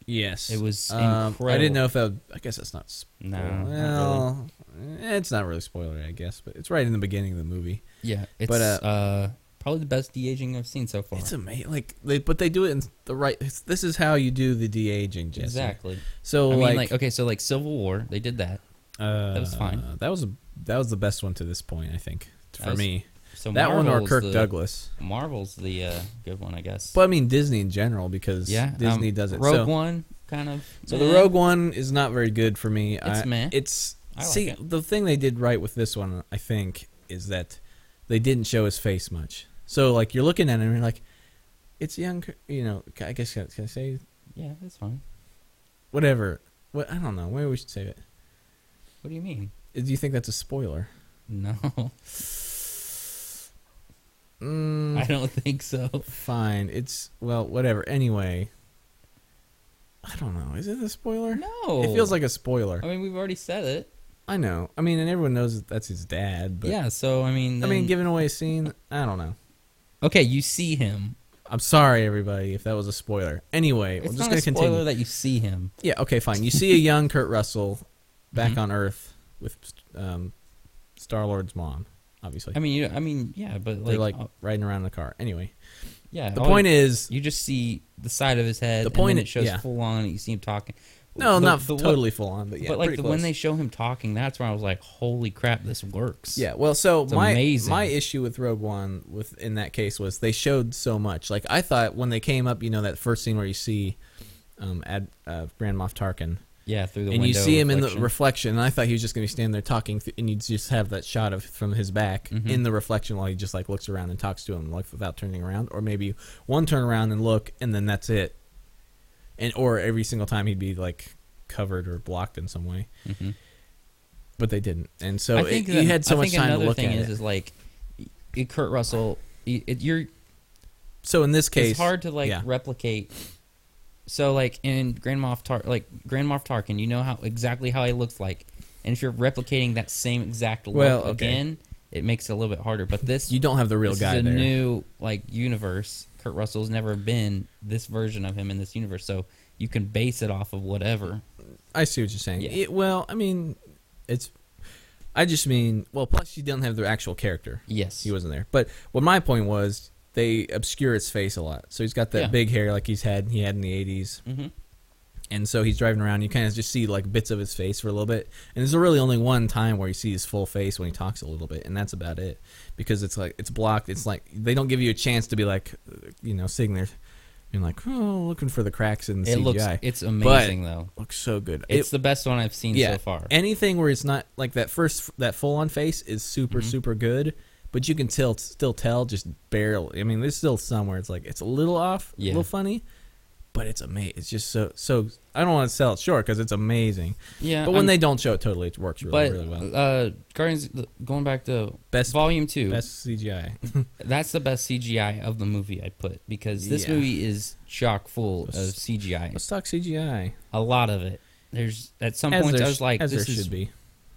B: Yes,
A: It was
B: Um, I didn't
A: incredible.
B: know if that. Would, I guess that's not. Spoiler.
A: No, not really.
B: well, eh, it's not really spoiler, I guess, but it's right in the beginning of the movie.
A: Yeah, it's
B: But,
A: uh,
B: uh,
A: probably the best de aging I've seen so far.
B: It's amazing. Like they, but they do it in the right. It's, this is how you do the de aging, Jesse.
A: exactly. I
B: So
A: mean,
B: like,
A: like okay, so like Civil War, they did that.
B: uh,
A: that was fine.
B: That was a, that was the best one to this point, I think, for
A: That was-
B: me.
A: So
B: that one or
A: Marvel's uh,
B: Kirk
A: the-
B: Douglas.
A: Marvel's the uh, good one, I guess.
B: But I mean Disney in general because
A: yeah,
B: Disney
A: um,
B: does it.
A: Rogue
B: so,
A: One, kind of.
B: So the
A: meh.
B: Rogue uh, One is not very good for me.
A: It's
B: I,
A: meh.
B: It's
A: I like
B: see
A: it.
B: the thing they did right with this one, I think, is that they didn't show his face much. So like you're looking at him, and you're like, it's young, Cur- you know. ca- I guess can I say
A: Yeah, that's fine.
B: whatever? What I don't know. Maybe we should save it.
A: What do you mean? [LAUGHS]
B: Do you think that's a spoiler?
A: No,
B: Mm,
A: I don't think so. [LAUGHS]
B: Fine. It's well, whatever. Anyway, I don't know. Is it a spoiler?
A: No,
B: It feels like a spoiler.
A: I mean, we've already said it.
B: I know. I mean, and everyone knows that that's his dad. But
A: yeah. So I mean,
B: I mean,
A: then-
B: giving away a scene. I don't know.
A: okay, you see him.
B: I'm sorry, everybody, if that was a spoiler. Anyway,
A: It's
B: we're
A: not
B: just
A: a
B: going to
A: spoiler
B: continue.
A: that you see him.
B: Yeah, okay, fine. You see a young Kurt Russell back
A: Mhm.
B: on Earth with um, Star Lord's mom, obviously.
A: I mean, you. I mean, yeah, but
B: They're
A: like,
B: like
A: oh,
B: riding around in a car. Anyway,
A: yeah.
B: the point is,
A: you just see the side of his head.
B: The
A: and then
B: point
A: it
B: is-
A: shows
B: yeah.
A: full on. and You see him talking.
B: no,
A: The-
B: not
A: the-
B: totally full on, but yeah,
A: but like
B: pretty
A: the, when
B: close.
A: they show him talking, that's where I was like, "Holy crap, this works!"
B: Yeah, well, so
A: It's
B: my
A: amazing.
B: my issue with Rogue One with in that case was they showed so much. Like I thought when they came up, you know, that first scene where you see um, Ad, uh, Grand Moff Tarkin.
A: yeah. Through the
B: and you
A: window
B: see him in
A: reflection.
B: the reflection. And I thought he was just going to be standing there talking, th- and you'd just have that shot of from his back
A: Mhm.
B: in the reflection while he just like looks around and talks to him, like without turning around, or maybe one turn around and look, and then that's it. And or every single time he'd be like covered or blocked in some way,
A: Mhm.
B: but they didn't. And so
A: I
B: it,
A: think
B: he
A: that-
B: had so
A: I
B: much
A: think
B: time to
A: another
B: look
A: thing
B: at
A: is,
B: it.
A: is like y- Kurt Russell. y- It, you're
B: So in this case,
A: it's hard to like
B: yeah.
A: replicate. So like in Grand Moff Tar- like Grand Moff Tarkin, you know how exactly how he looks like, and if you're replicating that same exact look
B: Well, okay.
A: again, it makes it a little bit harder. But this
B: you don't have the real
A: this
B: guy
A: is a
B: there.
A: new like universe. Kurt Russell's never been this version of him in this universe, so you can base it off of whatever.
B: I see what you're saying.
A: Yeah.
B: It- well, I mean, it's. I just mean, well, plus you don't have the actual character.
A: Yes,
B: he wasn't there. But what my point was, they obscure his face a lot. So he's got that
A: Yeah.
B: big hair like he's had he had in the '80s,
A: hmm
B: and so he's driving around. You kind of just see like bits of his face for a little bit, and there's really only one time where you see his full face when he talks a little bit, and that's about it, because it's like it's blocked. It's like they don't give you a chance to be like, you know, sitting there, being like, oh, looking for the cracks in the
A: It
B: CGI.
A: looks it's amazing though.
B: looks so good.
A: It's
B: It-
A: the best one I've seen
B: yeah,
A: so far.
B: anything where it's not like that first that full on face is super
A: Mm-hmm.
B: super good, but you can tell still tell just barely. I mean, there's still somewhere it's like it's a little off, a
A: Yeah.
B: little funny, but it's amazing. It's just so so. I don't want to sell it short because it's amazing.
A: yeah,
B: But when
A: I'm-
B: they don't show it totally, it works really
A: but
B: really well.
A: uh, Guardians going back to
B: Best
A: Volume Two.
B: best CGI.
A: That's the best CGI of the movie I put because this
B: Yeah.
A: movie is chock full of
B: Let's-
A: CGI.
B: Let's talk CGI.
A: A lot of it. There's at some
B: As
A: points
B: there
A: I was
B: sh-
A: like,
B: as
A: this
B: there
A: is
B: should be.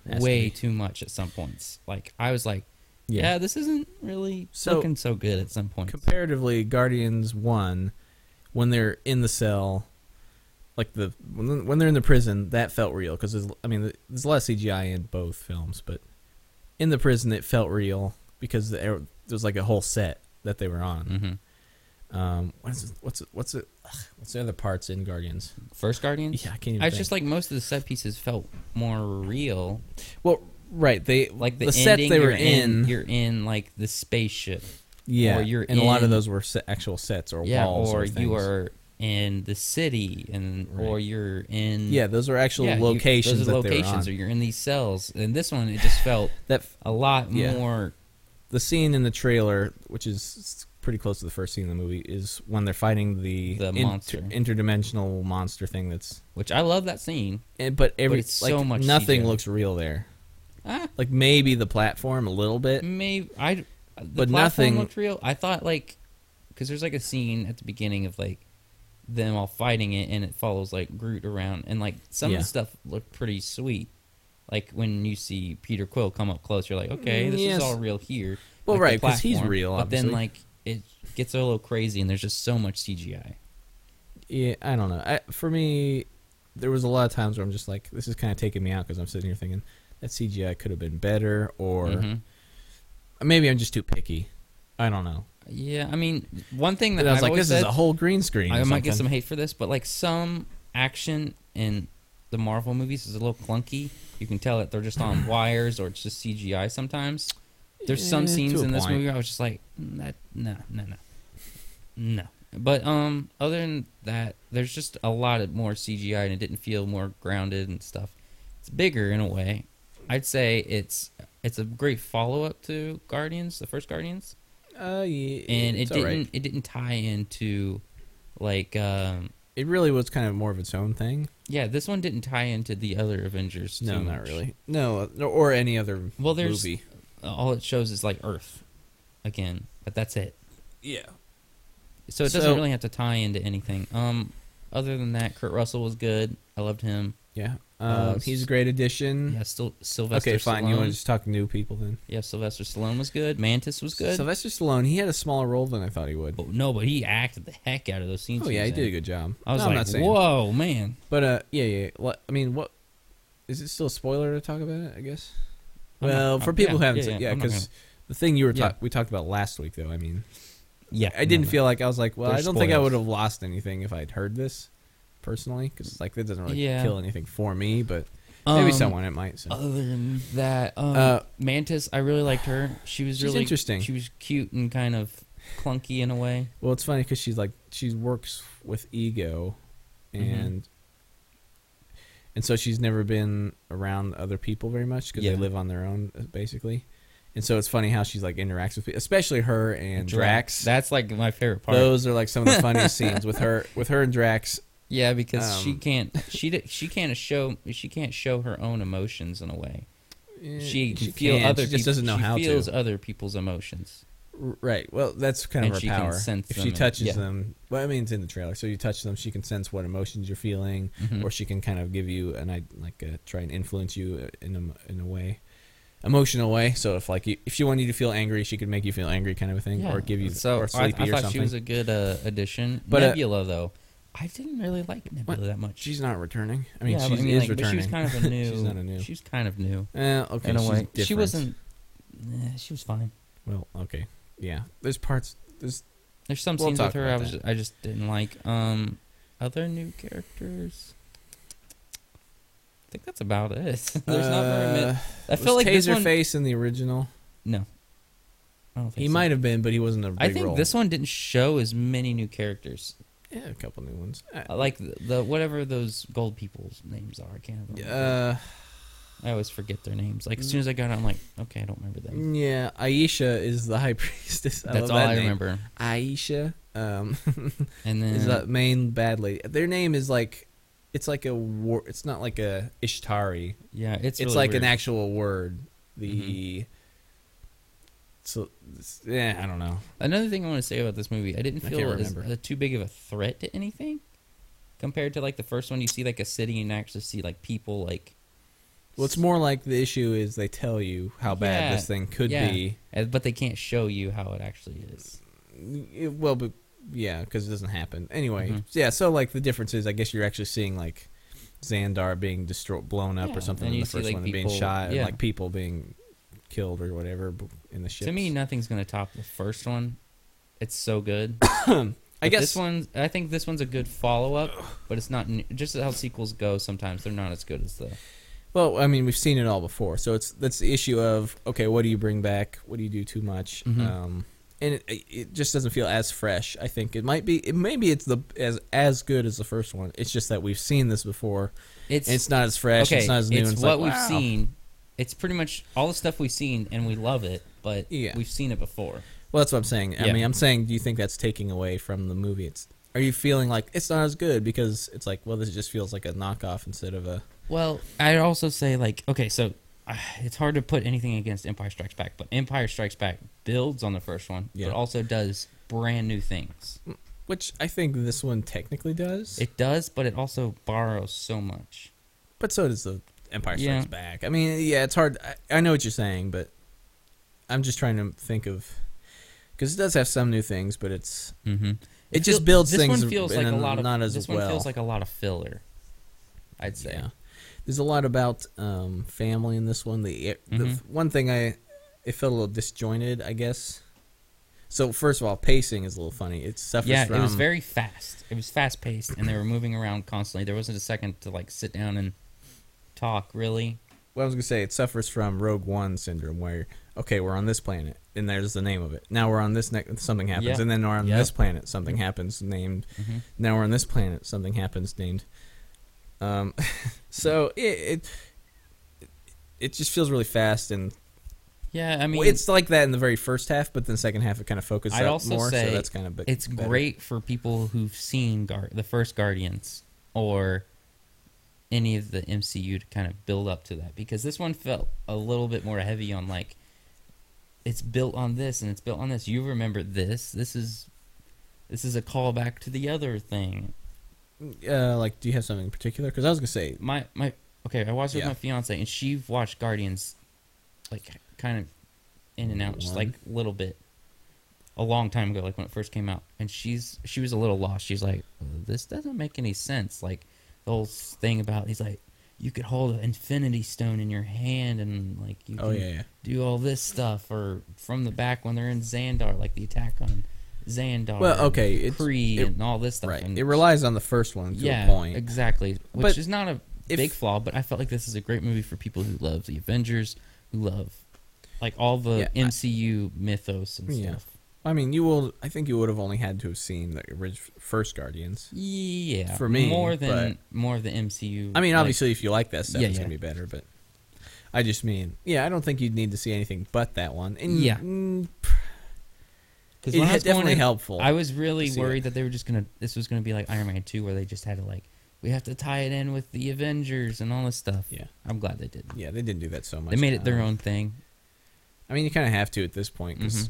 B: Has to
A: way
B: be.
A: too much. At some points, like I was like,
B: Yeah.
A: yeah, this isn't really
B: So-
A: looking so good. At some point,
B: comparatively guardians 1 when they're in the cell like the when when they're in the prison that felt real because i mean there's a lot of cgi in both films but in the prison it felt real because the, there was like a whole set that they were on
A: Mhm.
B: um what's what's what's it what's the other parts in guardians
A: First Guardians.
B: yeah i can't even
A: Mm. I was
B: think.
A: just like most of the set pieces felt more real.
B: well right they
A: Like the,
B: the
A: ending,
B: set they were
A: you're in,
B: in
A: you're in like the spaceship.
B: yeah
A: or you're
B: and a lot of
A: in-
B: those were se- actual sets or
A: yeah,
B: walls
A: or you
B: things.
A: are in the city, and or
B: Right.
A: you're in
B: yeah those were actual
A: Yeah, you-
B: locations
A: those are
B: that they were on.
A: locations, or you're in these cells. And this one, it just felt
B: that
A: a lot
B: Yeah.
A: more.
B: the scene in the trailer, which is pretty close to the first scene in the movie, is when they're fighting the,
A: The monster.
B: interdimensional monster thing. That's
A: Which I love that scene.
B: and- but every
A: it's
B: like,
A: so much
B: nothing
A: CGI.
B: looks real there.
A: Ah,
B: Like maybe the platform a little bit.
A: maybe I. The
B: But
A: platform
B: nothing-
A: looked real. I thought like, because there's like a scene at the beginning of like them all fighting it, and it follows like Groot around, and like some of
B: Yeah.
A: the stuff looked pretty sweet. Like when you see Peter Quill come up close, you're like, okay, this
B: Mm, Yes.
A: is all real here.
B: Well,
A: like, the
B: right, 'cause he's
A: platform.
B: real,
A: But then
B: obviously.
A: like it gets a little crazy, and there's just so much CGI.
B: Yeah, I don't know. I, for me, there was a lot of times where I'm just like, this is kind of taking me out because I'm sitting here thinking that CGI could have been better, or
A: Mhm.
B: maybe I'm just too picky. I don't know.
A: Yeah, I mean, one thing that
B: And I was
A: I've
B: like,
A: always
B: this is
A: said,
B: a whole green screen.
A: I
B: or
A: might get some
B: something.
A: hate for this, but like some action in the Marvel movies is a little clunky. You can tell that they're just
B: [CLEARS THROAT]
A: on wires or it's just CGI sometimes. There's some
B: Eh, to
A: scenes
B: a
A: in this
B: point.
A: movie where I was just like, "Mm, that no, no, no, no. But um, other than that, there's just a lot of more CGI and it didn't feel more grounded and stuff. It's bigger in a way. I'd say it's it's a great follow up to Guardians, the first Guardians
B: Uh, yeah,
A: and it
B: it's all
A: didn't
B: right.
A: it didn't tie into like um
B: It really was kind of more of its own thing.
A: yeah this one didn't tie into the other avengers
B: No,
A: too
B: not
A: much.
B: really. No, no, or any other
A: Well, there's-
B: movie.
A: all it shows is like earth again but that's it
B: Yeah.
A: so it doesn't
B: So-
A: really have to tie into anything um other than that kurt russell was good i loved him
B: Yeah. Um,
A: Uh,
B: he's a great addition.
A: yeah still sylvester
B: Mm-hmm. okay, fine. You want
A: Stallone-
B: to just talk new people then?
A: yeah sylvester stallone was good mantis was good
B: Sylvester Stallone, he had a smaller role than I thought he would.
A: but no but he acted the heck out of those scenes
B: Oh yeah,
A: was
B: he did
A: in.
B: a good job.
A: i was
B: No,
A: like
B: I'm not saying.
A: whoa man
B: But uh, yeah, yeah. Well, I mean, what is it still a spoiler to talk about it? I guess.
A: I'm not-
B: Well,
A: I'm-
B: for people
A: yeah,
B: who haven't,
A: yeah,
B: seen,
A: yeah,
B: yeah,
A: I'm not
B: because the thing you were
A: Yeah.
B: talk- we talked about last week, though. I mean,
A: yeah
B: I didn't
A: no, no.
B: feel like I was like, well,
A: There's
B: I don't think I
A: spoils.
B: would have lost anything if I'd heard this personally, because like that doesn't really
A: Yeah.
B: kill anything for me, but.
A: Um,
B: Maybe someone it might. So.
A: Other than that, um,
B: Uh,
A: Mantis, I really liked her. She was
B: she's
A: really
B: interesting.
A: She was cute and kind of clunky in a way.
B: well, it's funny because she's like she works with ego,
A: Mhm.
B: and and so she's never been around other people very much because
A: Yeah.
B: they live on their own uh, basically, and so it's funny how she's like interacts with people, especially her and Drax.
A: That's like my favorite part.
B: Those are like some of
A: [LAUGHS]
B: the funniest scenes with her with her and Drax.
A: yeah, because she
B: um,
A: can't. She di- she can't show. She can't show her own emotions in a way.
B: Eh,
A: She, can feel
B: can,
A: other.
B: She just
A: peop-
B: doesn't know
A: she
B: how
A: feels
B: to.
A: other people's emotions.
B: R- Right. Well, that's kind
A: And
B: of her
A: she can
B: power.
A: sense
B: if
A: them
B: she
A: and-
B: touches
A: yeah.
B: them, well, I mean, it's in the trailer. So you touch them, she can sense what emotions you're feeling.
A: Mhm.
B: or she can kind of give you and I like uh, try and influence you uh, in a in a way, emotional way. So if like you, if she wanted you to feel angry, she could make you feel angry, kind of a thing,
A: Yeah.
B: or give you
A: so
B: or
A: I, I
B: sleepy
A: thought
B: or something.
A: she was a good uh, addition.
B: But, uh,
A: Nebula though, I didn't really like Nebula that much.
B: she's not returning. I mean,
A: Yeah,
B: she
A: but
B: is
A: like, but
B: returning.
A: She was kind of a new.
B: [LAUGHS] she's not a new.
A: She's kind of new.
B: Eh, okay,
A: in a
B: she's
A: way. She
B: different.
A: wasn't. eh, she was fine.
B: Well, okay, yeah. There's parts. There's
A: There's some
B: We'll
A: scenes
B: talk
A: with her I
B: about
A: was I just didn't like. Um, other new characters. think that's about it. [LAUGHS] There's not very many. I
B: I
A: feel like this one.
B: Uh, Taserface in the original.
A: No, I don't think
B: He
A: so.
B: might have been, but he wasn't a big
A: I think
B: role.
A: this one didn't show as many new characters.
B: Yeah, a couple new ones.
A: I like the, the whatever those gold people's names are. I can't remember.
B: Uh, mm,
A: I always forget their names. Like as soon as I got it, I'm like, okay, I don't remember them.
B: yeah, Aisha is the high [LAUGHS] priestess. mm, I
A: That's
B: love
A: all
B: that
A: I
B: name.
A: remember.
B: Aisha um, [LAUGHS]
A: And then
B: is the main bad lady. Their name is like, it's like a war. It's not like a Ishtari.
A: yeah, it's
B: It's,
A: really
B: like
A: weird. Mm-hmm.
B: an actual word. The so it's- yeah, I don't know.
A: Another thing I want to say about this movie, I didn't
B: I
A: feel
B: can't
A: it was
B: remember.
A: uh, too big of a threat to anything compared to like the first one. You see like a city and actually see like people like.
B: Well, it's more like the issue is they tell you how bad
A: Yeah,
B: this thing could
A: yeah.
B: be.
A: uh, But they can't show you how it actually is.
B: It- well, but yeah, because it doesn't happen anyway.
A: Mhm.
B: Yeah, so like the difference is, I guess you're actually seeing like Xandar being destroyed, blown up,
A: Yeah,
B: or something
A: and
B: in
A: you
B: the
A: see,
B: first
A: like,
B: one, and being
A: people-
B: shot, and
A: yeah.
B: like people being killed or whatever b- in the ship.
A: To me, nothing's gonna top the first one. It's so good.
B: [COUGHS] I
A: But
B: guess
A: this one. I think this one's a good follow up, but it's not n- just how sequels go. Sometimes they're not as good as the.
B: Well, I mean, we've seen it all before, so it's that's the issue of okay, what do you bring back? What do you do too much?
A: Mhm.
B: Um, and it, it just doesn't feel as fresh. I think it might be, it maybe it's the as as good as the first one. It's just that we've seen this before.
A: It's
B: and it's not as fresh.
A: okay.
B: it's not as new. and
A: what
B: like,
A: we've
B: wow.
A: seen. It's pretty much all the stuff we've seen, and we love it. But
B: Yeah.
A: we've seen it before.
B: Well, that's what I'm saying. I
A: Yeah.
B: mean, I'm saying, do you think that's taking away from the movie? It's are you feeling like it's not as good because it's like, well, this just feels like a knockoff instead of a.
A: Well, I'd also say like okay, so uh, it's hard to put anything against Empire Strikes Back, but Empire Strikes Back builds on the first one,
B: Yeah.
A: but also does brand new things.
B: Which I think this one technically does.
A: It does, but it also borrows so much.
B: But so does the Empire
A: Yeah.
B: Strikes Back. I mean, yeah, it's hard. I, I know what you're saying, but I'm just trying to think of because it does have some new things, but it's
A: Mm-hmm.
B: It just builds
A: this
B: things
A: One feels
B: in
A: like
B: a-
A: a lot of
B: not as
A: this one
B: well.
A: feels like a lot of filler. I'd say.
B: yeah. There's a lot about um, family in this one. The, the
A: Mhm.
B: one thing I it felt a little disjointed, I guess. So first of all, pacing is a little funny. It suffers
A: Yeah,
B: from
A: it was very fast. It was fast paced, and they were moving around constantly. There wasn't a second to like sit down and talk really.
B: Well, I was gonna say it suffers from Rogue One syndrome, where okay, we're on this planet, and there's the name of it. Now we're on this next, something happens,
A: Yeah.
B: and then we're on
A: Yeah.
B: this planet, something happens named.
A: Mhm.
B: Now we're on this planet, something happens named. Um, [LAUGHS] so it, it it just feels really fast, and
A: Yeah, I mean,
B: well, it's like that in the very first half, but then second half it kind of focuses
A: I'd
B: up
A: also
B: more.
A: say
B: so that's kind of be-
A: it's
B: better.
A: great for people who've seen Gar- the first Guardians or any of the MCU to kind of build up to that because this one felt a little bit more heavy on like it's built on this and it's built on this. You remember this? This is this is a callback to the other thing.
B: Uh, like, do you have something in particular? Because I was gonna say
A: My my okay, I watched it
B: Yeah.
A: with my fiance and she watched Guardians like kind of in and out just
B: One.
A: like a little bit a long time ago like when it first came out and she's she was a little lost she's like "Oh, this doesn't make any sense like the whole s- thing about he's like you could hold an infinity stone in your hand and like you
B: Oh,
A: can
B: yeah, yeah.
A: do all this stuff or from the back when they're in Xandar like the attack on Xandar
B: Well,
A: and
B: okay, it's-
A: Kree
B: it-
A: and all this stuff
B: right.
A: and
B: It relies on the first one to
A: yeah
B: a point.
A: exactly which
B: But
A: is not a
B: if-
A: big flaw but i felt like this is a great movie for people who love the avengers who love like all the
B: Yeah, I-
A: mcu mythos and
B: Yeah.
A: stuff
B: I mean, you will. I think you would have only had to have seen the orig- first Guardians.
A: yeah
B: For me,
A: more than more of the mcu
B: I mean,
A: like-
B: obviously, if you like that stuff,
A: Yeah,
B: it's
A: yeah.
B: gonna be better. But I just mean, yeah, I don't think you'd need to see anything but that one. And
A: Yeah.
B: mm,
A: 'cause
B: it
A: when I
B: had
A: was going
B: definitely
A: in,
B: helpful.
A: i was really
B: see
A: worried that. they were just gonna this was gonna be like iron man 2 where they just had to like we have to tie it in with the avengers and all this stuff
B: Yeah.
A: i'm glad they did
B: yeah, they didn't do that so much.
A: they made it their
B: Um,
A: own thing
B: I mean, you kind of have to at this point
A: Mm-hmm.
B: because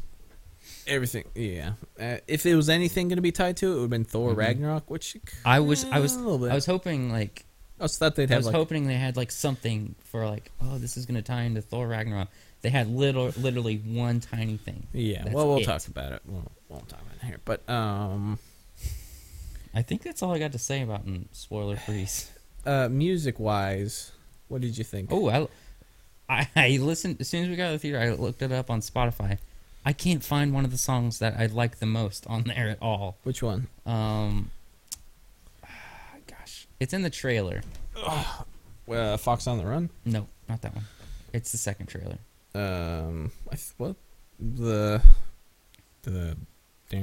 B: everything. Yeah, uh, if it was anything going to be tied to it, it would have been Thor
A: Mhm.
B: Ragnarok, which it
A: i was i
B: kinda
A: was
B: a little bit.
A: i was hoping like
B: I was thought they'd
A: I
B: have
A: was
B: like
A: hoping they had like something for like, oh, this is gonna tie into Thor Ragnarok. They had little, literally one tiny thing.
B: yeah.
A: That's
B: Well, we'll
A: it.
B: talk about it. We'll, we'll talk about it here, but um.
A: I think that's all I got to say about in spoiler
B: [SIGHS]
A: freeze.
B: uh, music wise, what did you think?
A: Oh, I, I, I listened as soon as we got out of the theater. I looked it up on Spotify. I can't find one of the songs that I like the most on there at all.
B: which one?
A: [SIGHS] Um, gosh, it's in the trailer.
B: uh, Fox on the Run.
A: No, not that one. It's the second trailer.
B: Um, I th- what the the that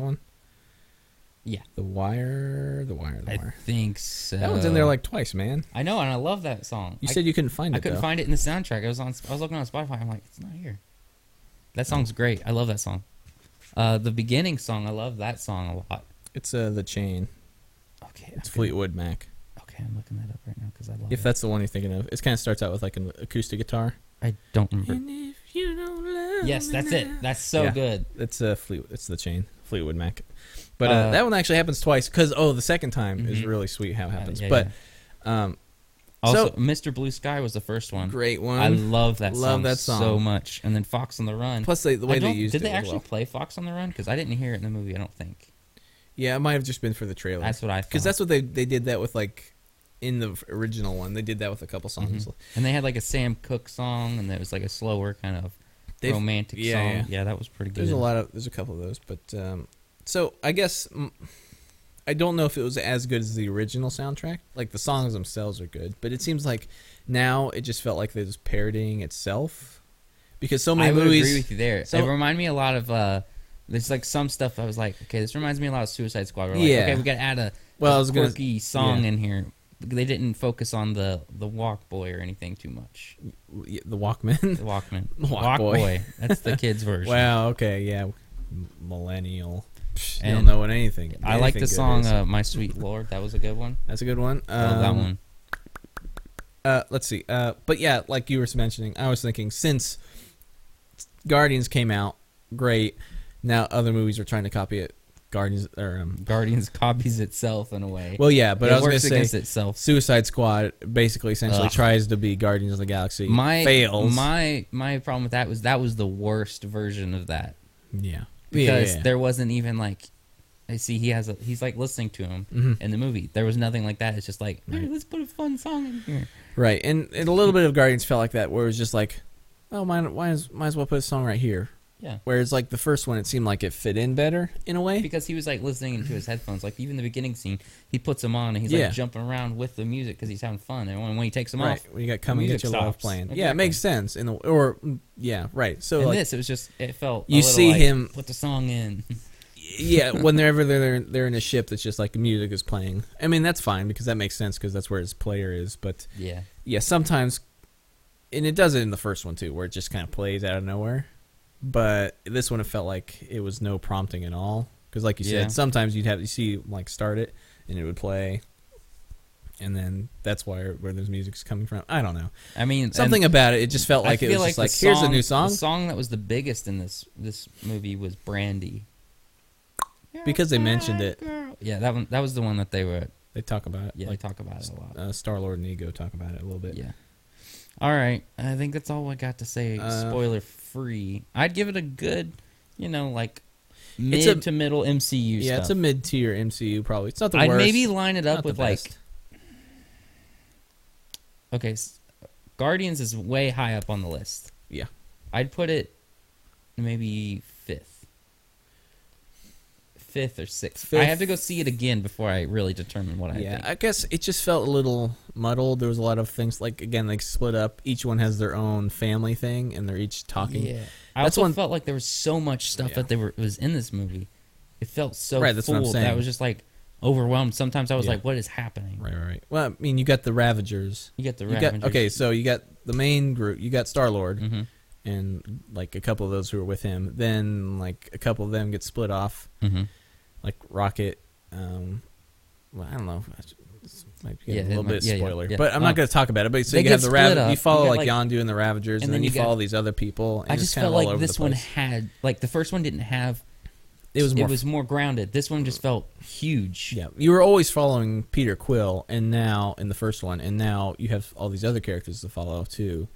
B: one?
A: Yeah.
B: The Wire, the Wire, the
A: I
B: Wire.
A: think so.
B: That one's in there like twice, man.
A: I know, and I love that song.
B: You
A: I,
B: said you couldn't find
A: I
B: it.
A: couldn't
B: though.
A: find it in the soundtrack. I was on. I was looking on Spotify. I'm like, it's not here.
B: Oh.
A: That song's great. I love that song. Uh, the beginning song. I love that song a lot.
B: It's uh, the chain.
A: Okay,
B: It's
A: okay.
B: Fleetwood Mac.
A: Okay, I'm looking that up right now because I love
B: If
A: it.
B: that's the one you're thinking of, it kind of starts out with like an acoustic guitar.
A: I don't remember.
B: if you don't love
A: Yes, that's it. That's so
B: Yeah.
A: good.
B: It's uh, Fleetwood. It's the chain Fleetwood Mac. But uh,
A: Uh,
B: that one actually happens twice because oh, the second time is
A: Mhm.
B: really sweet how it happens.
A: Yeah,
B: but
A: yeah.
B: um,
A: also,
B: so-
A: Mr. Blue Sky was the first one.
B: great one.
A: I love that.
B: Love
A: song
B: that
A: so
B: song.
A: much. And then Fox on the Run.
B: Plus, they, the way
A: I
B: they
A: don't-
B: used
A: did
B: it.
A: they
B: as
A: actually
B: well.
A: play Fox on the Run? Because I didn't hear it in the movie. I don't think.
B: Yeah, it might have just been for the trailer.
A: That's what I thought.
B: because that's what they they did that with like in the original one. They did that with a couple songs.
A: and they had like a Sam Cooke song, and it was like a slower kind of
B: They've-
A: romantic
B: yeah,
A: song.
B: yeah.
A: Yeah. that was pretty good.
B: There's a lot of there's a couple of those, but um, so I guess mm, I don't know if it was as good as the original soundtrack. Like the songs themselves are good, but it seems like now it just felt like they was parodying itself because so many
A: I would
B: movies.
A: agree with you there.
B: so-
A: it reminded me a lot of. uh there's like some stuff I was like, okay, this reminds me a lot of Suicide Squad. We're like,
B: Yeah.
A: okay, we gotta add a
B: well, I
A: a
B: was gonna
A: quirky song
B: yeah.
A: in here. They didn't focus on the the Walk Boy or anything too much.
B: [LAUGHS] yeah, the Walkman.
A: [LAUGHS] The Walkman,
B: Walk Boy.
A: That's the
B: [LAUGHS]
A: kids version.
B: wow. Okay. Yeah. M- Millennial. Psh, you don't
A: And
B: know what anything.
A: I like
B: anything
A: the
B: good
A: song
B: is.
A: uh, "My Sweet Lord." That was a good one.
B: That's a good one.
A: I love that
B: Um,
A: one.
B: Uh, let's see. Uh, but yeah, like you were mentioning, I was thinking since Guardians came out, great. Now other movies are trying to copy it. Guardians or um,
A: Guardians [LAUGHS] copies itself in a way.
B: well, yeah, but
A: it
B: I was
A: works
B: gonna
A: against
B: say
A: itself.
B: Suicide Squad basically essentially
A: Ugh.
B: tries to be Guardians of the Galaxy.
A: My
B: fails.
A: My my problem with that was that was the worst version of that
B: yeah,
A: because
B: yeah, yeah.
A: there wasn't even like I see he has a, he's like listening to him
B: Mhm.
A: in the movie. There was nothing like that. It's just like "Hey,
B: Right.
A: let's put a fun song in here.
B: right, and, and a little bit of Guardians felt like that, where it was just like, oh, might might as, might as well put a song right here.
A: Yeah.
B: Whereas like the first one, it seemed like it fit in better in a way.
A: Because he was like listening into his headphones. Like even the beginning scene, he puts them on and he's
B: Yeah.
A: like jumping around with the music because he's having fun. And when, when he takes them
B: right
A: off,
B: when you got coming
A: music
B: get your love
A: stops.
B: playing yeah it
A: Exactly.
B: makes sense in the or mm, yeah right so
A: and
B: like
A: this it was just it felt a
B: You
A: little
B: see
A: like,
B: him-
A: put the song in. [LAUGHS]
B: yeah whenever they're, they're they're in a ship that's just like music is playing i mean that's fine because that makes sense because that's where his player is but
A: yeah,
B: yeah sometimes and it does it in the first one too where it just kind of plays out of nowhere but this one it felt like it was no prompting at all because like you
A: Yeah.
B: said sometimes you'd have you see like start it and it would play and then that's why where those music's coming from i don't know
A: I mean and-
B: something about it it just felt
A: I
B: like it
A: feel
B: was just
A: the
B: like here's a new
A: song-
B: song
A: The song that was the biggest in this this movie was Brandy.
B: Because they mentioned it.
A: Yeah, that one that was the one that they were
B: They talk about it.
A: yeah,
B: like
A: they talk about it a lot.
B: uh, Star Lord and Ego talk about it a little bit.
A: yeah. All right. I think that's all I got to say
B: Uh,
A: spoiler free. I'd give it a good, you know, like mid
B: It's a-
A: to middle MCU
B: yeah, it's a
A: stuff.
B: mid tier MCU probably. It's not the
A: I'd
B: worst.
A: maybe line it
B: not
A: up
B: the
A: with like
B: best.
A: okay, s- Guardians is way high up on the list.
B: yeah,
A: I'd put it maybe fifth. Fifth or sixth. I
B: Fifth.
A: have to go see it again before I really determine what I
B: yeah.
A: think.
B: I guess it just felt a little muddled. There was a lot of things like again like split up. Each one has their own family thing, and they're each talking.
A: Yeah. I
B: That's
A: also
B: one-
A: felt like there was so much stuff
B: Yeah.
A: that they were was in this movie. It felt so
B: Right, that's what I'm
A: full that I
B: saying.
A: was just like overwhelmed. Sometimes I was
B: Yeah.
A: like, What is happening?
B: Right, right, right. Well, I mean, you got the Ravagers.
A: You get the
B: You
A: Ravengers.
B: got okay, so you got the main group. You got Star Lord
A: hmm
B: and like a couple of those who were with him. Then like a couple of them get split off.
A: hmm
B: like Rocket. Um, well, I don't know. This might be
A: Yeah,
B: a
A: it
B: little
A: might-
B: bit
A: yeah, yeah,
B: spoiler,
A: yeah.
B: but I'm not
A: Um,
B: going to talk about it. But so
A: they
B: you have
A: get
B: the
A: split
B: Rav-
A: up.
B: you follow
A: You got,
B: like,
A: like-
B: Yondu and the Ravagers, and, then you,
A: got-
B: follow these other people. And
A: I
B: it's
A: just
B: kind
A: felt
B: of all
A: like
B: over
A: this
B: the
A: one
B: place.
A: had like the first one didn't have
B: It was more.
A: it was more grounded. This one just felt huge.
B: yeah, you were always following Peter Quill, and now in the first one, and now you have all these other characters to follow too,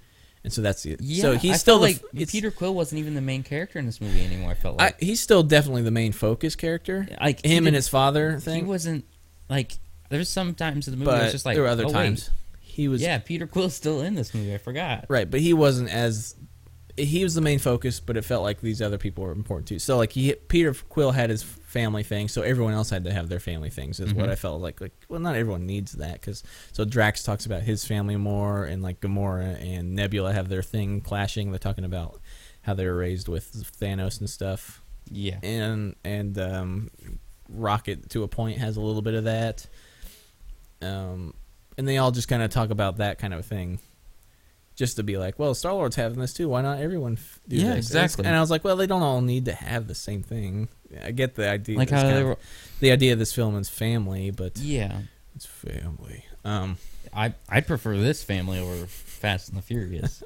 B: and so that's it.
A: Yeah,
B: so
A: I
B: he's still
A: felt
B: the
A: like
B: f- it's-
A: Peter Quill wasn't even the main character in this movie anymore. I felt
B: I,
A: like
B: he's still definitely the main focus character.
A: like he
B: Him
A: didn't-
B: and his father
A: he
B: thing,
A: wasn't like there was some times in the movie where it
B: but
A: was just like
B: there were other
A: "Oh, wait,
B: times he was
A: yeah, Peter Quill's still in this movie. I forgot.
B: Right, but he wasn't as he was the main focus, but it felt like these other people were important too. So like he, Peter Quill had his family thing, so everyone else had to have their family things. Is what
A: Mhm.
B: I felt like. Like, well, not everyone needs that because so Drax talks about his family more, and like Gamora and Nebula have their thing clashing. They're talking about how they were raised with Thanos and stuff,
A: Yeah.
B: and and um, Rocket to a point has a little bit of that. Um, and they all just kind of talk about that kind of thing, just to be like, well, Star Lord's having this too. Why not everyone f- do
A: Yeah,
B: this? And it's-
A: exactly.
B: And I was like, well, they don't all need to have the same thing. I get the idea.
A: Like
B: it's
A: how
B: kind
A: they
B: of-
A: were.
B: the idea of this film is family, but
A: Yeah.
B: it's family. Um,
A: I I'd prefer this family over Fast and the
B: [LAUGHS]
A: Furious.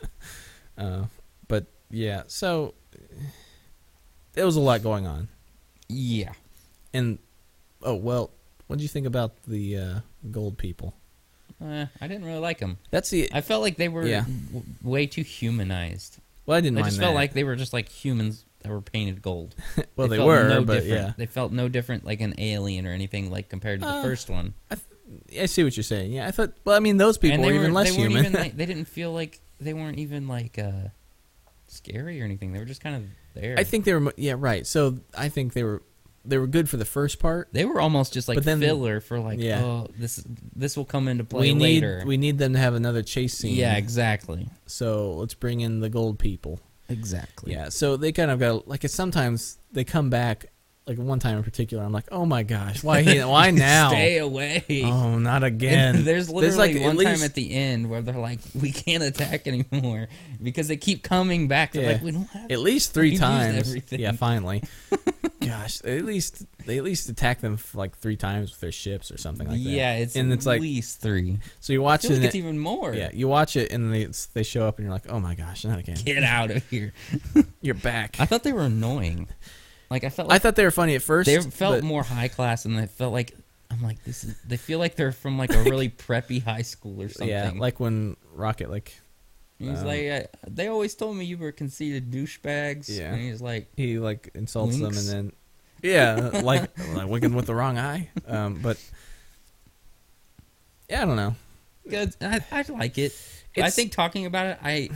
B: uh, but yeah, so there was a lot going on.
A: yeah.
B: And oh well, what do you think about the uh, gold people?
A: Uh, I didn't really like them.
B: That's the
A: I felt like they were
B: Yeah.
A: w- way too humanized.
B: well, I didn't
A: I
B: mind
A: just
B: that.
A: felt like they were just like humans that were painted gold.
B: well, they,
A: felt
B: were, but
A: different. They felt no different like an alien or anything like compared to the
B: Uh,
A: first one.
B: yeah, I see what you're saying. Yeah, I thought. Well, I mean, those people
A: and
B: were
A: they
B: even
A: were,
B: less
A: they weren't
B: human.
A: Even,
B: [LAUGHS]
A: like, they didn't feel like they weren't even like uh, scary or anything. They were just kind of there.
B: I think they were. mo- Yeah, right. So I think they were. They were good for the first part.
A: they were almost just like
B: But then-
A: filler for like
B: yeah.
A: oh this this will come into play
B: We
A: later.
B: need we need them to have another chase scene.
A: yeah, exactly.
B: So let's bring in the gold people.
A: Exactly. [LAUGHS]
B: Yeah. So they kind of got like it's sometimes they come back like one time in particular. I'm like, oh my gosh, why he, why
A: [LAUGHS]
B: now?
A: Stay away.
B: Oh,
A: And
B: not [LAUGHS] again.
A: there's literally
B: like, at
A: one
B: least-
A: time at the end where they're like, [LAUGHS] "We can't attack anymore" because they keep coming back. They're
B: Yeah.
A: like, "We don't have." [LAUGHS]
B: at least three
A: We've used
B: times.
A: everything. [LAUGHS]
B: Yeah, finally. Gosh, they at least they at least attack them like three times with their ships or something like that.
A: yeah, it's
B: and it's
A: at
B: like
A: least three.
B: so you're
A: I feel
B: watching
A: like
B: it.
A: it's even more.
B: Yeah, you watch it and they they show up and you're like, oh my gosh, not again.
A: Get out of here.
B: You're back.
A: I thought they were annoying. Like I felt
B: I
A: like
B: thought they were funny at first.
A: they felt
B: but-
A: more high class, and they felt like I'm like this. Is, they feel like they're from
B: [LAUGHS]
A: like a really preppy high school or something.
B: Yeah, like when Rocket like
A: And he's
B: um,
A: like, I, they always told me you were conceited douchebags.
B: Yeah.
A: and he's like,
B: he like insults
A: Winks.
B: them and then yeah, like like winking with the wrong eye. Um, but yeah, I don't know.
A: "Good, I, I like it. I
B: It's-
A: think talking about it, I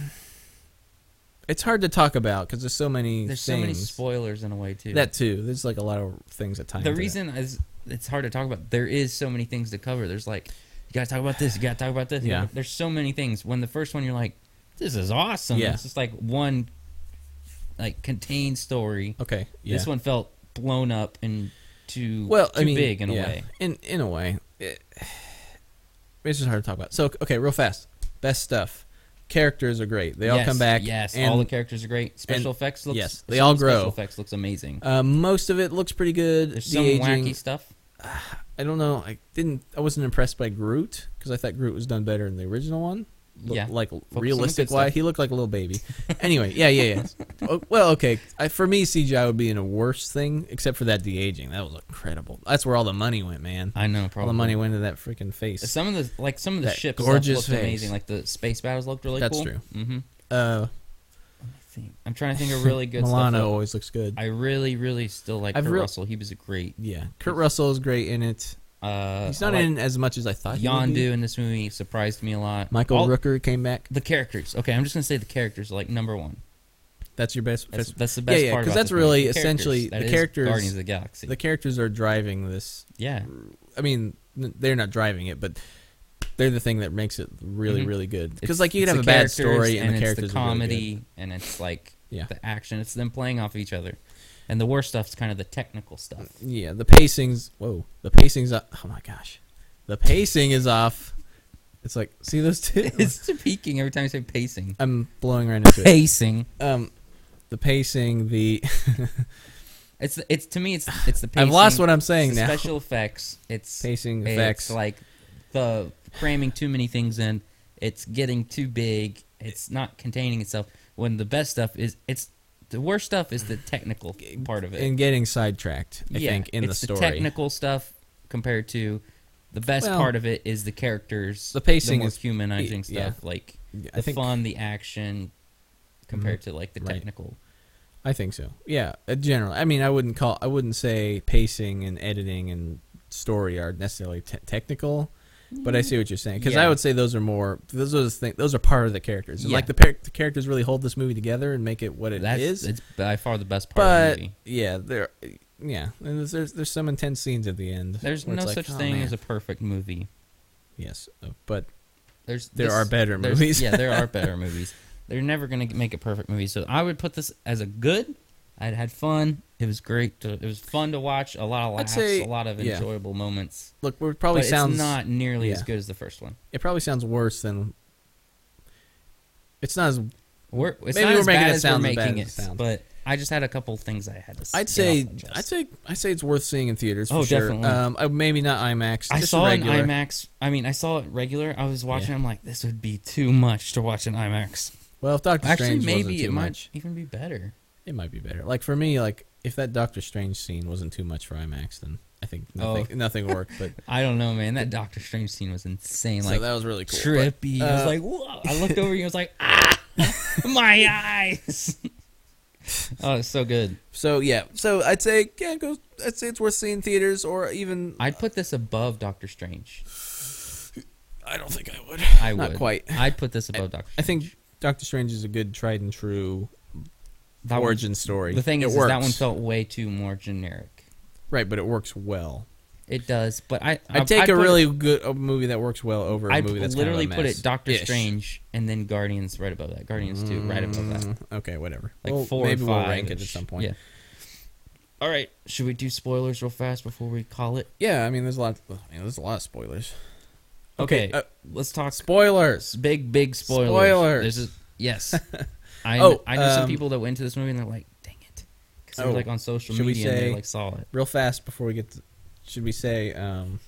B: It's hard to talk about because there's so many
A: there's
B: things.
A: so many spoilers in a way too.
B: That too. There's like a lot of things that tie.
A: the
B: into that.
A: reason is it's hard to talk about. There is so many things to cover. There's like you gotta talk about this. You gotta talk about this. you
B: Yeah.
A: gotta- There's so many things. When the first one, you're like, this is awesome.
B: Yeah.
A: It's just like one like contained story.
B: Okay. Oh, Yeah.
A: This one felt blown up and too
B: Well,
A: too
B: I mean,
A: big in
B: yeah.
A: a way.
B: In in a way, it, it's just hard to talk about. So okay, real fast. Best stuff. Characters are great. They all
A: Yes,
B: come back.
A: Yes,
B: and,
A: all the characters are great. Special effects looks
B: yes, they
A: some
B: all
A: of the
B: grow.
A: Special effects looks amazing.
B: uh, most of it looks pretty good.
A: There's
B: The
A: some
B: aging,
A: wacky stuff.
B: I don't know. I didn't. I wasn't impressed by Groot because I thought Groot was done better in the original one. Look,
A: Yeah,
B: Like
A: good
B: realistic wise,
A: stuff.
B: he looked like a little baby. anyway, yeah, yeah,
A: [LAUGHS]
B: yeah. Oh, well, okay. I, for me, CGI would be in a worse thing, except for that de aging. That was incredible. That's where all the money went, man.
A: I know. Probably
B: All the money went into that freaking face.
A: Some of the like some of the
B: That
A: ships
B: gorgeous
A: gorgeous looked
B: face.
A: amazing. Like the space battles looked really
B: That's
A: cool.
B: true.
A: Mm-hmm.
B: Uh,
A: I'm trying to think of really
B: [LAUGHS]
A: good
B: Milano
A: stuff.
B: always looks good.
A: I really, really still like
B: I've
A: Kurt
B: real-
A: Russell. He was a great.
B: yeah, Kurt Russell is great in it.
A: Uh,
B: He's not
A: I like
B: in as much as I thought. he would be.
A: Yondu in this movie surprised me a lot.
B: Michael
A: All-
B: Rooker came back.
A: The characters. Okay, I'm just gonna say the characters are like number one.
B: That's your best.
A: That's,
B: best-
A: that's the
B: yeah,
A: best
B: yeah,
A: part.
B: 'cause
A: Because
B: that's really essentially- the characters-
A: Guardians of the Galaxy.
B: the characters are driving this
A: yeah,
B: I mean, n- they're not driving it, but they're the thing that makes it really,
A: Mhm.
B: really good.
A: It's-
B: Because like you could
A: it's
B: have a
A: the
B: bad
A: characters,
B: story and, the
A: it's
B: characters
A: the
B: are really
A: comedy,
B: good.
A: and it's like
B: Yeah.
A: the action. It's them playing off each other, and the worst stuff's kind of the technical stuff.
B: yeah, the pacing's whoa, the pacing's o- oh my gosh, the pacing is off. It's like see
A: [LAUGHS]
B: those two.
A: it's peaking every time you say pacing.
B: I'm blowing right into it.
A: Pacing.
B: Um, the pacing, the
A: It's it's to me it's it's the pacing.
B: I've lost what I'm
A: it's
B: saying
A: the
B: now.
A: Special effects. It's
B: pacing
A: it's
B: effects.
A: like the cramming too many things in. It's getting too big. It's not containing itself. When the best stuff is it's the worst stuff is the technical part of it.
B: and getting sidetracked, I
A: yeah,
B: think, in the
A: it's
B: story.
A: technical stuff compared to the best
B: Well,
A: part of it is the characters.
B: the pacing
A: the more
B: is-
A: humanizing
B: yeah.
A: stuff like
B: I
A: the
B: think Mm-hmm.
A: fun, the action compared to like the
B: Right.
A: technical.
B: I think so. Yeah, uh, general. I mean, I wouldn't call. I wouldn't say pacing and editing and story are necessarily te- technical. But I see what you're saying because I
A: Mm. Yeah.
B: would say those are more those are the thing, those are part of the characters. And
A: Yeah.
B: Like the, par- the characters really hold this movie together and make it what it is.
A: That's it's by far the best part of
B: but
A: the movie.
B: yeah, there yeah, and there's, there's there's some intense scenes at the end.
A: There's
B: where
A: no
B: it's like,
A: such
B: "Oh,
A: thing
B: man."
A: as a perfect movie.
B: yes, uh, but
A: There's
B: there
A: this-
B: are better
A: there's-
B: movies.
A: yeah, there are
B: [LAUGHS]
A: better movies. They're never gonna make a perfect movie. So I would put this as a good. I had fun. It was great. To, it was fun to watch. A lot of
B: I'd
A: laughs.
B: say-
A: a lot of
B: yeah.
A: enjoyable moments.
B: Look, we're probably
A: but
B: sounds
A: it's not nearly as
B: yeah.
A: good as the first one.
B: it probably sounds worse than it's not as
A: We're it's
B: Maybe
A: not
B: we're
A: as
B: making
A: bad
B: it
A: as
B: sound
A: we're
B: as bad
A: making
B: as
A: it.
B: it sounds.
A: But I just had a couple things I had to. s-
B: I'd
A: get
B: say
A: off my chest.
B: I'd say I'd say it's worth seeing in theaters. For
A: Oh,
B: sure.
A: definitely.
B: Um, uh, maybe not IMAX.
A: I
B: just
A: saw an
B: regular.
A: IMAX. I mean, I saw it regular. I was watching.
B: Yeah.
A: I'm like, this would be too much to watch an IMAX.
B: Well, if Doctor
A: Actually,
B: Strange wasn't
A: maybe
B: too
A: it might
B: much,
A: even be better.
B: it might be better. Like for me, like if that Doctor Strange scene wasn't too much for IMAX, then I think
A: Oh.
B: nothing nothing worked.
A: [LAUGHS]
B: But
A: I don't know, man. That Doctor Strange scene was insane.
B: so
A: like
B: that was really cool. but-
A: trippy.
B: uh,
A: I was like, whoa. I looked over you. I was like, ah, [LAUGHS] my eyes. [LAUGHS] oh, it's so good.
B: so yeah, so I'd say yeah, go. I'd say it's worth seeing in theaters or even.
A: I'd put this above Doctor Strange.
B: I don't think I would.
A: I would.
B: [LAUGHS] Not quite.
A: I'd put this above Doctor. Strange.
B: I think Doctor Strange is a good tried and true
A: That one-
B: origin story.
A: The thing
B: it
A: is, is
B: works.
A: that one felt way too more generic.
B: right, but it works well.
A: It does, but I
B: I'd take
A: a
B: a really good a movie that works well over a
A: I'd
B: movie that's
A: literally
B: kind of a
A: put
B: mess.
A: it Doctor
B: Ish.
A: Strange and then Guardians right above that. Guardians two right above that.
B: Mm, Okay, whatever.
A: Like
B: Well,
A: four
B: maybe
A: or five.
B: we'll rank it at some point.
A: Yeah. All right. Should we do spoilers real fast before we call it?
B: Yeah, I mean, there's a lot. I mean, there's a lot of spoilers.
A: Okay.
B: uh,
A: let's talk
B: Spoilers.
A: big big spoilers.
B: Spoilers.
A: This is-
B: [LAUGHS]
A: yes. I
B: Oh,
A: I know some
B: um, people
A: people that went into this movie and they're like, "Dang it," because
B: Oh,
A: they're like on social
B: should we
A: media and
B: say-
A: they like saw it.
B: Real fast before we get. To, should we say? Um,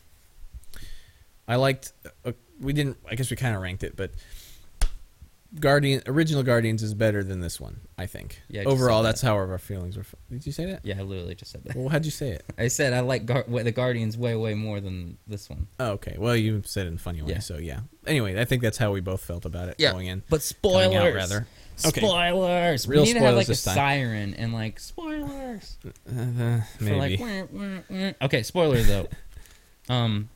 B: I liked. Uh, we didn't. I guess we kind of ranked it, but Guardian original Guardians is better than this one. I think.
A: Yeah, I just
B: Overall,
A: said
B: that's how our feelings were. Did you say that?
A: Yeah, I literally just said that.
B: Well, how'd you say it?
A: I said I like Gar- the Guardians way way more than this one.
B: Oh, okay. Well, you said it in a funny way,
A: Yeah.
B: so yeah. Anyway, I think that's how we both felt about it
A: Yeah.
B: going in.
A: But
B: Coming
A: spoilers,
B: out, rather. Okay.
A: spoilers.
B: Real
A: we need to have
B: spoilers
A: like a
B: this time.
A: siren and like spoilers.
B: Uh,
A: For
B: maybe.
A: like, "Wah, wah, wah." okay, spoiler though.
B: [LAUGHS]
A: um,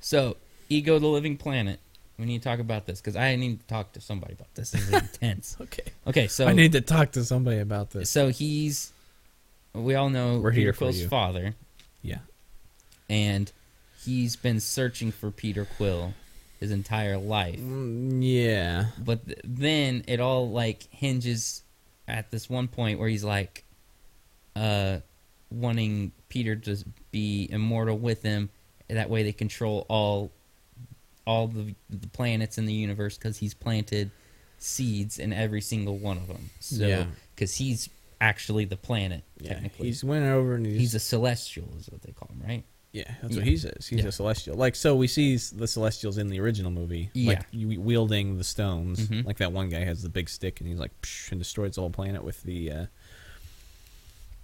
A: so ego, the living planet. We need to talk about this because I need to talk to somebody about this.
B: [LAUGHS]
A: This is intense.
B: okay.
A: Okay, so
B: I need to talk to somebody about this.
A: so he's. We all know
B: We're
A: Peter
B: here for
A: Quill's
B: you.
A: father,
B: Yeah.
A: and he's been searching for Peter Quill his entire life.
B: Mm, yeah.
A: but th- then it all like hinges at this one point where he's like uh wanting peter to be immortal with him that way they control all all the, the planets in the universe because he's planted seeds in every single one of them so
B: Yeah.
A: because he's actually the planet
B: Yeah.
A: technically
B: He's went over and he's,
A: he's a celestial is what they call him right
B: yeah. That's
A: yeah.
B: what he says. He's
A: Yeah.
B: a celestial. Like so, we see s- the celestials in the original movie.
A: Yeah.
B: Like you- wielding the stones.
A: Mhm.
B: Like that one guy has the big stick and he's like psh, and destroys the whole planet with the uh,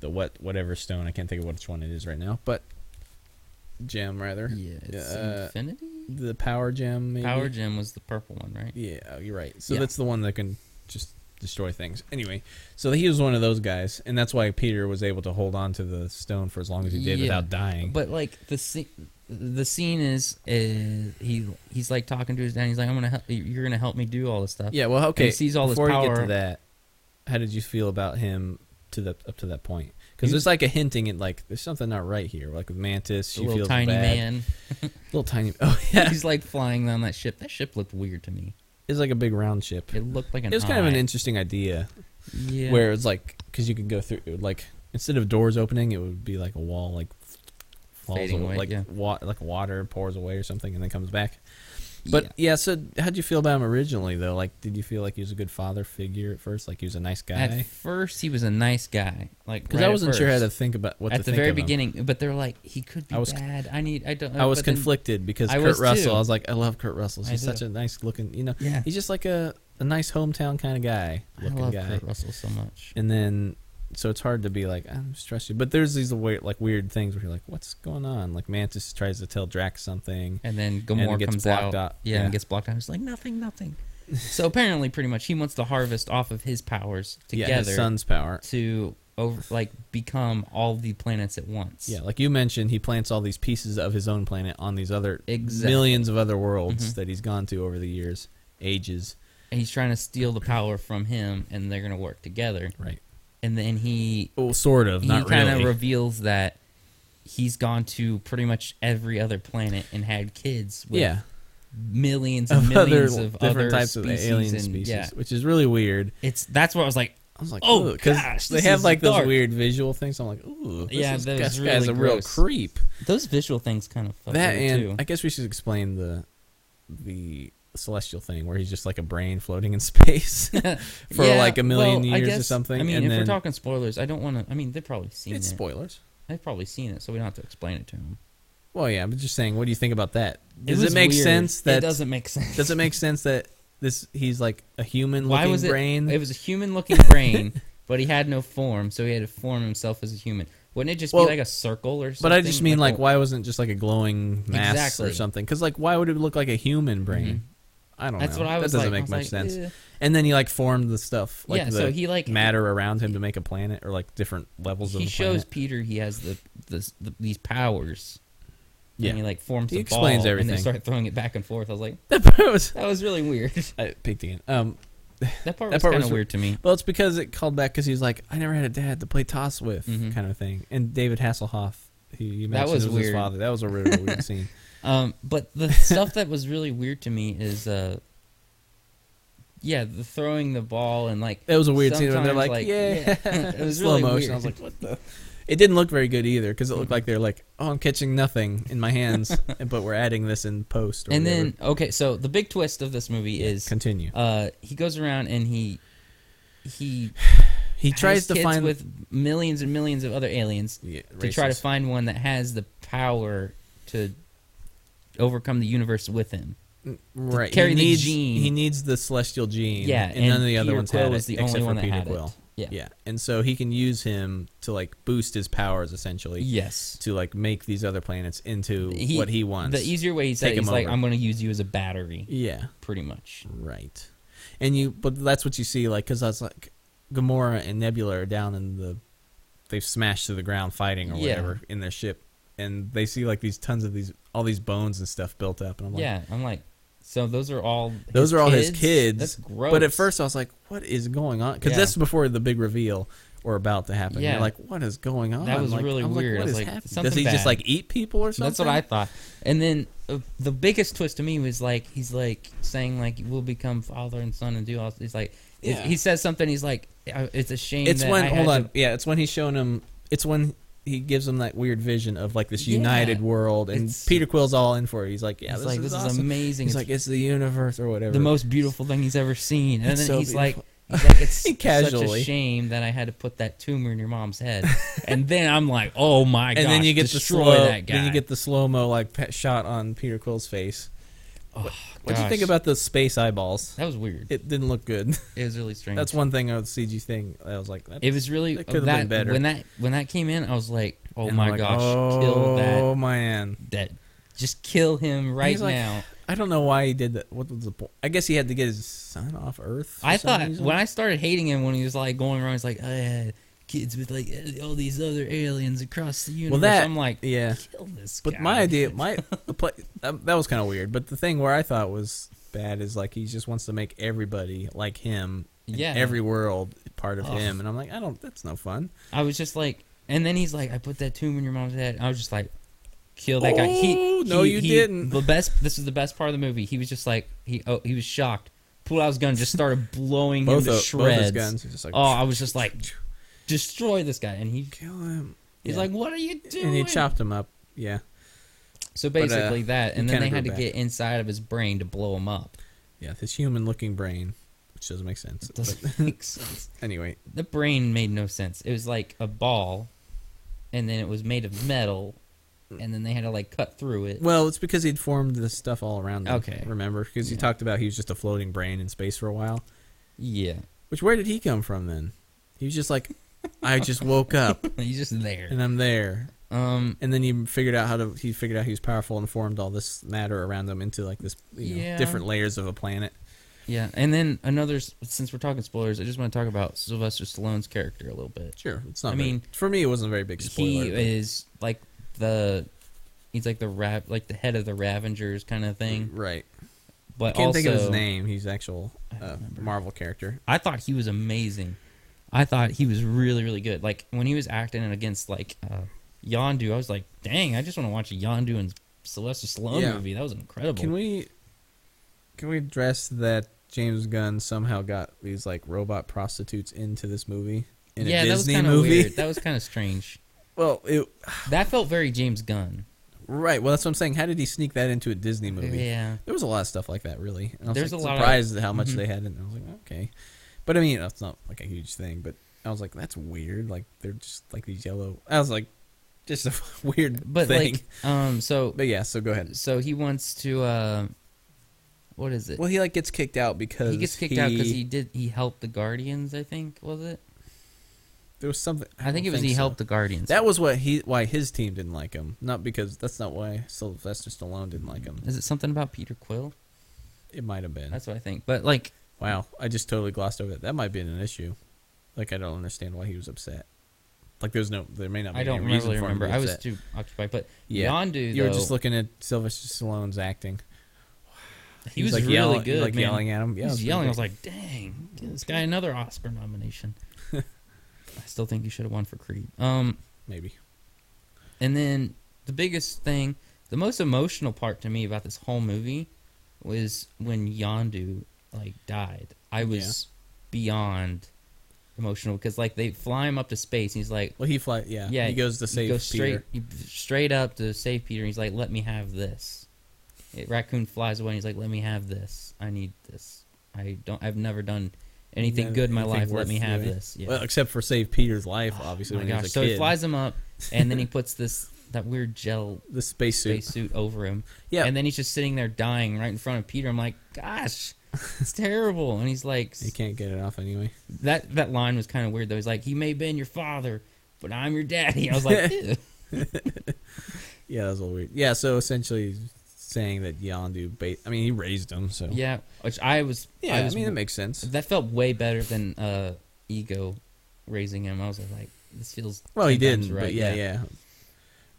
B: the what whatever stone. I can't think of which one it is right now, but gem rather.
A: yeah it's
B: Uh,
A: infinity
B: the power gem. Maybe?
A: power gem was the purple one right
B: Yeah, oh, you're right. So
A: Yeah.
B: that's the one that can just destroy things. Anyway, so he was one of those guys, and that's why Peter was able to hold on to the stone for as long as he did
A: Yeah.
B: without dying.
A: But like the scene, the scene is is he he's like talking to his dad. He's like, "I'm gonna help. You're gonna help me do all this stuff."
B: yeah, well, okay.
A: he sees all this
B: before you get
A: power-
B: to that, how did you feel about him to the up to that point? Because
A: He-
B: there's like a hinting at like there's something not right here. Like with Mantis,
A: The
B: she
A: little
B: feels
A: tiny
B: bad. [LAUGHS]
A: man.
B: Little tiny. [LAUGHS] Oh yeah,
A: he's like flying on that ship. That ship looked weird to me.
B: it's like a big round ship.
A: It looked like an.
B: It was kind of an
A: eye.
B: interesting idea
A: yeah.
B: where it's like because you could go through it would, like instead of doors opening, it would be like a wall like falls
A: Fading
B: away,
A: away,
B: like
A: yeah.
B: wa- like water pours away or something and then comes back.
A: Yeah.
B: But yeah. so how'd you feel about him originally though? Like, did you feel like he was a good father figure at first? Like he was a nice guy?
A: at first he was a nice guy. Like
B: Because
A: right
B: I
A: at
B: wasn't sure how
A: first.
B: to think about what to
A: at the
B: think
A: very
B: of him.
A: beginning, but they're like, he could be
B: I was-
A: bad. I need. I don't. know.
B: I was
A: but then-
B: conflicted because
A: I
B: Kurt
A: was,
B: Russell.
A: too.
B: I was like, I love Kurt Russell.
A: I
B: He's
A: do.
B: such a nice looking, you know,
A: Yeah.
B: he's just like a, a nice hometown kind of guy
A: I
B: looking
A: love
B: guy.
A: Kurt Russell so much.
B: and then so it's hard to be like I'm stressed, but there's these weird, like weird things where you're like, what's going on? Like Mantis tries to tell Drax something.
A: And then
B: it
A: Gamora
B: gets
A: comes
B: blocked
A: out.
B: out.
A: Yeah,
B: Yeah.
A: and gets blocked out. He's like, nothing, nothing. so apparently, pretty much, he wants to harvest off of his powers
B: yeah,
A: together
B: his son's power.
A: to over like become all the planets at once.
B: Yeah, like you mentioned, he plants all these pieces of his own planet on these other
A: Exactly.
B: millions of other worlds
A: Mhm.
B: that he's gone to over the years, ages.
A: And he's trying to steal the power from him, and they're gonna work together.
B: Right.
A: And then he
B: Well, sort of,
A: he
B: not
A: kind of
B: really.
A: reveals that he's gone to pretty much every other planet and had kids with
B: [LAUGHS] yeah,
A: millions
B: [LAUGHS]
A: and
B: of other
A: millions of
B: different
A: other
B: types of
A: species
B: alien
A: and-
B: species,
A: Yeah,
B: which is really weird.
A: it's that's what I was like.
B: I was like,
A: Oh,
B: "Ooh," 'cause
A: gosh,
B: they
A: this
B: have
A: is
B: like those
A: dark.
B: weird visual things. I'm like, ooh, this
A: Yeah,
B: is,
A: that
B: this
A: was
B: guy's
A: really
B: a real
A: gross.
B: creep.
A: Those visual things kind of fuck
B: that
A: me,
B: and
A: too.
B: I guess we should explain the the celestial thing where he's just like a brain floating
A: [LAUGHS]
B: in [LAUGHS] space for
A: Yeah,
B: like a million
A: well, I
B: years or
A: guess-
B: something.
A: I mean,
B: and
A: if
B: then
A: we're talking spoilers, I don't want to. I mean, they've probably seen
B: it's
A: it.
B: spoilers.
A: they've probably seen it, so we don't have to explain it to them.
B: Well, yeah, I'm just saying. What do you think about that? Does it, make sense that
A: it doesn't make sense?
B: [LAUGHS] does
A: [LAUGHS]
B: it make sense that this he's like a human
A: Why
B: looking
A: was it?
B: brain?
A: It was a human-looking
B: [LAUGHS]
A: brain, but he had no form, so he had to form himself as a human. Wouldn't it just
B: Well,
A: be like a circle or something?
B: but I just mean like,
A: a-
B: why wasn't it just like a glowing mass or
A: Exactly.
B: something? Because like why would it look like a human brain?
A: Mhm.
B: I don't
A: That's
B: know.
A: what I was
B: that doesn't
A: like.
B: make
A: I
B: much
A: was like,
B: sense.
A: eh.
B: And then he like formed the stuff like
A: yeah,
B: the
A: so he like
B: matter around him to make a planet or like different levels of
A: He
B: the
A: shows
B: planet.
A: Peter he has the, the, the these powers.
B: Yeah.
A: and he like forms
B: He
A: the
B: explains
A: ball,
B: everything.
A: and they start throwing it back and forth. I was like,
B: That part was
A: [LAUGHS] that was really weird. [LAUGHS]
B: I peeked again. Um,
A: That part
B: That
A: was
B: part
A: kind of
B: was-
A: weird to me.
B: well, it's because it called back because he's like, I never had a dad to play toss with,
A: Mhm.
B: kind of thing. And David Hasselhoff, he you
A: That
B: mentioned
A: was
B: it was his
A: weird.
B: father. That was a really
A: [LAUGHS]
B: weird scene.
A: Um, but
B: [LAUGHS]
A: the stuff that was really weird to me is, uh, yeah, the throwing the ball and like
B: That was a weird scene. Where they're
A: Sometimes,
B: like,
A: like,
B: yeah,
A: yeah. [LAUGHS] It
B: [LAUGHS]
A: was
B: slow
A: really
B: motion.
A: weird.
B: I was like, what the? It didn't look very good either because it looked like they're like, oh, I'm catching nothing in
A: [LAUGHS]
B: my hands, but we're adding this in post. Or
A: and
B: whatever.
A: then okay, so the big twist of this movie is
B: continue.
A: uh, he goes around and he he
B: he tries
A: has
B: to
A: kids
B: find
A: with millions and millions of other aliens
B: yeah,
A: to try to
B: racist.
A: find one that has the power to overcome the universe with him.
B: right.
A: carry
B: he
A: the
B: needs,
A: gene.
B: He needs the celestial gene.
A: Yeah,
B: and, none of the other
A: Peter
B: ones
A: Quill
B: had
A: was
B: it,
A: the
B: except
A: only
B: for
A: one that
B: Peter
A: had
B: Quill.
A: it. Yeah.
B: Yeah, and so he can use him to like boost his powers essentially
A: Yes.
B: to like make these other planets into
A: He-
B: what he wants.
A: The easier way he said
B: Take
A: it, he's
B: him
A: like,
B: over.
A: "I'm going to use you as a battery,
B: yeah,
A: pretty much."
B: right. And you, but that's what you see, like, because that's like Gamora and Nebula are down in the, they've smashed to the ground fighting or
A: Yeah.
B: whatever in their ship, and they see like these tons of these all these bones and stuff built up, and I'm like,
A: yeah, I'm like, so those are all his
B: Those are all his kids,
A: That's gross.
B: But at first, I was like, "What is going on?" Because
A: Yeah.
B: that's before the big reveal or about to happen. You're
A: Yeah.
B: like, "What is going on?"
A: That was
B: Like,
A: really
B: I'm
A: weird. I
B: Like, what
A: was
B: is
A: like,
B: happening? Does
A: something
B: he just
A: bad.
B: like eat people or something?
A: That's what I thought. And then uh, the biggest twist to me was like he's like saying like we'll become father and son and do all. He's like
B: Yeah.
A: he says something. He's like "I- it's a shame.
B: It's
A: that
B: when
A: I had
B: hold on,
A: to-"
B: yeah, it's when he's showing him. It's when he gives him that weird vision of like this
A: Yeah.
B: united world, and
A: It's-
B: Peter Quill's all in for it. He's like, "Yeah,
A: he's
B: this
A: like
B: is
A: this is
B: awesome."
A: amazing.
B: He's
A: it's
B: like, "It's the universe or whatever."
A: the most beautiful thing he's ever seen. And
B: It's
A: then
B: so
A: he's
B: beautiful.
A: like, he's like,
B: [LAUGHS]
A: it's such
B: Casually.
A: a shame that I had to put that tumor in your mom's head. and then I'm like, oh my god,
B: And then you get the
A: destroy
B: slow.
A: that guy.
B: Then you get the slow mo like pe- shot on Peter Quill's face.
A: Oh,
B: What do you
A: gosh.
B: think about those space eyeballs?
A: that was weird. It,
B: It didn't look good.
A: was really strange.
B: That's one thing of the CG thing. that I was like, that
A: it was really
B: That
A: that,
B: could've been better.
A: when that when that came in, I was like, oh
B: And
A: my
B: I'm like,
A: gosh,
B: oh,
A: kill that
B: man.
A: that. Just kill him right
B: He's like,
A: now.
B: I don't know why he did that. What was the point? I guess he had to get his son off Earth. for
A: I
B: some
A: thought
B: reason.
A: when I started hating him when he was like going around, he's like, I had kids with like all these other aliens across the universe.
B: that-
A: I'm like,
B: yeah.
A: kill this
B: But
A: guy.
B: my
A: [LAUGHS]
B: idea, my the play, that, that was kind of weird. But the thing where I thought was bad is like he just wants to make everybody like him. and
A: Yeah.
B: Every world part of
A: Ugh.
B: him, and I'm like, I don't. That's no fun.
A: I was just like, and then he's like, I put that tomb in your mom's head. I was just like, kill that guy. He,
B: Oh, no,
A: he-
B: you
A: he-
B: didn't.
A: The best. This is the best part of the movie. He was just like, he oh, he was shocked. Pulled out his gun, just
B: [LAUGHS]
A: started blowing
B: Both,
A: him to
B: of, both
A: shreds.
B: his guns, he's just like,
A: Oh, I was just like, destroy this guy, and he
B: kill him.
A: he's
B: Yeah.
A: like, what are you doing?
B: and he chopped him up. Yeah,
A: So
B: but, uh,
A: basically that, and
B: he
A: then
B: kinda
A: they
B: grew
A: had to
B: back.
A: get inside of his brain to blow him up.
B: yeah. His human-looking brain, which doesn't make sense.
A: It doesn't [LAUGHS] make sense.
B: But anyway,
A: The brain made no sense. It was like a ball, and then it was made of metal, and then they had to like cut through it.
B: Well, it's because he'd formed this stuff all around him.
A: Okay.
B: Remember? Because he
A: Yeah.
B: talked about he was just a floating brain in space for a while.
A: Yeah.
B: Which, where did he come from then? He was just like, I just
A: [LAUGHS]
B: woke up
A: He's just there.
B: and I'm there.
A: Um,
B: And then he figured out how to, he figured out he was powerful and formed all this matter around him into like this, you know,
A: Yeah.
B: different layers of a planet.
A: Yeah, and then another. s- Since we're talking spoilers, I just want to talk about Sylvester Stallone's character a little bit.
B: Sure, it's not.
A: I
B: very-
A: mean,
B: for me, it wasn't a very big spoiler.
A: he
B: but-
A: is like the, he's like the rap, like the head of the Ravengers kind of thing.
B: right.
A: But
B: I can't
A: also,
B: think of his name. He's actual
A: I don't
B: uh,
A: remember.
B: Marvel character.
A: I thought he was amazing. I thought he was really, really good. Like when he was acting against like uh, Yondu, I was like, dang, I just want to watch a Yondu and Sylvester Stallone
B: Yeah.
A: movie. That was incredible.
B: Can we can we address that James Gunn somehow got these like robot prostitutes into this movie in
A: yeah,
B: a
A: that was
B: Disney
A: kind of
B: movie? [LAUGHS]
A: weird. That was kind of strange.
B: well, it,
A: That felt very James Gunn.
B: right. Well, that's what I'm saying. How did he sneak that into a Disney movie?
A: Yeah.
B: There was a lot of stuff like that, really. And I was
A: There's
B: like,
A: a lot of-
B: surprised at how much
A: Mhm.
B: they had, in I was like, okay. But I mean, that's not like a huge thing. But I was like, that's weird. Like they're just like these yellow. I was like, just a [LAUGHS] weird
A: But
B: thing.
A: like um so
B: but yeah, so go
A: [LAUGHS]
B: ahead.
A: so he wants to uh what is it?
B: Well, he like gets kicked out because
A: he gets kicked
B: he,
A: out because he did he helped the Guardians, I think, was it?
B: There was something.
A: I, think
B: don't
A: it was he
B: so.
A: helped the Guardians.
B: That was what he why his team didn't like him. Not because that's not why Sylvester Stallone didn't like him.
A: Is it something about Peter Quill?
B: It might have been.
A: That's what I think. But like
B: wow, I just totally glossed over that. That might be an issue. Like I don't understand why he was upset. Like there's no, there may not. Be
A: I don't
B: any reason
A: really
B: for him to
A: remember.
B: be
A: I was
B: upset.
A: too occupied. But
B: Yeah.
A: Yondu,
B: You
A: though,
B: were just looking at Sylvester Stallone's acting.
A: he was
B: like
A: really
B: yelling,
A: good.
B: like
A: man.
B: yelling at him.
A: He
B: Yeah,
A: was
B: it
A: yelling. I was
B: pretty
A: like, dang, give
B: [LAUGHS]
A: this guy another Oscar nomination. I still think he should have won for Creed. Um,
B: good. maybe.
A: and then the biggest thing, the most emotional part to me about this whole movie was when Yondu like died. I was beyond emotional because like they fly him up to space and he's like
B: Well, he fly. Yeah,
A: Yeah,
B: He goes to save
A: he goes straight
B: Peter.
A: he- straight up to save Peter. and He's like, "Let me have this." It, raccoon flies away. and He's like, "Let me have this. I need this. I don't. I've never done anything
B: Never-
A: good in my
B: anything
A: life. Let
B: worth
A: me have
B: doing.
A: this." Yeah.
B: Well, except for save Peter's life, obviously.
A: Oh my
B: when he was
A: gosh.
B: a
A: So
B: kid.
A: he flies him
B: [LAUGHS]
A: up, and then he puts this that weird gel
B: the spacesuit.
A: space suit over him.
B: Yeah.
A: And then he's just sitting there dying right in front of Peter. I'm like, "Gosh,
B: [LAUGHS]
A: it's terrible." And he's like,
B: he can't get it off anyway.
A: "That that line was kind of weird though." He's like, "He may have been your father." But I'm your daddy. I was
B: [LAUGHS]
A: like, "Ew."
B: Yeah, that was a little weird. Yeah, so essentially saying that Yondu, ba- I mean, he raised him, so
A: yeah. Which I was,
B: yeah.
A: I
B: I,
A: was
B: mean, it makes sense.
A: That felt way better than uh, ego raising him. I was like, this feels.
B: Well, he
A: 10 times
B: didn't, but yeah, yeah,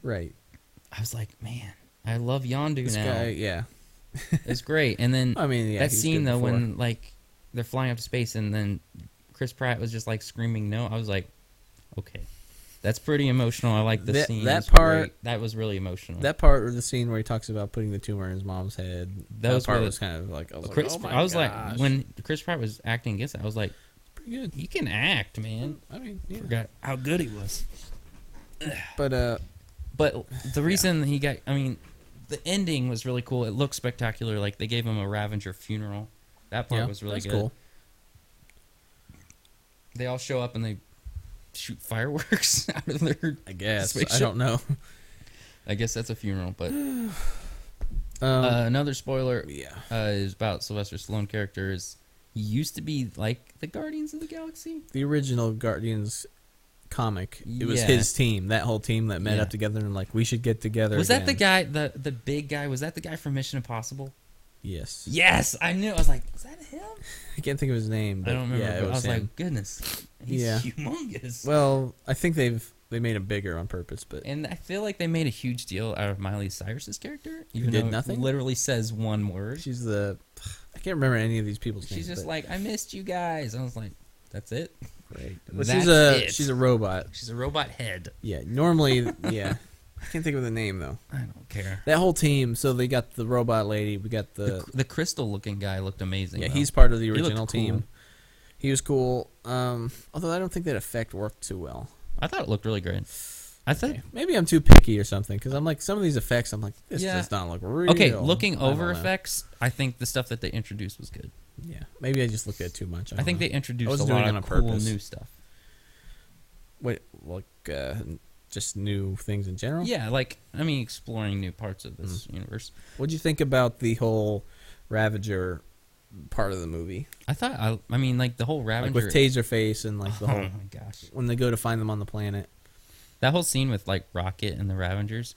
B: right.
A: I was like, man, I love Yondu
B: This
A: now.
B: guy, yeah.
A: It's great. And then
B: [LAUGHS] I mean, yeah.
A: that
B: he was
A: scene
B: good
A: though,
B: before.
A: when like they're flying up to space, and then Chris Pratt was just like screaming no. I was like, okay, that's pretty emotional. I like the
B: That-
A: scene.
B: that
A: It was
B: part-
A: great. that was really emotional.
B: that part, or the scene where he talks about putting the tumor in his mom's head,
A: Those
B: that part
A: were-
B: was kind of like I was
A: Chris,
B: like, oh my
A: I was
B: gosh.
A: like, when Chris Pratt was acting against it, I was like,
B: pretty good.
A: he can act, man.
B: I mean, yeah.
A: Forgot how good he was.
B: But uh,
A: But the reason he got, I mean, the ending was really cool. It looked spectacular. Like they gave him a Ravenger funeral. That part
B: yeah,
A: was really
B: that's
A: good.
B: cool.
A: They all show up and they shoot fireworks [LAUGHS] out of their.
B: I guess I
A: Spaceship.
B: don't know.
A: I guess that's a funeral. But
B: Um,
A: uh, another spoiler
B: yeah,
A: uh, is about Sylvester Stallone character is he used to be like the Guardians of the Galaxy.
B: the original Guardians comic. It was
A: Yeah.
B: his team, that whole team that met
A: Yeah.
B: up together and like we should get together.
A: Was that the
B: again.
A: guy, the the big guy? Was that the guy from Mission Impossible?
B: Yes.
A: Yes, I knew. I was like, is that him?
B: I can't think of his name. But
A: I don't remember.
B: Yeah, it
A: but I was
B: him.
A: like, goodness, he's
B: Yeah.
A: humongous.
B: well, I think they've they made him bigger on purpose, but
A: And I feel like they made a huge deal out of Miley Cyrus's character. Even
B: did
A: though it
B: nothing?
A: Literally says one word.
B: she's the I can't remember any of these people's names.
A: She's just
B: but-
A: like, I missed you guys. I was like, that's it.
B: Right. Well, she's
A: "That's
B: a
A: it."
B: she's a robot.
A: She's a robot head.
B: Yeah. Normally, yeah. I can't think of the name though.
A: I don't care.
B: That whole team. So they got the robot lady. We got
A: The,
B: the
A: cr- the crystal looking guy looked amazing.
B: yeah.
A: though.
B: He's part of the
A: looked
B: original
A: cool.
B: team. He was cool. Um, although I don't think that effect worked too well.
A: I thought it looked really great. I thought.
B: Okay. Maybe I'm too picky or something because I'm like some of these effects. I'm like this
A: Yeah.
B: does not look real.
A: Okay, looking
B: I don't
A: over
B: know.
A: effects, I think the stuff that they introduced was good.
B: Yeah. Maybe I just looked at it too much.
A: I, think
B: they.
A: they introduced
B: Uh-huh. I
A: a
B: wasn't
A: lot
B: doing it
A: of
B: on
A: cool
B: purpose.
A: new stuff.
B: Wait, like uh, just new things in general.
A: Yeah, like I mean, exploring new parts of this
B: Mm-hmm.
A: universe.
B: What do you think about the whole Ravager part of the movie,
A: I thought. I, I mean, like the whole Ravenger.
B: like with Taserface and like the
A: oh [LAUGHS]
B: whole
A: my gosh.
B: when they go to find them on the planet?
A: That whole scene with like Rocket and the Ravengers,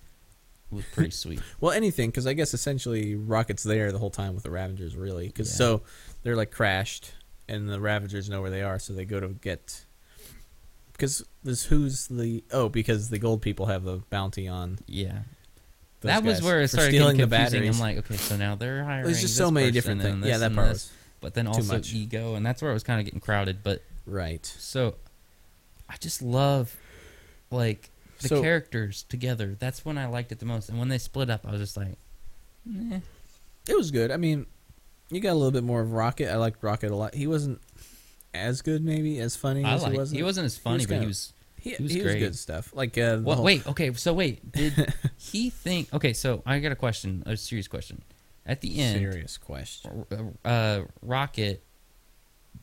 A: was
B: [LAUGHS]
A: pretty sweet.
B: Well, anything, because I guess essentially Rocket's there the whole time with the Ravagers, really. Because
A: Yeah.
B: so they're like crashed, and the Ravagers know where they are, so they go to get. Because this who's the oh because the gold people have the bounty on.
A: Yeah,
B: Those
A: that was
B: guys
A: where it
B: for
A: started
B: stealing
A: getting
B: the
A: confusing.
B: batteries.
A: I'm like, okay, so now they're hiring.
B: There's just
A: this
B: so many
A: person
B: different
A: and
B: things.
A: this
B: Yeah, that
A: and
B: part
A: this,
B: was
A: But then
B: too
A: also
B: much.
A: ego, and that's where it was kind of getting crowded. But
B: right.
A: so, I just love like the
B: So-
A: characters together. That's when I liked it the most. And when they split up, I was just like, nah.
B: It was good. I mean, you got a little bit more of Rocket. I liked Rocket a lot. He wasn't as good, maybe as funny
A: I
B: as
A: like.
B: he was.
A: He wasn't as funny, but
B: kinda-
A: he was.
B: He,
A: he was
B: he
A: great.
B: good stuff. Like uh, the
A: What?
B: whole-
A: Wait. Okay. So wait.
B: [LAUGHS]
A: Did he think? Okay. So I got a question. A serious question. At the end,
B: serious question.
A: uh, Rocket,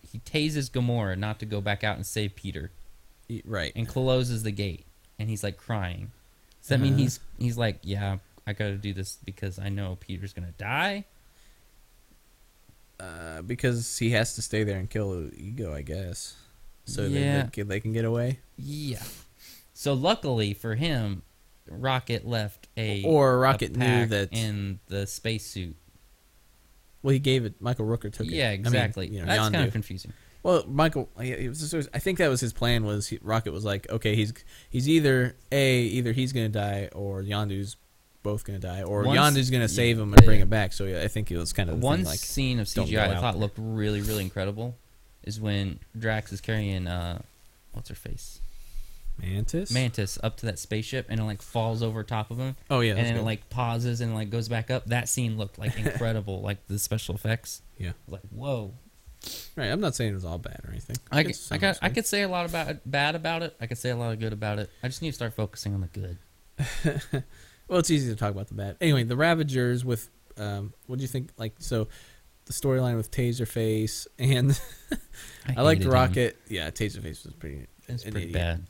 A: he tases Gamora not to go back out and save Peter,
B: Y- Right.
A: and closes the gate, and he's like crying. Does that mean
B: Uh-huh.
A: he's he's like, yeah, I got to do this because I know Peter's gonna die?
B: Uh, because he has to stay there and kill Ego, I guess. So
A: Yeah.
B: they, they, can, they can get away.
A: Yeah. So luckily for him, Rocket left a
B: Or
A: a
B: Rocket knew
A: pack
B: that-
A: in the spacesuit.
B: Well, he gave it. Michael Rooker took it.
A: Yeah,
B: I mean,
A: exactly.
B: you know,
A: That's
B: Yondu.
A: kind of confusing.
B: Well, Michael, he- he was- I think that was his plan. Was he, Rocket was like, okay, he's he's either a either he's gonna die or Yondu's both gonna die or
A: Once-
B: Yondu's gonna
A: yeah,
B: save him
A: yeah,
B: and bring
A: yeah.
B: him back. So yeah, I think it was kind of the
A: One
B: thing, like
A: scene of
B: don't
A: CGI
B: go
A: I
B: out
A: thought
B: there.
A: looked really, really incredible is when Drax is carrying uh, what's her face
B: Mantis.
A: Mantis up to that spaceship and it like falls over top of him
B: Oh yeah,
A: and
B: that was
A: then it
B: good.
A: like pauses and like goes back up. That scene looked
B: [LAUGHS]
A: like incredible, like the special effects.
B: Yeah.
A: I was like whoa.
B: right. I'm not saying it was all bad or anything.
A: I,
B: It's
A: c- I
B: some
A: got I
B: sort.
A: could say a lot about it, bad about it. I could say a lot of good about it. I just need to start focusing on the good.
B: Well, it's easy to talk about the bad. Anyway, the Ravagers with um, what do you think? Like so, the storyline with Taserface
A: [LAUGHS]
B: and I, liked
A: hated him.
B: Rocket. Yeah, Taserface was pretty.
A: It's
B: an
A: pretty
B: idiot.
A: bad.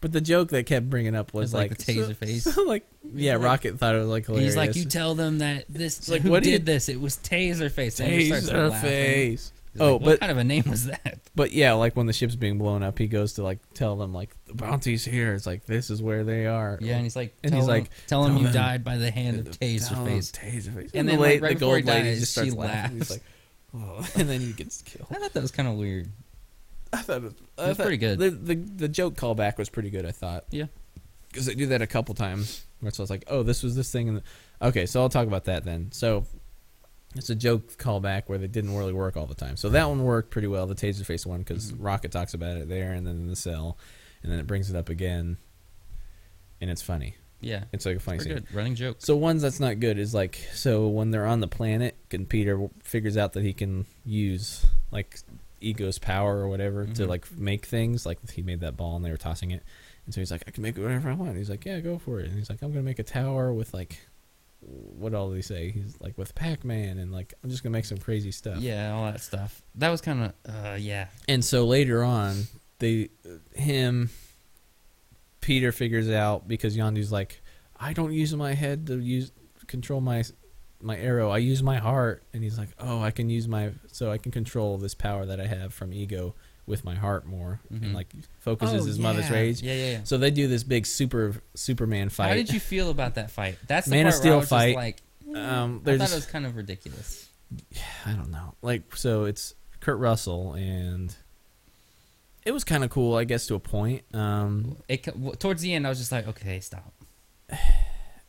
B: But the joke that kept bringing up was
A: It's like
B: like,
A: the
B: so-
A: Taserface.
B: [LAUGHS] so, like yeah,
A: like-
B: Rocket thought it was like hilarious.
A: He's like, you tell them that this.
B: It's like,
A: who
B: what do
A: did
B: you-
A: this? It was Taserface. And he starts laughing.
B: Taserface.
A: He's
B: Oh,
A: like,
B: but
A: what kind of a name was that? [LAUGHS]
B: but yeah, like when the ship's being blown up, he goes to like tell them like the bounty's here. It's like this is where they are. Oh,
A: Yeah, and he's like,
B: And
A: tell
B: he's
A: him,
B: like,
A: tell him
B: tell
A: you
B: them-
A: died by the hand of
B: [LAUGHS] Tell them
A: Taserface.
B: Taserface.
A: And then, like,
B: the, lady-
A: right
B: the
A: before
B: gold
A: he
B: lady
A: dies,
B: just starts
A: she
B: laughing. He's
A: laughs.
B: like, oh, [LAUGHS] and then he gets killed.
A: I thought that was kind of weird.
B: I thought it was, I
A: It was
B: thought-
A: pretty good.
B: The, the the joke callback was pretty good. I thought.
A: Yeah.
B: Because they do that a couple times. Where it's just like, oh, this was this thing, and the, okay, so I'll talk about that then. So it's a joke callback where they didn't really work all the time. So that one worked pretty well. The Taserface one because
A: Mhm.
B: Rocket talks about it there, and then in the cell, and then it brings it up again, and it's funny.
A: Yeah,
B: It's like a funny
A: pretty
B: scene.
A: good running joke.
B: So ones that's not good is like so when they're on the planet and Peter figures out that he can use like ego's power or whatever to
A: Mhm.
B: like make things like he made that ball and they were tossing it and so he's like I can make whatever I want and he's like yeah go for it and he's like I'm gonna make a tower with like what all did he say he's like with Pac-Man and like I'm just gonna make some crazy stuff
A: Yeah, all that stuff. That was kind of uh, yeah.
B: and so later on, they him Peter figures out because Yondu's like, I don't use my head to use control my my arrow. I use my heart, and he's like, Oh, I can use my so I can control this power that I have from ego with my heart more,
A: Mhm.
B: and like focuses
A: Oh,
B: his mother's
A: yeah.
B: rage.
A: Yeah, yeah. yeah.
B: So they do this big super Superman fight.
A: How did you feel about that fight? That's the
B: Man of
A: part
B: Steel
A: where I was
B: fight.
A: Just like,
B: [LAUGHS] Um,
A: I
B: they're
A: thought
B: just-
A: it was kind of ridiculous.
B: [SIGHS] I don't know. Like so it's Kurt Russell and it was kind of cool, I guess, to a point. Um,
A: It co- w- towards the end, I was just like, okay, stop.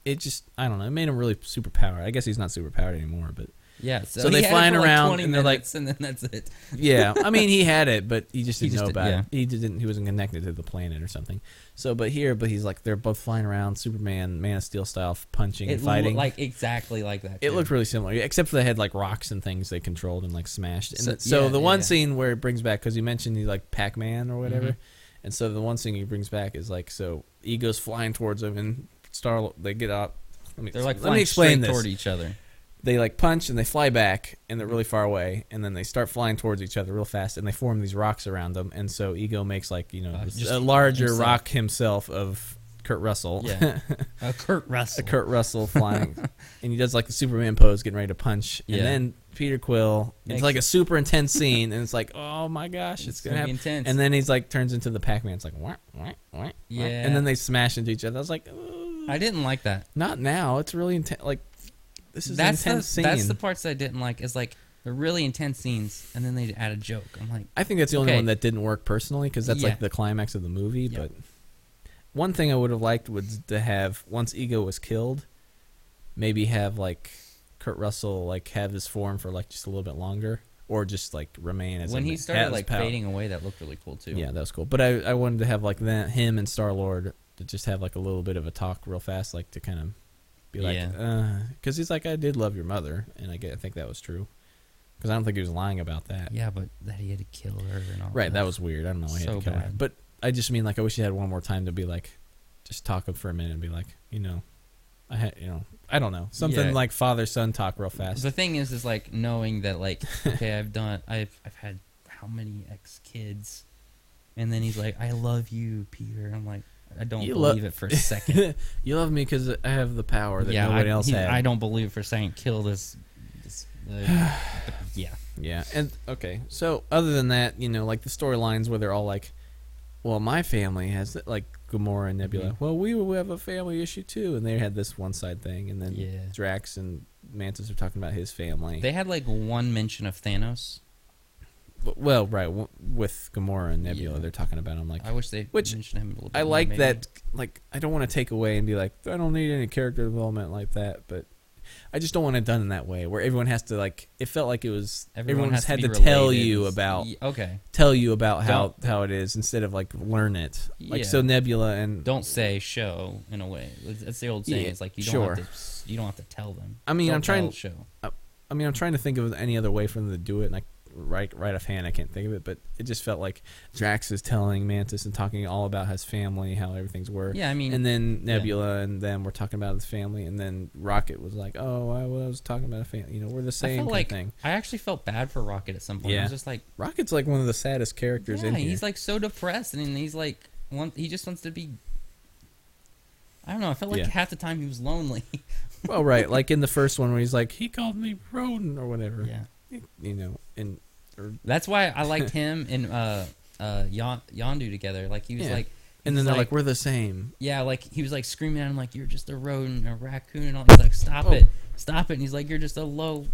B: it just I don't know. It made him really super powered. I guess he's not super powered anymore, but
A: Yeah. So,
B: So
A: he
B: they
A: had it
B: flying
A: for, like,
B: around
A: 20
B: and they're like-
A: minutes, and then that's it.
B: yeah. I mean, he had it, but he
A: [LAUGHS]
B: just
A: He
B: didn't
A: just
B: know
A: did-
B: about
A: yeah.
B: it. He just didn't. He wasn't connected to the planet or something. So, but here, but he's like they're both flying around, Superman, Man of Steel style, f- punching
A: It
B: and fighting.
A: looked like exactly like that.
B: it
A: too.
B: looked really similar, except for they had like rocks and things they controlled and like smashed. And
A: So-
B: th- so
A: yeah,
B: the
A: yeah,
B: one
A: yeah.
B: scene where it brings back because you mentioned he like Pac Man or whatever,
A: Mhm.
B: and so the one thing he brings back is like so Ego's flying towards him and Star they get up. Let me,
A: They're like
B: let
A: flying
B: me explain
A: straight
B: this
A: toward each other.
B: they like punch and they fly back and they're really far away and then they start flying towards each other real fast and they form these rocks around them and so ego makes like you know
A: Uh,
B: this-
A: just
B: a larger
A: himself.
B: rock himself of kurt russell
A: Yeah. Uh, Kurt Russell.
B: [LAUGHS] a kurt russell flying and he does like the superman pose getting ready to punch
A: Yeah.
B: and then peter quill
A: Makes-
B: it's like a super intense scene and it's like oh my gosh it's,
A: It's
B: gonna,
A: gonna be
B: happen
A: intense.
B: and then he's like turns into the pac-man it's like wah, wah, wah, wah.
A: Yeah.
B: and then they smash into each other i was like "Ooh,
A: I didn't like that.
B: Not now. It's really intense. Like this is
A: that's
B: an intense
A: the,
B: scene.
A: That's the parts that I didn't like. Is like the really intense scenes, and then they add a joke. I'm like,
B: I think that's the only
A: Okay.
B: one that didn't work personally because that's
A: Yeah.
B: like the climax of the movie.
A: Yeah.
B: But one thing I would have liked was to have once Ego was killed, maybe have like Kurt Russell like have his form for like just a little bit longer, or just like remain as
A: when
B: a-
A: he
B: as
A: started like
B: pow-
A: fading away, that looked really cool too.
B: Yeah, that was cool. But I I wanted to have like that him and Star Lord to just have like a little bit of a talk real fast, like to kind of be like,
A: Yeah.
B: because he's like, I did love your mother, and I get I think that was true, because I don't think he was lying about that.
A: yeah, but that he had to kill her and all.
B: Right, that was weird. I don't know. why I had
A: So
B: to cut it.
A: bad.
B: But I just mean like I wish you had one more time to be like, just talk for a minute and be like, you know, I had, you know, I don't know, something
A: Yeah.
B: like father son talk real fast. [LAUGHS]
A: The thing is, is like knowing that, like, [LAUGHS] okay, I've done, I've, I've had how many ex kids, and then he's like, "I love you, Peter." I'm like, I don't
B: You lo-
A: believe it for a
B: [LAUGHS]
A: second.
B: you love me because I have the power that
A: yeah,
B: nobody
A: I,
B: else
A: he-
B: had.
A: I don't believe it for a second. Kill this. this
B: [SIGHS]
A: uh, yeah,
B: Yeah, and okay. So other than that, you know, like the storylines where they're all like, "Well, my family has th-, like Gamora and Nebula.
A: Mhm.
B: Well, we we have a family issue too," and they had this one side thing, and then
A: Yeah.
B: Drax and Mantis are talking about his family.
A: they had like one mention of Thanos.
B: W- well, right w- with Gamora and Nebula,
A: Yeah.
B: they're talking about him like.
A: I wish they
B: Which-
A: mentioned him a little bit.
B: I
A: more,
B: like
A: maybe.
B: that. Like, I don't want to take away and be like, I don't need any character development like that, but I just don't want it done in that way where everyone has to like. It felt like it was everyone,
A: has
B: had
A: be
B: to, tell
A: related.
B: you about
A: Y- Okay,
B: tell you about how how it is instead of like learn it. Like so,
A: Yeah.
B: Nebula and
A: don't say show in a way. It's- That's the old saying.
B: Yeah,
A: it's like you don't
B: sure.
A: have to. s- You don't have to tell them.
B: I mean,
A: Don't
B: I'm trying-
A: tell, show.
B: I mean, I'm trying to think of any other way for them to do it, and I right right offhand I can't think of it. But it just felt like Drax is telling Mantis and talking all about his family, how everything's worked.
A: Yeah, I mean,
B: And then
A: yeah.
B: Nebula and them were talking about his family, and then Rocket was like, "Oh, I was talking about a family. You know, we're the
A: I
B: same
A: felt
B: kind
A: like
B: of thing."
A: I actually felt bad for Rocket at some point. I
B: Yeah.
A: was just like,
B: Rocket's like one of the saddest characters
A: yeah,
B: in here.
A: he's like so depressed, and he's like, want, he just wants to be. I don't know. I felt like
B: Yeah.
A: half the time he was lonely. [LAUGHS]
B: well, right, like in the first one where he's like, "He called me Rodin" or whatever.
A: yeah,
B: You know, and or
A: that's why I liked him and uh, uh, Yon- Yondu together. Like he was
B: Yeah.
A: like,
B: and then
A: he's
B: they're like, "We're the same."
A: yeah, like he was like screaming at him like, "You're just a rodent, a raccoon," and all. He's like, "Stop
B: Oh.
A: it, stop it!" And he's like, "You're just a low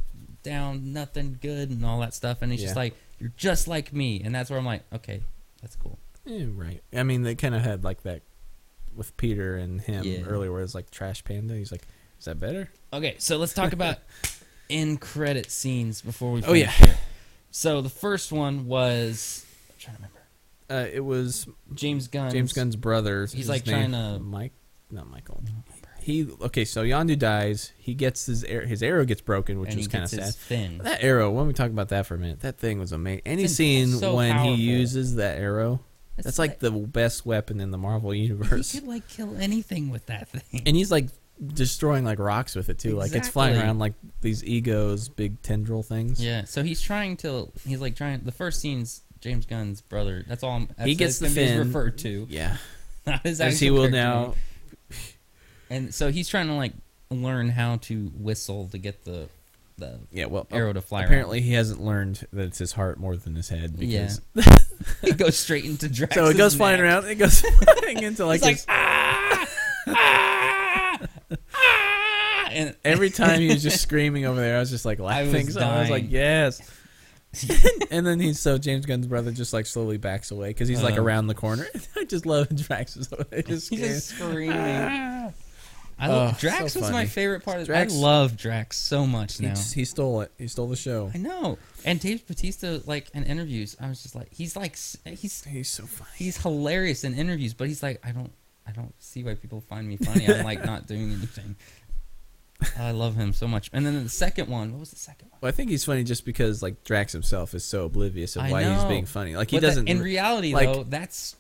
A: down, nothing good," and all that stuff. And he's just
B: Yeah.
A: like, "You're just like me," and that's where I'm like, okay, that's cool.
B: Yeah, Eh, right. I mean, they kind of had like that with Peter and him
A: Yeah.
B: earlier, where it's like Trash Panda. He's like, "Is that better?"
A: Okay, so let's
B: [LAUGHS]
A: talk about end credit scenes before we.
B: Oh, yeah.
A: finish here. So the first one was I'm trying to remember
B: Uh, it was
A: James Gunn.
B: James Gunn's brother.
A: He's,
B: His
A: like, trying
B: name-
A: to-
B: Mike, not Michael. He okay. So Yondu dies. He gets his ar- his arrow gets broken, which
A: and
B: was
A: he
B: kind of
A: gets his
B: sad.
A: fin.
B: That arrow. When we talk about that for a minute, that thing was amazing. Any
A: It's
B: scene
A: so
B: when
A: powerful.
B: he uses that arrow, that's, like the best weapon in the Marvel universe.
A: He [LAUGHS] could like kill anything with that [LAUGHS] thing.
B: and he's like destroying like rocks with it too. Like it's flying
A: Exactly.
B: around like these egos, big tendril things.
A: yeah, so he's trying to. He's like trying. The first scene's James Gunn's brother. That's all. I'm, that's
B: He gets the
A: that's him he's
B: fin.
A: referred to. [LAUGHS]
B: Yeah,
A: Not his
B: as he
A: actual
B: will
A: character name.
B: now.
A: And so he's trying to like learn how to whistle to get the the [LAUGHS]
B: Yeah, well,
A: arrow to fly. around.
B: apparently he hasn't learned that it's his heart more than his head.
A: Yeah.
B: Because
A: it goes straight into Drax's
B: so it goes flying
A: neck.
B: around. It goes [LAUGHS] flying into
A: It's
B: like,
A: like
B: his-
A: ah, ah, ah,
B: [LAUGHS]
A: and
B: every time he was just screaming over there. I was just like laughing.
A: was
B: so I was like,
A: dying.
B: yes.
A: [LAUGHS]
B: and then he's so James Gunn's brother just like slowly backs away because he's like
A: Uh-huh.
B: around the corner. [LAUGHS] I just love Drax's.
A: [LAUGHS]
B: He's
A: he's just screaming.
B: Ah.
A: I love,
B: Oh,
A: Drax
B: so
A: was my
B: funny.
A: favorite part. Of,
B: Drax-
A: I love Drax so much
B: He,
A: now.
B: just- he stole it. He stole the show.
A: I know. And Dave Batista, like in interviews, I was just like, he's like, s- he's
B: He's so funny.
A: he's hilarious in interviews, but he's like, I don't, I don't see why people find me funny. I'm like not doing
B: [LAUGHS]
A: anything. I love him so much. And then the second one, what was the second one?
B: Well, I think he's funny just because like Drax himself is so oblivious of
A: I
B: why he's
A: know.
B: being funny. Like he
A: But that-
B: doesn't
A: in reality,
B: like,
A: though, that's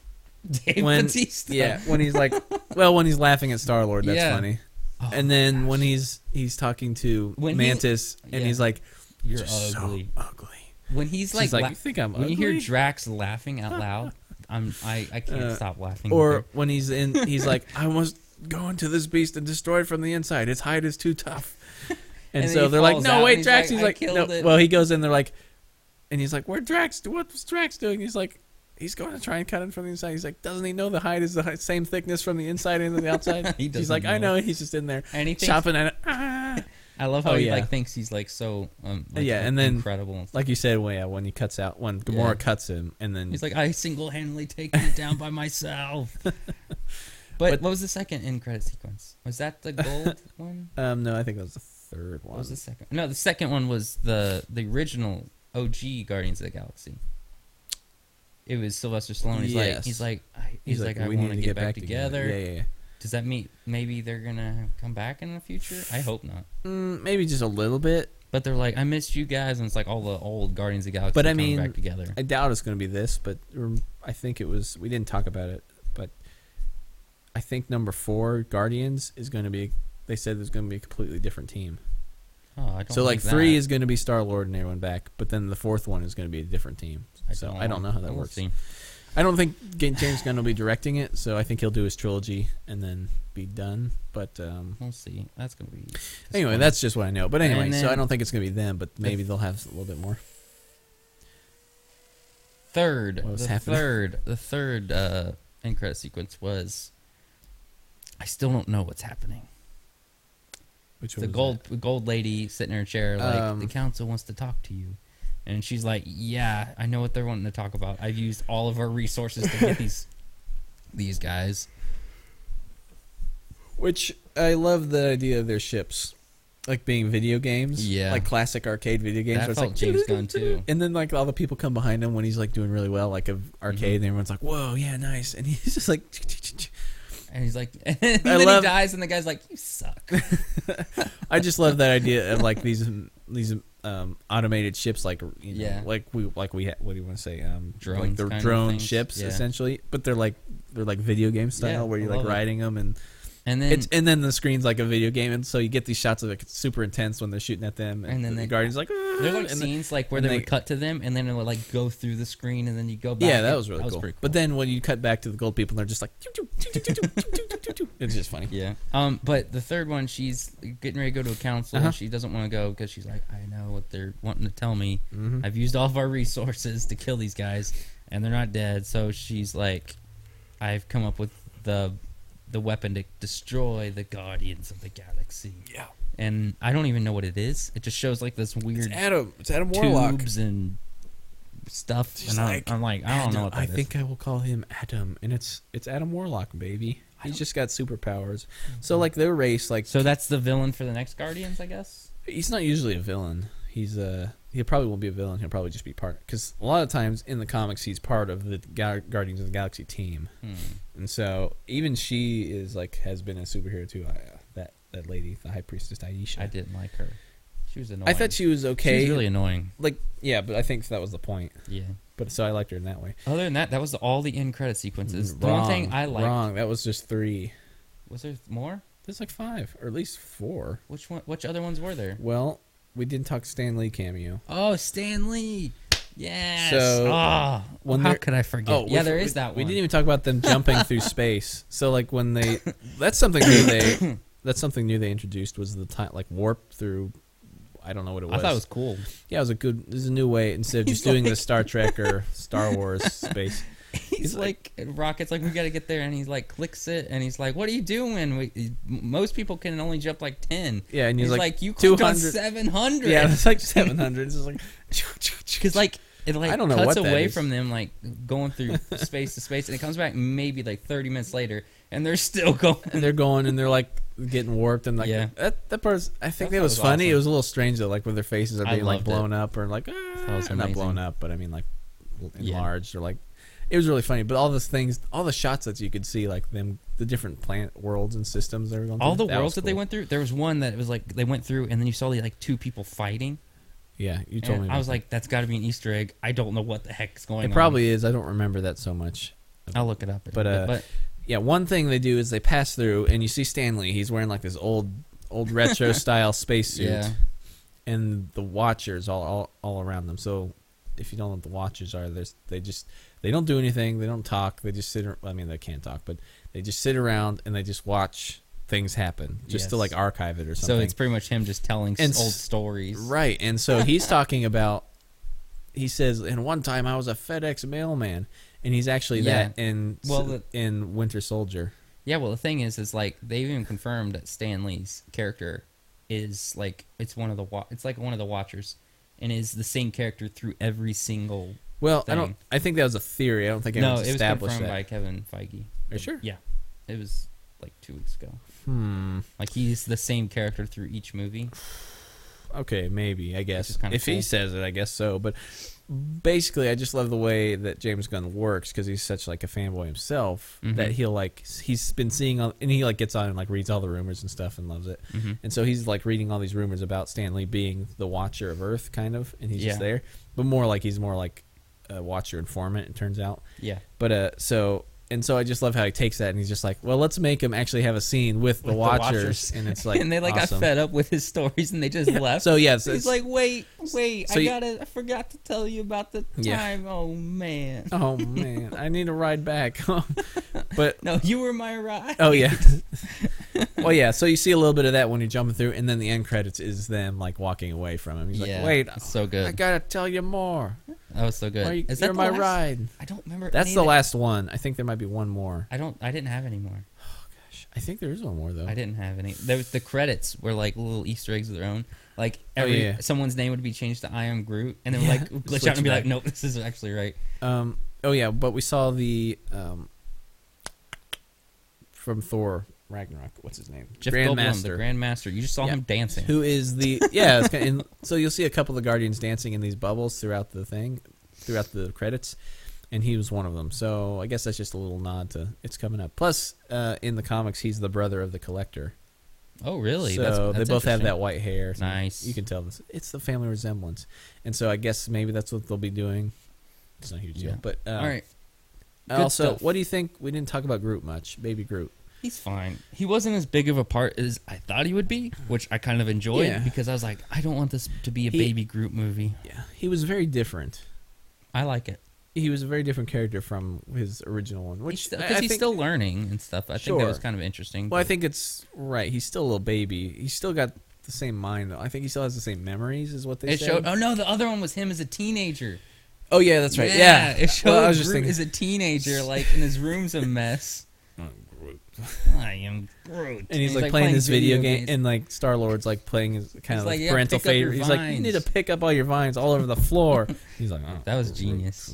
A: Dave
B: when
A: Batista.
B: yeah when
A: [LAUGHS]
B: he's like well when he's laughing at Star Lord that's
A: Yeah.
B: funny.
A: Oh,
B: and then when he's he's talking to
A: When he-
B: Mantis and
A: yeah.
B: he's like
A: You're
B: "Just so
A: ugly.
B: ugly.
A: When he's like,
B: She's like,
A: la-
B: you think I'm
A: when
B: ugly?
A: you hear Drax laughing out
B: [LAUGHS]
A: loud, I'm I, I can't
B: Uh,
A: stop laughing.
B: or when he's in he's like I must go into this beast and destroy it from the inside. Its hide is
A: [LAUGHS]
B: too tough. And,
A: And then
B: so
A: he
B: they're like
A: falls out
B: no
A: and
B: wait
A: he's like,
B: Drax he's
A: "I
B: like no
A: killed it."
B: well he goes in they're like and he's like where Drax what's Drax doing? He's like he's going to try and cut it from the inside. He's like, doesn't he know the hide is the hi- same thickness from the inside and the outside?
A: [LAUGHS] He
B: he's
A: doesn't
B: like, I
A: know.
B: know. He's just in there
A: And [LAUGHS] he thinks-
B: chopping at it. [LAUGHS] Ah.
A: I love how
B: Oh,
A: he
B: yeah.
A: like thinks he's like so um like,
B: Yeah, and then-
A: incredible. and stuff.
B: Like you said, well, yeah, when he cuts out, when Gamora
A: Yeah.
B: cuts him, and then
A: He's like I single handedly taken it down by
B: [LAUGHS]
A: myself. but,
B: But-
A: what was the second end credit sequence? Was that the gold
B: [LAUGHS]
A: one?
B: um, no, I think that was the third
A: What
B: one.
A: was the second? No, the second one was the the original OG Guardians of the Galaxy. It was Sylvester Stallone. He's like
B: Yes.
A: he's like I, he's, like, I want to get, back, together.
B: Yeah, yeah, yeah.
A: Does that mean maybe they're gonna come back in the future? I hope not.
B: Mm, maybe just a little bit.
A: But they're like I missed you guys, and it's like all the old Guardians of the Galaxy
B: But I
A: coming
B: mean,
A: back together.
B: I doubt it's going to be this, but um, I think it was. We didn't talk about it, but I think number four, Guardians, is going to be. They said there's going to be a completely different team.
A: oh, I don't
B: So like
A: that.
B: three is going to be Star Lord and everyone back, but then the fourth one is going to be a different team. so I don't know how that
A: we'll
B: works.
A: see.
B: I don't think Ga- James Gunn will be directing it, so I think he'll do his trilogy and then be done. But um,
A: We'll see. That's gonna be
B: anyway,
A: disappointing.
B: that's just what I know. But anyway,
A: And
B: so I
A: then-
B: don't think it's going to be them, but maybe they'll have a little bit more.
A: third.
B: What was
A: the
B: happening?
A: third. The third uh, end credit sequence was. I still don't know what's happening.
B: Which
A: the gold the gold lady sitting in her chair, like the
B: Um,
A: council wants to talk to you, and she's like, "Yeah, I know what they're wanting to talk about. I've used all of our resources to get these [LAUGHS] these guys."
B: Which I love the idea of their ships, like being video games.
A: Yeah.
B: like classic arcade video games.
A: That
B: where it's
A: felt
B: like
A: James
B: [LAUGHS]
A: Gunn, too.
B: And then like all the people come behind him when he's like doing really well, like of arcade,
A: Mm-hmm.
B: and everyone's like, "Whoa, yeah, nice," and he's just like. [LAUGHS]
A: And he's like, [LAUGHS] and then
B: love-
A: he dies, and the guy's like, "You suck."
B: I just love that idea of like these these um, automated ships, like you know,
A: Yeah.
B: like we like we ha- what do you want to say? Um, like
A: Drones
B: the
A: kind of
B: drone
A: things,
B: ships
A: yeah.
B: essentially, but they're like they're like video game style
A: Yeah,
B: where
A: I
B: you're like
A: love it.
B: riding them, and,
A: And then
B: it's and then the screen's like a video game, and so you get these shots of like it's super intense when they're shooting at them, and,
A: And then
B: the
A: they-
B: guardian's like
A: There's
B: "Ah,"
A: like
B: and then-
A: scenes like where
B: and
A: they,
B: they-
A: would cut to them and then it would like go through the screen and then you go back.
B: yeah, that
A: and-
B: was really cool.
A: pretty
B: But then when you cut back to the gold people, they're just like "Choo, choo, choo, choo, choo, choo, choo, choo, choo." it's just funny.
A: yeah. Um, but the third one, she's getting ready to go to a council.
B: Uh-huh.
A: and She doesn't want to go because she's like, I know what they're wanting to tell me.
B: Mhm.
A: I've used all of our [LAUGHS] resources to kill these guys, and they're not dead. So she's like, I've come up with the the weapon to destroy the guardians of the galaxy.
B: Yeah.
A: And I don't even know what it is. It just shows like this weird
B: Adam, it's Adam
A: tubes and stuff.
B: She's
A: and I'm
B: like,
A: like, I'm like, I don't know
B: Adam-
A: what that
B: I
A: is."
B: think I will call him Adam, and it's it's Adam Warlock, baby. He's just got superpowers.
A: Mm-hmm.
B: So like their race, like
A: So that's the villain for the next Guardians, I guess.
B: he's not usually a villain. He's uh he probably won't be a villain. He'll probably just be part because a lot of times in the comics he's part of the Ga- Guardians of the Galaxy team,
A: Hmm.
B: and so even she is like has been a superhero too. I, uh, that that lady, the High Priestess Aisha.
A: I didn't like her. She was annoying.
B: I thought she was
A: She
B: okay.
A: was really annoying.
B: like yeah, but I think that was the point.
A: Yeah.
B: But so I liked her in that way. Mm,
A: Other than that, that was all the end credit sequences. the one thing
B: Wrong,
A: I liked
B: Wrong. That was just three.
A: was there more.
B: There's like five, or at least four.
A: Which one? Which other ones were there?
B: Well, we didn't talk Stan Lee cameo.
A: Oh, Stan Lee. Yes.
B: So,
A: oh,
B: when
A: how
B: they're-
A: could I forget? yeah,
B: Oh, we-
A: there is
B: we-
A: that one.
B: We didn't even talk
A: [LAUGHS]
B: about them jumping through space. So like when they, that's something
A: [COUGHS]
B: new they, that's something new they introduced was the time like warp through. I don't know what it was.
A: I thought it was
B: [LAUGHS]
A: cool.
B: yeah, it was a good. This is a new
A: [LAUGHS]
B: way instead of just doing the Star Trek or Star Wars space.
A: He's like, Rocket's like, we got to get there, and he's like, clicks it, and he's like, what are you doing? We, m- most people can only jump like ten.
B: Yeah, and he's like,
A: you clicked on
B: 200.
A: seven hundred.
B: Yeah, it's like seven hundred. It's just like [LAUGHS]
A: because like it like
B: I don't know
A: cuts
B: what that
A: away
B: is.
A: from them like going
B: [LAUGHS]
A: through space to space and it comes back maybe like 30 minutes later and they're still [LAUGHS]
B: and
A: going
B: they're going and they're like getting warped and like
A: Yeah.
B: that that part is, I think
A: That
B: that, was,
A: was
B: funny. It
A: awesome.
B: was a little strange though, like when their faces are
A: I
B: being like
A: loved it.
B: blown up or like ah,
A: was
B: not blown
A: amazing.
B: up, but I mean like
A: Yeah.
B: enlarged or like it was really funny. But all those things, all the shots that you could see, like them, the different planet worlds and systems they were going.
A: all the
B: through, was
A: worlds that they
B: cool.
A: went through there was one that was like they went through and then you saw like two people fighting
B: Yeah, you told
A: and
B: me.
A: i
B: about
A: was
B: that.
A: like that's got to be an easter egg i don't know what the heck's going
B: it
A: on
B: probably is. I don't remember that so much.
A: i'll look it up
B: But, uh,
A: but
B: Yeah, one thing they do is they pass through and you see Stanley. He's wearing like this old, old
A: [LAUGHS]
B: retro style spacesuit.
A: yeah
B: and the watchers all, all all around them. So if you don't know what the watchers are, there's they just they don't do anything. They don't talk. They just sit. ar- I mean, they can't talk, but they just sit around and they just watch things happen, just to
A: Yes.
B: like archive it or
A: so
B: something.
A: it's pretty much him just telling
B: And
A: s old
B: s-
A: stories
B: right.
A: [LAUGHS]
B: And so he's talking about. He says, "And one time I was a FedEx mailman." and he's actually
A: Yeah.
B: that in
A: Well,
B: well
A: the-
B: in Winter Soldier.
A: Yeah, well, the thing is, is like they even confirmed that Stan Lee's character is like it's one of the wa- it's like one of the Watchers, and is the same character through every single.
B: Well, I
A: thing.
B: don't. I think that was a theory. I don't think
A: No,
B: anyone's
A: it was
B: established
A: confirmed
B: that.
A: by Kevin Feige.
B: Are you sure?
A: Yeah, it was like two weeks ago.
B: Hmm.
A: Like he's the same character through each movie.
B: Okay, maybe I guess
A: is kinda
B: if he
A: cool.
B: says it, I guess so. But basically, I just love the way that James Gunn works because he's such like a fanboy himself
A: Mhm.
B: that he'll like s- he's been seeing all, and he like gets on and like reads all the rumors and stuff and loves it.
A: Mhm.
B: And so he's like reading all these rumors about Stanley being the Watcher of Earth, kind of, and he's just
A: Yeah.
B: there. But more like he's more like a Watcher informant. It turns out.
A: Yeah,
B: But uh, so and so I just love how he takes that and he's just like, well, let's make him actually have a scene with, the,
A: With the
B: Watchers.
A: Watchers. [LAUGHS]
B: and it's [LAUGHS] like
A: and they like
B: awesome.
A: got fed up with his [LAUGHS] stories and they just left.
B: So yeah, it's,
A: he's
B: it's-
A: like, wait, wait,
B: so
A: I
B: you-
A: gotta, I forgot to tell you about the
B: Yeah.
A: time. Oh man,
B: [LAUGHS]
A: [LAUGHS]
B: Oh man, I need a ride back. [LAUGHS] Oh. but
A: no, you were my ride. [LAUGHS]
B: oh yeah. well yeah, so you see a little bit of that when you're jumping through and then the end credits is them like walking away from him. He's
A: Yeah,
B: like, "Wait,
A: it's so good.
B: I got to tell you more.
A: That was so good.
B: Are you,
A: Is that
B: you're
A: the
B: my
A: last-
B: ride."
A: I don't remember.
B: That's
A: any
B: the
A: of it.
B: last one. I think there might be one more.
A: I don't. I didn't have any more.
B: I think there is one more though.
A: I didn't have any. There was the credits were like little Easter eggs of their own. Like every
B: Oh, yeah.
A: someone's name would be changed to I am Groot, and then
B: Yeah.
A: like glitch out
B: Switch
A: and be
B: back.
A: like, nope, this is actually right.
B: Um oh yeah, but we saw the um from Thor Ragnarok. What's his name?
A: Jeff Goldblum, the Grandmaster. You just saw
B: Yeah.
A: him dancing.
B: Who is the yeah? It's kind and [LAUGHS] so you'll see a couple of the guardians dancing in these bubbles throughout the thing, throughout the credits, and he was one of them. So I guess that's just a little nod to it's coming up. Plus, uh, in the comics, he's the brother of the collector.
A: oh, really?
B: So
A: That's- that's
B: they both have that
A: interesting.
B: white hair.
A: Nice.
B: You can tell this. It's the family resemblance, and so I guess maybe that's what they'll be doing. It's not a huge deal,
A: Yeah.
B: but uh,
A: All right, good
B: Also,
A: stuff.
B: what do you think? We didn't talk about Groot much. Baby Groot.
A: he's fine. He wasn't as big of a part as I thought he would be, which I kind of enjoyed
B: Yeah.
A: because I was like, I don't want this to be a
B: He-
A: baby Groot movie.
B: Yeah, he was very different.
A: I like it.
B: He was a very different character from his original one,
A: Which
B: which
A: because
B: I- I
A: he's
B: think-
A: still learning and stuff. I think that
B: Sure.
A: was kind of interesting.
B: Well, I
A: but-
B: think it's right. He's still a little baby. He's still got the same mind, though. I think he still has the same memories, is what they
A: it
B: said.
A: showed. Oh no, the other one was him as a teenager.
B: Oh, yeah, that's right. Yeah,
A: it showed
B: Well, I was just
A: Groot
B: thinking.
A: as a teenager, like, and his room's a mess. I am Groot.
B: and he's, like, playing, this video game, and like Star Lord's like playing his kind
A: He's like,
B: of like,
A: "Yeah,
B: parental
A: pick up your
B: favor. He's like, you need to
A: vines."
B: pick up all your vines all over
A: [LAUGHS]
B: the floor. he's like, "Oh,
A: That was
B: Groot."
A: genius.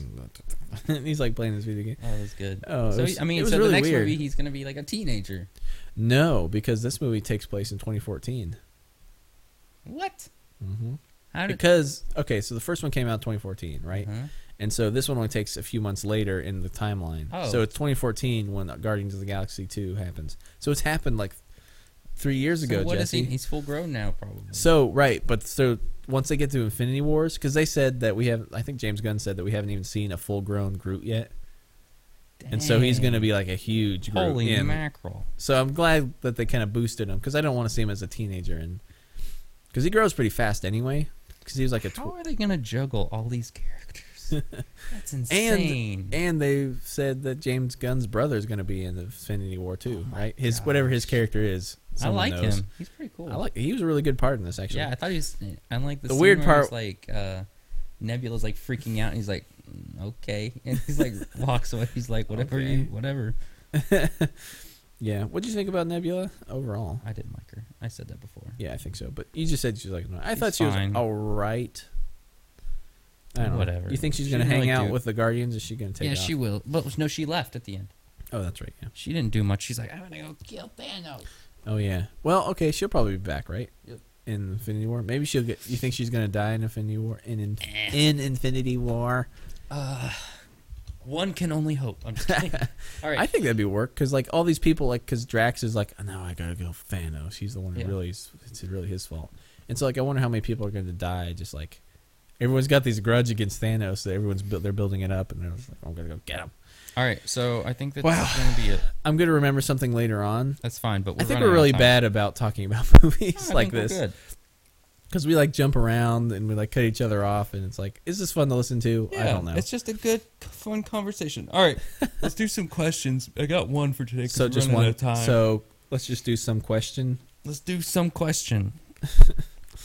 B: and [LAUGHS] he's like playing this video game.
A: oh, it was good.
B: Oh, it
A: so
B: was-
A: I mean,
B: it was
A: so the
B: really
A: next
B: weird.
A: movie he's gonna be like a teenager.
B: No, because this movie takes place in 2014.
A: What?
B: hmm
A: How did?
B: Because okay, so the first one came out in 2014, right?
A: Huh?
B: And so this one only takes a few months later in the timeline.
A: Oh.
B: So it's 2014 when Guardians of the Galaxy 2 happens. So it's happened like three years ago,
A: So what is
B: Jesse.
A: he? He's full grown now, probably.
B: so right, but so once they get to Infinity Wars, because they said that we have, I think James Gunn said that we haven't even seen a full-grown Groot yet, and so he's going to be like a huge Groot.
A: holy
B: in-
A: mackerel.
B: So I'm glad that they kind of boosted him because I don't want to see him as a teenager, and because he grows pretty fast anyway. Because he was like a tw-
A: How are they gonna juggle all these
B: [LAUGHS]
A: characters? That's insane.
B: And they've said that James Gunn's brother is going to be in the Infinity War too,
A: Oh my
B: right? His whatever his character is.
A: I
B: someone
A: like
B: knows.
A: him. He's pretty cool.
B: I like. He was a really good part in this, actually.
A: Yeah, I thought he was. I like the,
B: The
A: weird
B: weird
A: part.
B: part-
A: like uh, Nebula's like freaking out, and he's like, "Mm, "Okay," [LAUGHS] and he's like walks away. He's like, "Whatever you,
B: Okay.
A: whatever."
B: yeah. What do you think about Nebula overall?
A: I didn't like her. I said that before.
B: Yeah, I think so. But you just said she's like. No. I
A: She's
B: thought she
A: fine.
B: was all right. I don't know.
A: Whatever.
B: You think she's
A: She
B: going to
A: didn't
B: hang
A: really
B: out
A: do-
B: with the Guardians? Is she going to take?
A: yeah,
B: off?
A: she will. But no, she left at the end.
B: Oh, that's right. Yeah.
A: She didn't do much. She's like, "I'm gonna go kill Thanos."
B: Oh yeah. Well, okay. She'll probably be back, right?
A: Yep.
B: In Infinity War, maybe she'll get. You think she's going to die in Infinity War? In in,
A: Eh.
B: in Infinity War.
A: Uh, one can only hope. I'm
B: [LAUGHS]
A: just kidding. All right.
B: I think that'd be work because like all these people like because Drax is like oh, no I gotta go Thanos he's the one who
A: Yeah.
B: really is, it's really his fault and so like I wonder how many people are going to die just like everyone's got these grudge against Thanos that everyone's built they're building it up and they're just like I'm gonna go get him
A: All right. So I think that's
B: Wow.
A: gonna be it.
B: I'm gonna remember something later on
A: That's fine. But we're
B: I think
A: running
B: we're
A: out of
B: really
A: time.
B: bad about talking about [LAUGHS]
A: No, I
B: movies
A: think
B: like
A: we're
B: this
A: good.
B: because we like jump around and we like cut each other off and it's like is this fun to listen to
A: Yeah,
B: I don't know
A: It's just a good, fun conversation. All
B: [LAUGHS]
A: right, let's do some questions. I got one for today. 'cause
B: so
A: we're
B: just
A: running out
B: one
A: of time.
B: so let's just do some question
A: let's do some
B: [LAUGHS]
A: question.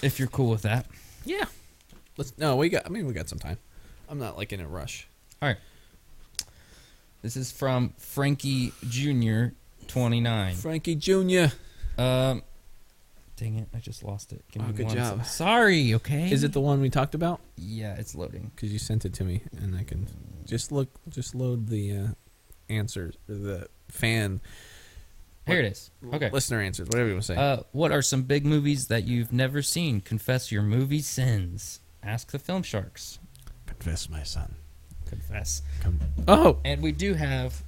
A: if you're cool with that.
B: Yeah. Let's no, we got I mean we got some time. I'm not like in a rush.
A: All right. This is from Frankie Junior, twenty nine.
B: Frankie Junior.
A: Um, dang it, I just lost it. Give me
B: Oh, good
A: one
B: job.
A: sec. Sorry. Okay.
B: Is it the one we talked about?
A: Yeah, it's loading.
B: Because you sent it to me, and I can just look, just load the uh, answers or the fan
A: Here it is. Okay.
B: listener answers, whatever you want to say.
A: Uh, what are some big movies that you've never seen? Confess your movie sins. Ask the film sharks.
B: Confess, my son.
A: Confess.
B: Come. Oh.
A: And we do have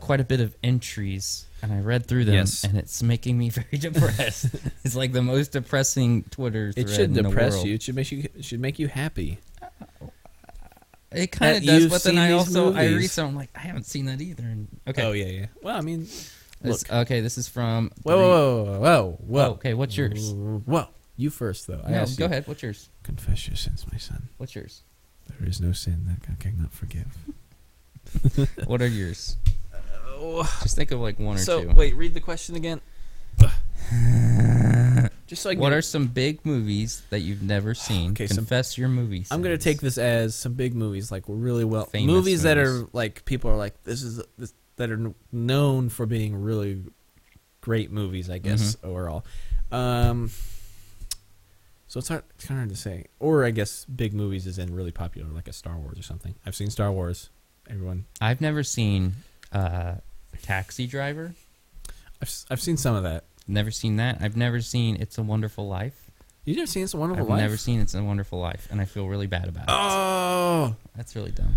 A: quite a bit of entries, and I read through them,
B: Yes.
A: and it's making me [LAUGHS] very
B: [LAUGHS]
A: depressed. it's like the most depressing Twitter. Thread
B: It should
A: in the
B: depress
A: world.
B: you. It should make you. It should make you happy.
A: It kind
B: That
A: of does,
B: you've
A: but then
B: seen
A: I
B: these
A: also I
B: movies.
A: read some. I'm like, I haven't seen that either. And okay,
B: Oh yeah, yeah. Well, I mean,
A: This- okay, this is from.
B: whoa,
A: three-
B: whoa, whoa, whoa, whoa.
A: Oh, okay, what's yours?
B: Whoa. You first, though. I
A: No,
B: asked
A: go
B: you.
A: ahead. What's yours?
B: Confess your sins, my son.
A: What's yours?
B: There is no sin that God cannot forgive.
A: What are yours? Just think of like one or
B: Oh, so
A: two.
B: wait, read the question again. Just so I
A: [LAUGHS]
B: can.
A: What are some big movies that you've
B: [SIGHS]
A: never seen?
B: Okay, some-
A: Confess your movies.
B: I'm gonna take this as some big movies, like really well,
A: Famous
B: movies that
A: movies.
B: are like people are like this is this, that are kn- known for being really great movies, I guess
A: Mm-hmm.
B: overall. Um, so it's hard, it's kind of hard to say, or I guess big movies is in really popular, like a Star Wars or something. I've seen Star Wars. Everyone,
A: I've never seen uh, Taxi Driver.
B: I've s- I've seen some of that.
A: Never seen that. I've never seen It's a Wonderful Life.
B: You never seen It's a Wonderful
A: I've
B: Life?
A: never seen It's a Wonderful Life, and I feel really bad about it.
B: Oh,
A: That's really dumb.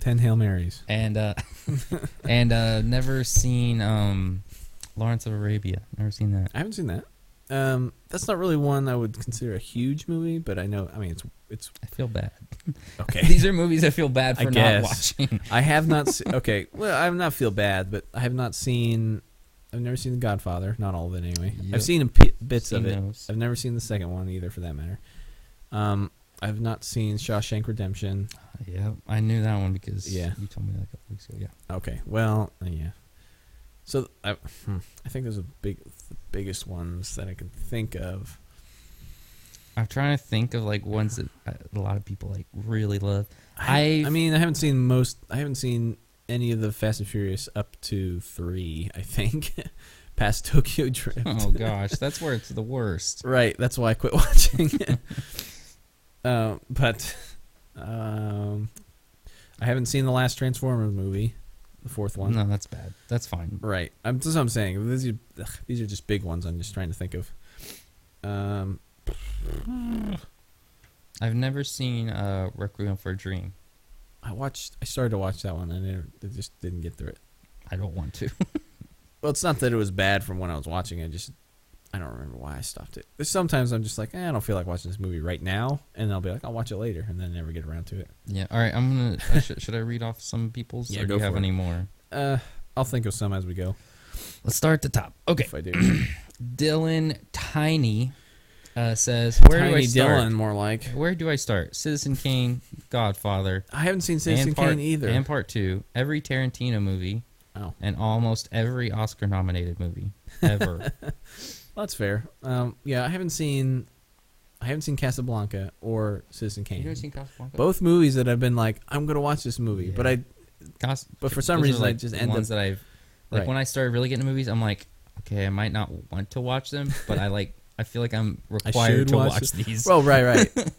B: Ten Hail Marys.
A: And uh, [LAUGHS] and uh, never seen um, Lawrence of Arabia. Never seen that.
B: I haven't seen that. Um, that's not really one I would consider a huge movie, but I know. I mean, it's it's
A: I feel bad.
B: okay.
A: [LAUGHS] These are movies I feel bad
B: I
A: for not
B: guess.
A: watching.
B: I have not. Se- okay, well, I have not feel bad, but I have not seen. I've never seen The Godfather. Not all of it, anyway.
A: Yep.
B: [LAUGHS] I've seen a p- bits
A: Seen
B: of it.
A: those.
B: I've never seen the second one either, for that matter. Um, I've not seen Shawshank Redemption.
A: Yeah, I knew that one because
B: Yeah.
A: you told me that a couple weeks ago. Yeah.
B: Okay, well, uh, yeah. So I, hmm, I think those are big, the biggest ones that I can think of.
A: I'm trying to think of like ones that uh, a lot of people like really
B: [LAUGHS]
A: love.
B: I,
A: I've-
B: I mean, I haven't seen most. I haven't seen any of the Fast and Furious up to three. I think, [LAUGHS] past Tokyo Drift.
A: Oh gosh, that's where it's the worst.
B: Right. That's why I quit [LAUGHS] watching. um, but um, I haven't seen the last Transformers movie, the fourth one.
A: No, that's bad. That's fine.
B: Right. I'm, that's what I'm saying. These are, ugh, these are just big ones. I'm just trying to think of. Um,
A: I've never seen uh, Requiem for a Dream.
B: I watched. I started to watch that one, and it, it just didn't get through it.
A: I don't want to. [LAUGHS]
B: Well, it's not that it was bad from when I was watching. I just. I don't remember why I stopped it. There's Sometimes I'm just like, eh, I don't feel like watching this movie right now, and I'll be like, I'll watch it later, and then never get around to it.
A: yeah. All right. I'm gonna. I should, should I read off some people's?
B: Yeah,
A: or do
B: go
A: you have
B: for it.
A: any more?
B: Uh, I'll think of some as we go.
A: Let's start at the top. Okay.
B: If I do.
A: Dylan Tiny uh, says, [CLEARS THROAT] "Where do I
B: Tiny
A: start?
B: Dylan, more like.
A: Where do I start? Citizen Kane, Godfather,
B: I haven't seen Citizen
A: and part,
B: Kane either.
A: and part two, every Tarantino movie."
B: oh,
A: and almost every Oscar nominated movie [LAUGHS] ever.
B: that's fair. Um, yeah, I haven't seen, I haven't seen Casablanca or Citizen Kane.
A: Casablanca?
B: Both movies that I've been like, I'm gonna watch this movie,
A: Yeah.
B: but I
A: Cas-
B: but for some
A: those are,
B: reason I
A: like,
B: just
A: the
B: end
A: ones that I've like
B: Right.
A: when I started really getting into movies, I'm like, okay, I might not want to watch them, but I like I feel like
B: [LAUGHS]
A: I'm required
B: should
A: to watch, [LAUGHS]
B: watch
A: these.
B: well, right, right.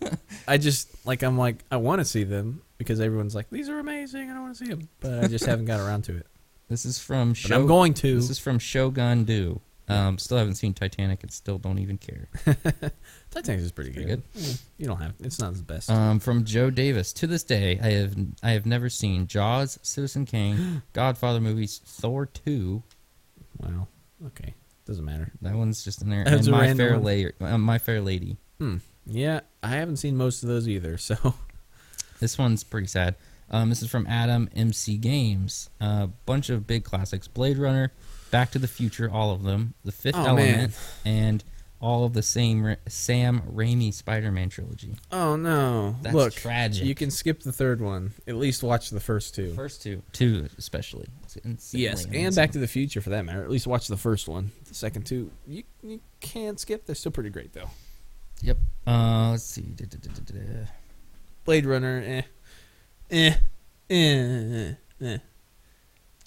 B: I just like I'm like I want to see them because everyone's like these are amazing and I want to see them, but I just haven't got around to it.
A: this is from
B: But
A: Show-
B: I'm going to.
A: This is from Shogun Do. Um, still haven't seen Titanic and still don't even
B: [LAUGHS]
A: care.
B: Titanic is pretty good.
A: Pretty
B: Yeah, you don't have. It's not the best.
A: Um, from Joe Davis. To this day, I have I have never seen Jaws, Citizen
B: [GASPS]
A: Kane, Godfather movies, Thor two,
B: wow. Okay. Doesn't matter.
A: That one's just in there.
B: That's
A: and
B: a
A: my
B: random
A: fair
B: one.
A: lady, uh, my fair lady.
B: Hmm. Yeah, I haven't seen most of those either. So [LAUGHS]
A: This one's pretty sad. Um, this is from Adam MC Games. A bunch of big classics: Blade Runner, Back to the Future, all of them, The Fifth
B: Oh,
A: Element, and all of the same Ra- Sam Raimi Spider-Man trilogy.
B: Oh no!
A: That's
B: Look,
A: tragic.
B: you can skip the third one. At least watch the first two.
A: First two, two especially. It's insanely
B: yes, and
A: amazing.
B: Back to the Future for that matter. At least watch the first one. The second two, you you can skip. They're still pretty great though.
A: Yep. Uh, let's see. Da- da- da- da- da.
B: Blade Runner, eh, eh, eh. eh.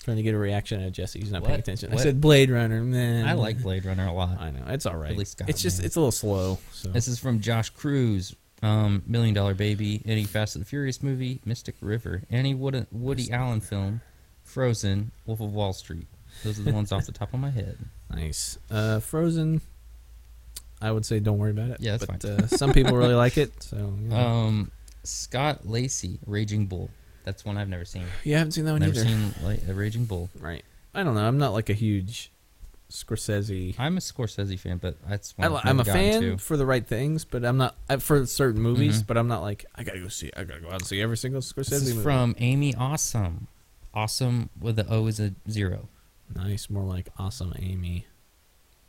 B: Trying to get a reaction out of Jesse. He's not paying
A: What?
B: attention. I
A: What?
B: said Blade Runner. Man,
A: I like Blade Runner a lot.
B: I know it's all right.
A: Ridley Scott,
B: it's just
A: man.
B: it's a little slow. So
A: This is from Josh Cruz, um, Million Dollar Baby, any Fast and the Furious movie, Mystic River, any Woody, Woody Allen film, Frozen, Wolf of Wall Street. Those are the ones off the top of my
B: [LAUGHS]
A: head.
B: nice. Uh, Frozen. I would say don't worry about it.
A: Yeah, that's
B: but
A: fine.
B: uh, some
A: [LAUGHS]
B: people really like it. So you, know.
A: Um, Scott Lacey, Raging Bull. That's one I've never seen.
B: yeah, I haven't seen that one
A: Never
B: either.
A: seen like a Raging Bull.
B: Right. I don't know. I'm not like a huge Scorsese.
A: I'm a Scorsese fan, but that's
B: I,
A: one I've
B: am
A: never
B: a
A: gotten
B: fan
A: to.
B: for the right things, but I'm not I, for certain movies.
A: Mhm.
B: But I'm not like I gotta go see. I gotta go out and see every single Scorsese
A: This is
B: movie.
A: from Amy Awesome. Awesome with the O is a zero.
B: nice, more like awesome Amy.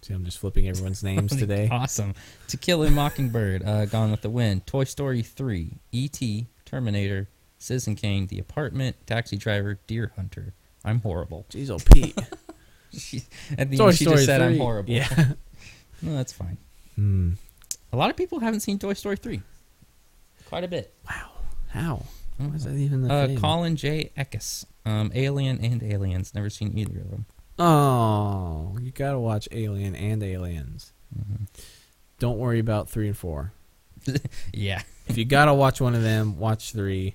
B: See, I'm just flipping
A: [LAUGHS]
B: everyone's names today.
A: awesome. To Kill a Mockingbird, uh, Gone with the Wind, Toy Story 3, E.T., Terminator, Citizen Kane, The Apartment, Taxi Driver, Deer Hunter. I'm horrible.
B: Jeez, oh Pete.
A: She, at uh, [LAUGHS] the
B: Toy
A: end, she
B: Story
A: just said I'm
B: 3.
A: horrible.
B: Yeah.
A: [LAUGHS] No, that's fine.
B: Hmm.
A: A lot of people haven't seen Toy Story 3. Quite a bit.
B: Wow. How? Why is that even the
A: Uh,
B: thing?
A: Colin J. Eckes. Um, Alien and Aliens. Never seen either of them.
B: Oh, you gotta watch Alien and Aliens.
A: Mm-hmm.
B: Don't worry about three and four.
A: Yeah.
B: If you gotta watch one of them, watch three.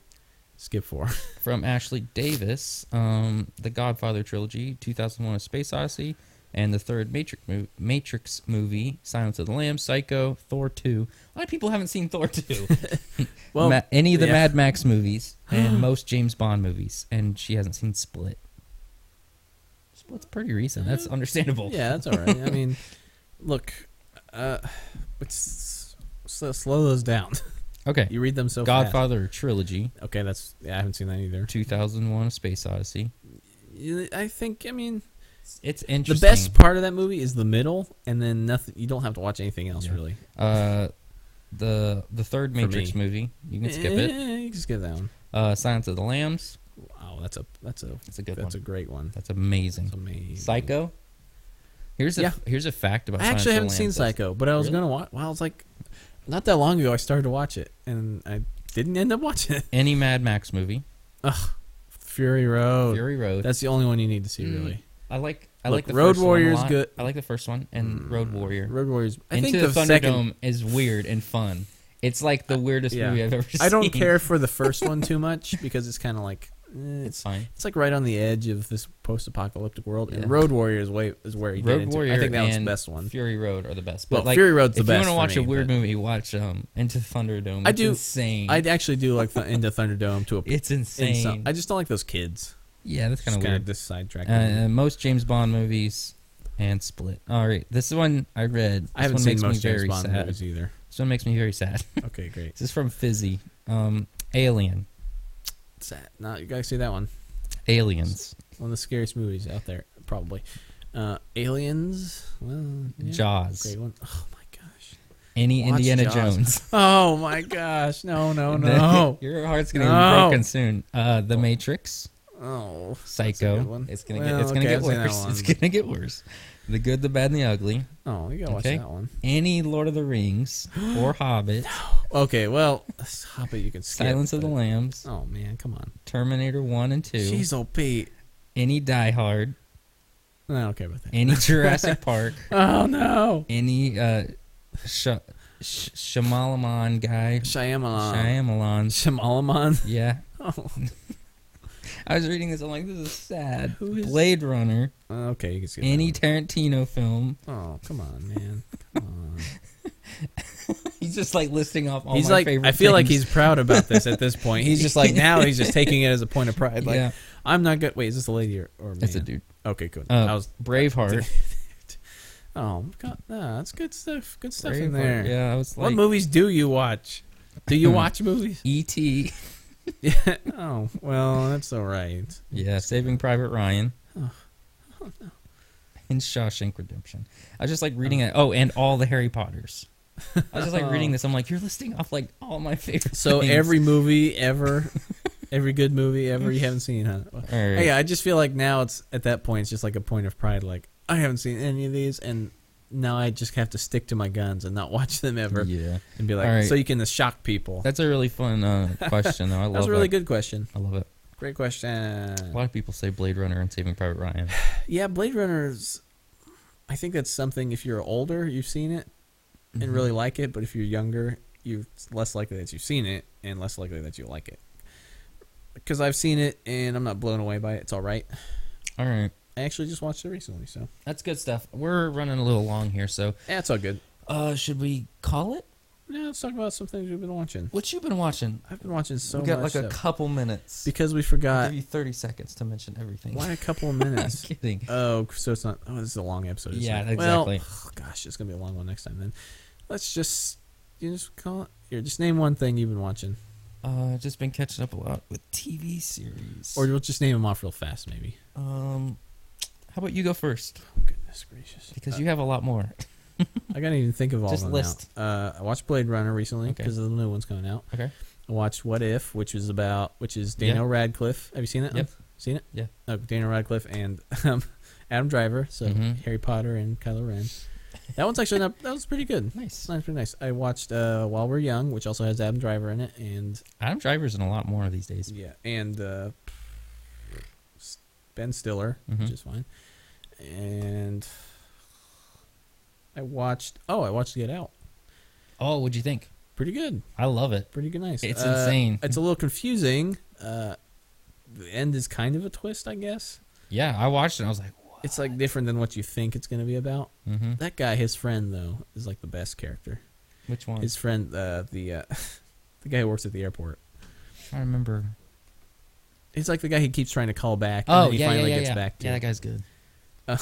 B: Skip four. [LAUGHS]
A: from Ashley Davis, um, the Godfather trilogy, 2001: A Space Odyssey, and the third Matrix, mo- Matrix movie, Silence of the Lambs, Psycho, Thor 2. A lot of people haven't seen Thor 2.
B: [LAUGHS] Well,
A: Ma- any of the
B: yeah.
A: Mad Max
B: [GASPS]
A: movies and most James Bond movies, and she hasn't seen Split. Split's pretty recent. That's understandable.
B: Yeah, that's all right. I mean, look, uh, it's, so slow those down. [LAUGHS]
A: Okay.
B: You read them so
A: Godfather trilogy,
B: fast. Okay, that's yeah, I haven't seen that either.
A: 2001: A Space Odyssey.
B: You- I think I mean
A: It's
B: the
A: interesting.
B: best part of that movie is the middle, and then nothing. You don't have to watch anything else
A: Yeah.
B: really.
A: Uh, the the third
B: For
A: Matrix
B: me.
A: movie. You can skip it.
B: Eh, you can skip that one.
A: Uh, Silence of the Lambs.
B: Wow, that's a that's a
A: That's a good
B: that's
A: one.
B: a great one.
A: That's
B: That's
A: amazing.
B: amazing.
A: Psycho. Here's a
B: Yeah.
A: here's a fact about.
B: I
A: Silence
B: actually
A: of
B: haven't
A: the
B: seen
A: Lambs.
B: Psycho, but I was
A: Really?
B: gonna watch. Well, I was like, not that long ago, I started to watch it, and I didn't end up watching it. [LAUGHS]
A: Any Mad Max movie.
B: Fury Road.
A: Fury Road.
B: Oh, That's the only one you need to see,
A: Mm.
B: really.
A: I like. I
B: Look,
A: like the
B: Road
A: first
B: Warrior's
A: one a lot.
B: good.
A: I like the first one and Road Warrior.
B: Mm. Road Warriors. I
A: Into
B: think
A: the,
B: the,
A: Thunderdome [LAUGHS]
B: second. Uh,
A: is weird and fun. It's like the weirdest
B: yeah.
A: movie I've ever seen.
B: I don't care for the first one too much because it's kind of like eh,
A: [LAUGHS] It's
B: it's
A: fine.
B: it's like right on the edge of this post-apocalyptic world.
A: Yeah.
B: And Road Warrior is way is where he
A: Road
B: did into.
A: Warrior
B: I think that was the
A: and
B: best one.
A: Fury Road are the best. But
B: Well,
A: like,
B: Fury Road's the
A: if
B: best.
A: you
B: for
A: want to watch
B: me,
A: a weird
B: but
A: movie, watch um Into the Thunderdome. It's
B: I do-
A: Insane.
B: I actually do like
A: [LAUGHS]
B: the Into Thunderdome to a
A: it's
B: in
A: insane.
B: some- I just don't like those kids.
A: yeah, that's kind of
B: Just kinda
A: weird.
B: This sidetrack.
A: Uh, uh, most James Bond movies and Split. All right, this one I read. This
B: I haven't
A: one
B: seen
A: makes me
B: most James
A: very
B: Bond
A: sad. [LAUGHS]
B: movies either.
A: This one makes me very sad. [LAUGHS]
B: Okay, great.
A: this is from Fizzy. Um, Alien,
B: Sad. No, you gotta see that one.
A: Aliens,
B: One of the scariest movies out there, probably. Uh, Aliens. Well, yeah.
A: Jaws,
B: Great one. Oh my gosh.
A: any
B: Watch
A: Indiana
B: Jaws.
A: Jones.
B: [LAUGHS] Oh my gosh.
A: [LAUGHS]
B: No, no, no.
A: Your heart's gonna be
B: No.
A: broken soon. Uh, The Matrix,
B: Oh. good
A: Psycho.
B: one.
A: It's gonna
B: Well,
A: get. It's gonna
B: okay,
A: get
B: I've seen that
A: worse. [LAUGHS] It's
B: one.
A: gonna get worse. The Good, the Bad, and the Ugly.
B: Oh, you gotta watch
A: Okay.
B: that one.
A: Any Lord of the
B: [GASPS]
A: Rings or Hobbit.
B: Okay, well, [SIGHS] stop it. You can skip.
A: Silence of the
B: but-
A: Lambs.
B: Oh man, come on.
A: Terminator One and Two.
B: Jeez, oh Pete.
A: Any Die Hard.
B: I don't care about that.
A: any Jurassic Park,
B: [LAUGHS] oh no.
A: any uh, Sh- Sh- Shyamalan guy,
B: Shyamalan.
A: Shyamalan.
B: Shyamalan.
A: Yeah,
B: Oh. [LAUGHS]
A: I was reading this. I'm like, this is sad.
B: Who is-
A: Blade Runner,
B: Oh, Okay, you can skip. that
A: any
B: one.
A: Tarantino film. [LAUGHS]
B: Oh, come on, man. Come on.
A: He's just like listing off [LAUGHS] all
B: he's
A: my
B: like
A: favorite.
B: I feel like
A: things.
B: he's proud about this at this point. He's just
A: [LAUGHS]
B: like now he's just taking it as a point of pride. Like
A: yeah,
B: I'm not good. Wait, is this a lady or, or a man?
A: that's a dude.
B: Okay, good.
A: Uh,
B: I was
A: Braveheart.
B: Oh, God, nah, that's good stuff. Good stuff in
A: Braveheart.
B: there.
A: Yeah, I was
B: What
A: like E
B: movies do you watch? Do
A: [CLEARS THROAT]
B: you watch movies?
A: E.T.
B: Yeah. Oh, well, that's all right.
A: Yeah, Saving Private Ryan. [LAUGHS] And Shawshank Redemption. I was just like reading it. Oh, and all the Harry
B: [LAUGHS]
A: Potters. I was just like reading this. I'm like, you're listing off like all my favorite.
B: Oh. So
A: things.
B: every movie ever, every good movie ever you haven't seen, huh?
A: All right.
B: Hey, I just feel like now it's at that point it's just like a point of pride. Like I haven't seen any of these, and now I just have to stick to my guns and not [LAUGHS] watch them ever,
A: Yeah,
B: and be like,
A: All right.
B: so you can shock people.
A: that's a really fun uh, question, though. I love
B: [LAUGHS] That was a really
A: it.
B: good question.
A: I love it.
B: Great question.
A: A lot of people say Blade Runner and Saving Private Ryan.
B: Yeah, Blade Runner's. I think that's something. If you're older, you've seen it
A: Mm-hmm.
B: and really like it. But if you're younger, you're less likely that you've seen it and less likely that you like it. Because I've seen it and I'm not blown away by it. It's all right.
A: All right.
B: I actually just watched it recently, so
A: That's good stuff. We're running a little long here, so
B: yeah, it's all good.
A: uh should we call it?
B: Yeah, let's talk about some things we've been watching.
A: What you been watching?
B: I've been watching so
A: we got
B: much
A: like a
B: stuff.
A: couple minutes.
B: because we
A: I'll
B: forgot.
A: give you 30 seconds to mention everything.
B: Why
A: [LAUGHS]
B: a couple of
A: I'm
B: minutes?
A: kidding.
B: Oh, so it's not. Oh, this is a long episode. isn't
A: Yeah,
B: it? Well, oh,
A: exactly.
B: gosh, it's gonna be a long one next time. Then let's just you just call it. Here, just name one thing you've been watching,
A: Uh, just been catching up a lot with TV series.
B: or we'll just name them off real fast, maybe.
A: um, how about you go first
B: Oh, goodness gracious!
A: because
B: Uh,
A: you have a lot more.
B: I gotta even think of all
A: Just
B: of them now.
A: list.
B: Uh, I watched Blade Runner recently
A: Okay.
B: because the new one's coming out.
A: Okay.
B: I watched What If, which is about which is
A: Yeah.
B: Daniel Radcliffe. Have you seen it?
A: Yep.
B: Seen it?
A: Yeah.
B: Oh, Daniel Radcliffe and [LAUGHS] um, Adam Driver, so
A: Mhm.
B: Harry Potter and Kylo Ren. That one's actually not, that was pretty good.
A: Nice.
B: That's pretty nice. I watched uh, While We're Young, which also has Adam Driver in it, and
A: Adam Driver's in a lot more these days.
B: yeah, and uh, s- Ben Stiller,
A: Mhm.
B: which is fine. And I watched. Oh, I watched Get Out.
A: Oh, what'd you think?
B: Pretty good.
A: I love it.
B: Pretty good. Nice.
A: It's
B: Uh,
A: insane.
B: It's a little confusing. Uh, the end is kind of a twist, I guess.
A: Yeah, I watched it. and I was like, what?
B: It's like different than what you think it's going to be about.
A: hmm
B: That guy, his friend though, is like the best character.
A: Which one?
B: His friend, uh, the uh, [LAUGHS] the guy who works at the airport.
A: I remember.
B: He's like the guy he keeps trying to call back. And
A: Oh,
B: then he
A: yeah, yeah,
B: finally
A: yeah,
B: gets
A: yeah.
B: back to.
A: yeah, that guy's good.
B: What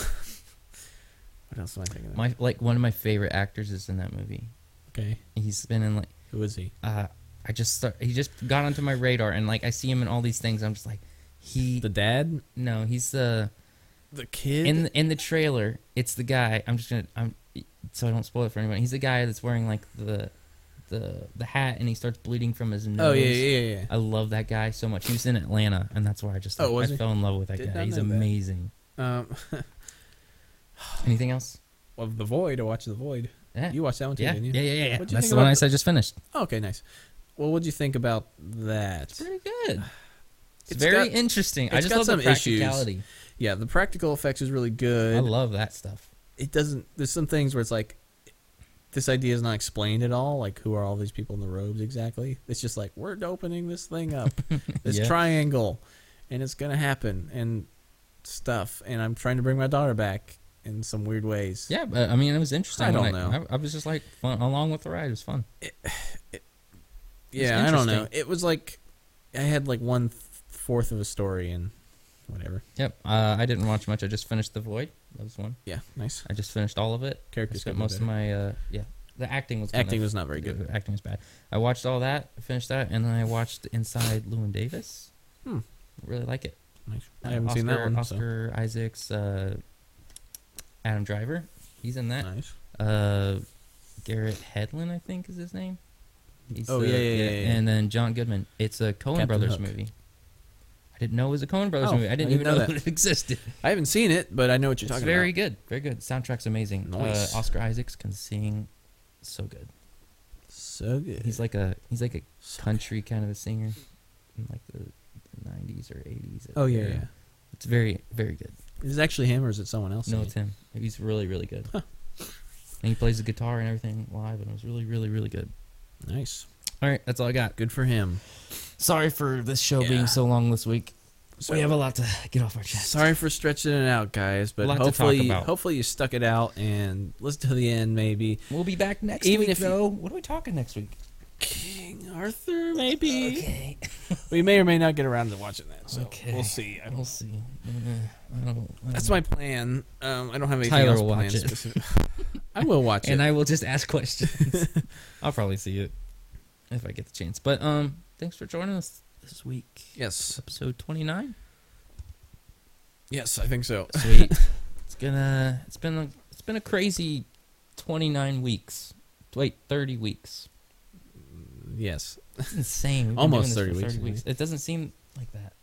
B: else am I thinking? Of?
A: My like one of my favorite actors is in that movie.
B: okay,
A: He's been in like
B: who is he?
A: uh, I just start, he just got onto my radar and like I see him in all these things. I'm just like, he
B: The dad,
A: no, he's the
B: the kid.
A: in in the trailer. It's the guy. I'm just gonna I'm so I don't spoil it for anyone. He's the guy that's wearing like the the the hat and he starts bleeding from his nose.
B: oh yeah, yeah, yeah. yeah.
A: I love that guy so much. He was in Atlanta, and that's why I just
B: Oh, was
A: I
B: he?
A: fell in love with that
B: Did
A: guy.
B: not
A: He's
B: know that.
A: amazing.
B: Um,
A: Anything else?
B: of the void. I watched the void.
A: Yeah,
B: You watched that one too,
A: yeah,
B: didn't you?
A: yeah, yeah, yeah. yeah.
B: What'd you
A: That's
B: think
A: the one
B: about
A: I
B: the-
A: said I just finished.
B: Oh, okay, nice. Well, what'd you think about that?
A: Pretty good. It's,
B: It's
A: very
B: got-
A: interesting. I
B: it's
A: just
B: got
A: love
B: some
A: the
B: issues.
A: practicality.
B: Yeah, the practical effects is really good.
A: I love that stuff.
B: it doesn't. There's some things where it's like, this idea is not explained at all. Like, who are all these people in the robes exactly? It's just like we're opening this thing
A: [LAUGHS]
B: up, this
A: Yeah.
B: triangle, and it's gonna happen and stuff. And I'm trying to bring my daughter back in some weird ways.
A: Yeah, but I mean, it was interesting.
B: I
A: when
B: don't know.
A: I, I was just like fun, along with the ride. It was fun.
B: yeah. I don't know.
A: interesting.
B: It was like I had like one th- fourth of a story and whatever.
A: Yep. Uh, I didn't watch much. I just finished The Void. That was one.
B: Yeah, nice
A: I just finished all of it. I
B: characters.
A: spent
B: could be
A: most of
B: better.
A: my uh, yeah. The acting was kind
B: acting
A: of-
B: was not very good.
A: the Acting was bad. I watched all that, finished that, and then I watched Inside Llewyn Davis.
B: Hmm.
A: Really like it. Uh,
B: Nice. I haven't seen that
A: Oscar-
B: one. so-
A: Oscar Isaac's uh, Adam Driver. He's in that.
B: Nice.
A: Uh, Garrett Hedlund, I think, is his name. He's
B: Oh,
A: the-
B: yeah, yeah, yeah, yeah.
A: And then John Goodman. It's a Coen
B: Captain
A: Brothers
B: Hook.
A: movie. I didn't know it was a Coen Brothers
B: Oh,
A: movie. I didn't, even know,
B: that.
A: [LAUGHS] it existed.
B: I haven't seen it, but I know what you're
A: it's
B: talking
A: very
B: about.
A: good. Very good. Soundtrack's amazing.
B: Nice.
A: Uh, Oscar Isaacs can sing so good.
B: So good.
A: He's like a he's like a
B: So
A: country kind of a singer in like the nineties or eighties.
B: Oh yeah, yeah.
A: It's very, very good.
B: Is it actually him or is it someone else?
A: No,
B: singing?
A: it's him. He's really, really good. And he plays the guitar and everything live and it was really, really, really good.
B: nice.
A: All right, that's all I got.
B: Good for him.
A: Sorry for this show
B: Yeah.
A: being so long this week.
B: So-
A: we have a lot to get off our chest.
B: Sorry for stretching it out, guys, but
A: Lot to talk
B: hopefully,
A: about.
B: hopefully you stuck it out and listen to the end. Maybe
A: We'll be back next
B: Even
A: week,
B: if you-
A: though. What are we talking next week?
B: King Arthur, maybe
A: Okay.
B: we may or may not get around to watching that. So
A: Okay.
B: we'll see. I-
A: We'll see. Uh, I don't, I
B: That's
A: don't-
B: my plan. Um, I don't have anything
A: Tyler
B: else
A: will watch
B: planned
A: it.
B: specific- [LAUGHS] I will watch
A: And
B: it.
A: I will just ask [LAUGHS] questions. I'll probably see it if I get the chance. But um, thanks for joining us this week.
B: yes,
A: Episode 29.
B: yes, I think so.
A: Sweet. [LAUGHS] it's gonna. It's been a. It's been a crazy 29 weeks. Wait, 30 weeks.
B: Yes,
A: It's insane. We've been
B: Almost
A: doing this
B: 30
A: for
B: weeks, I
A: It doesn't seem like that.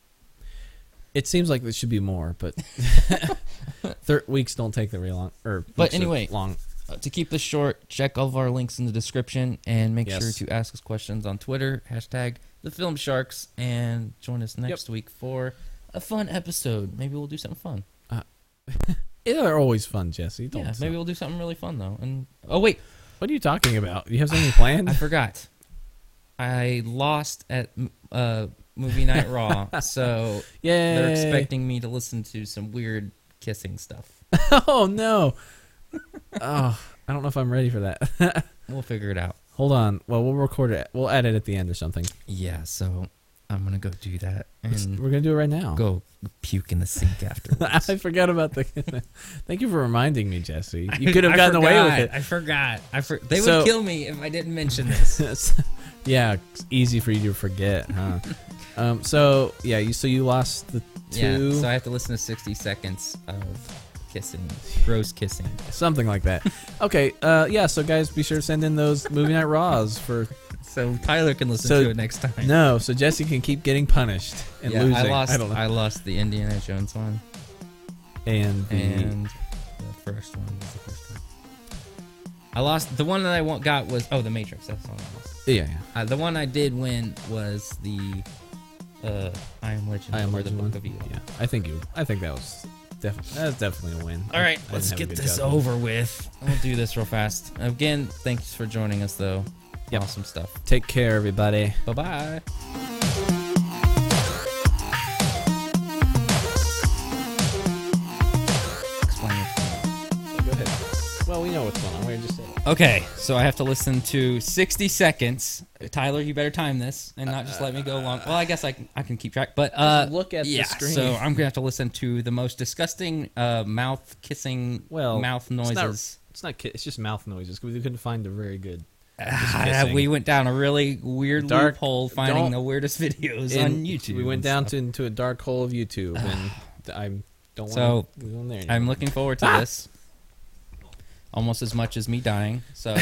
B: it seems like
A: [LAUGHS]
B: there should be more, but thir- weeks don't take that very long. Or
A: But
B: weeks are
A: anyway,
B: long.
A: Uh, to keep this short, check all of our links in the description and make
B: Yes.
A: sure to ask us questions on Twitter, hashtag the film sharks, and join us next week for a fun episode. Maybe we'll do something fun.
B: They're always fun, Jesse. Don't.
A: yeah,
B: stop.
A: maybe we'll do something really fun though. And oh wait,
B: What are you talking about? You have
A: [SIGHS]
B: something
A: I
B: planned?
A: forgot. I lost at m- uh, movie night [LAUGHS] raw, so
B: Yeah.
A: they're expecting me to listen to some weird kissing stuff.
B: [LAUGHS] Oh no. oh, I don't know if I'm ready for that. [LAUGHS]
A: We'll figure it out.
B: Hold on. Well, we'll record it. We'll edit at the end or something.
A: Yeah, so I'm gonna go do that
B: Let's-
A: and
B: We're gonna do it right now.
A: go puke in the sink [LAUGHS] afterwards.
B: [LAUGHS] I forgot about the. [LAUGHS] Thank you for reminding me, Jesse.
A: I-
B: You could have
A: I
B: gotten away with
A: forgot.
B: it.
A: I forgot. I for- they
B: So-
A: would kill me if I didn't mention [LAUGHS] this.
B: [LAUGHS] yeah, it's easy for you to
A: [LAUGHS]
B: forget, huh? um, so yeah, you so you lost the two,
A: Yeah, so I have to listen to 60 seconds of kissing, gross kissing.
B: something like that. okay, uh, yeah. So guys, be sure to send in those movie night raws
A: [LAUGHS]
B: for
A: So Tyler can listen
B: So-
A: to it next time.
B: no, so Jesse can keep getting punished and
A: yeah,
B: losing.
A: I lost.
B: I don't know.
A: lost the Indiana Jones one
B: and the,
A: and the first one. Was the first one. I lost the one that I wa- got was oh the Matrix. That's the one I lost.
B: yeah, yeah.
A: Uh, the one I did win was the uh, I Am Legend.
B: I am
A: or
B: Legend
A: the
B: one.
A: Book of Eli.
B: Yeah, I think you. I think that was definitely that's definitely a win.
A: All right,
B: I
A: let's
B: didn't have a
A: get
B: good
A: this
B: judgment.
A: over with. We'll do this real fast. Again, thanks for joining us, though.
B: Yep.
A: Awesome stuff.
B: Take care, everybody.
A: Bye bye. Explain it.
B: Go ahead. Well, we know what's going on. We just said it.
A: Okay, so I have to listen to 60 seconds. Tyler, you better time this and not just let me go long. Well, I guess I can, I can keep track, but uh,
B: look at the
A: yeah,
B: screen.
A: So I'm gonna have to listen to the most disgusting uh, mouth kissing,
B: Well,
A: mouth
B: it's
A: noises.
B: not- It's not. ki- It's just mouth noises because we couldn't find the very good.
A: Ah, [SIGHS]
B: missing.
A: we went down a really weird
B: Dark-
A: loophole finding
B: don't-
A: the weirdest videos on
B: And
A: YouTube.
B: We went
A: and
B: down
A: stuff.
B: to into a dark hole of YouTube, and I don't want
A: So,
B: to go in there. Anymore.
A: I'm looking forward to
B: Ah!
A: this almost as much as me dying.
B: [LAUGHS]
A: So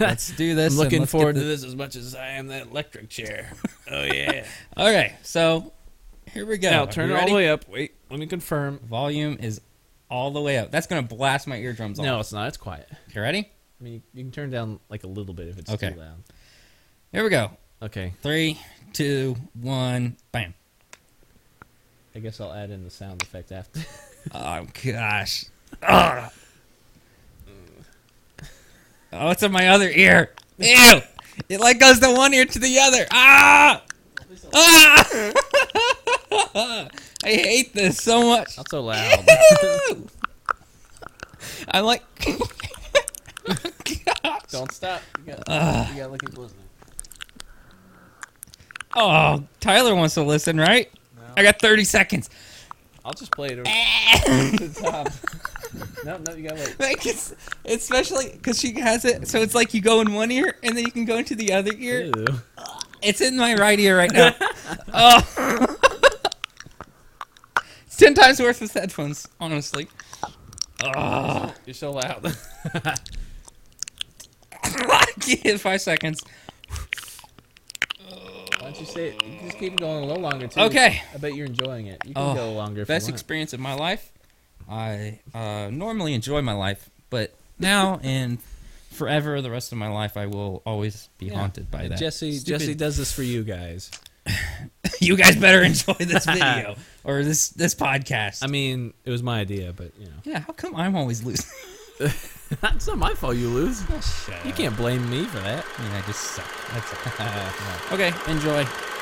A: let's do this. and
B: I'm looking
A: let's get
B: forward to
A: the-
B: this as much as I am that electric
A: [LAUGHS]
B: chair. Oh yeah!
A: Okay, so here we go.
B: now
A: Are
B: turn
A: you
B: it all
A: ready?
B: the way up. Wait, let me confirm.
A: Volume is all the way up. That's gonna blast my eardrums off.
B: No, it's not. It's quiet.
A: You ready?
B: I mean, you can turn down like a little bit if it's
A: Okay.
B: too loud.
A: Here we go.
B: Okay.
A: Three, two, one, bam.
B: I guess I'll add in the sound effect after. [LAUGHS]
A: Oh gosh. Ugh. Oh, it's in my other ear. Ew! It like goes to one ear to the other. Ah! Ah! [LAUGHS] I hate this so
B: [LAUGHS]
A: much.
B: Not
A: [LAUGHS]
B: so loud.
A: Ew! I'm like, [LAUGHS]
B: Don't stop. You gotta,
A: Ah.
B: you gotta look at listening.
A: oh, Tyler wants to listen, right? I got 30 seconds. [LAUGHS]
B: I'll just play it over
A: Ah!
B: the top. [LAUGHS] no, no, you gotta wait.
A: Like it's, especially because she has it, so it's like you go in one ear and then you can go into the other ear.
B: Ew.
A: It's in my right ear right now. oh. it's ten times worth of headphones, honestly. Oh. [LAUGHS]
B: You're so loud. [LAUGHS]
A: Five seconds.
B: Why don't you say it? You just keep going a little longer too.
A: Okay.
B: I bet you're enjoying it. You can
A: Oh,
B: go longer. If
A: Best
B: you want.
A: experience of my life. I uh, normally enjoy my life, but [LAUGHS] now and forever, the rest of my life, I will always be
B: Yeah.
A: haunted by
B: And
A: that.
B: Jesse,
A: Stupid-
B: Jesse does this for you guys.
A: [LAUGHS] you guys better enjoy [LAUGHS] this video or this this podcast.
B: I mean, it was my idea, but you know,
A: yeah, how come I'm always losing?
B: [LAUGHS]
A: [LAUGHS]
B: it's not my fault. You lose.
A: Shut
B: You
A: up.
B: can't blame me for that.
A: [LAUGHS] I mean, I just suck. That's all. okay, enjoy.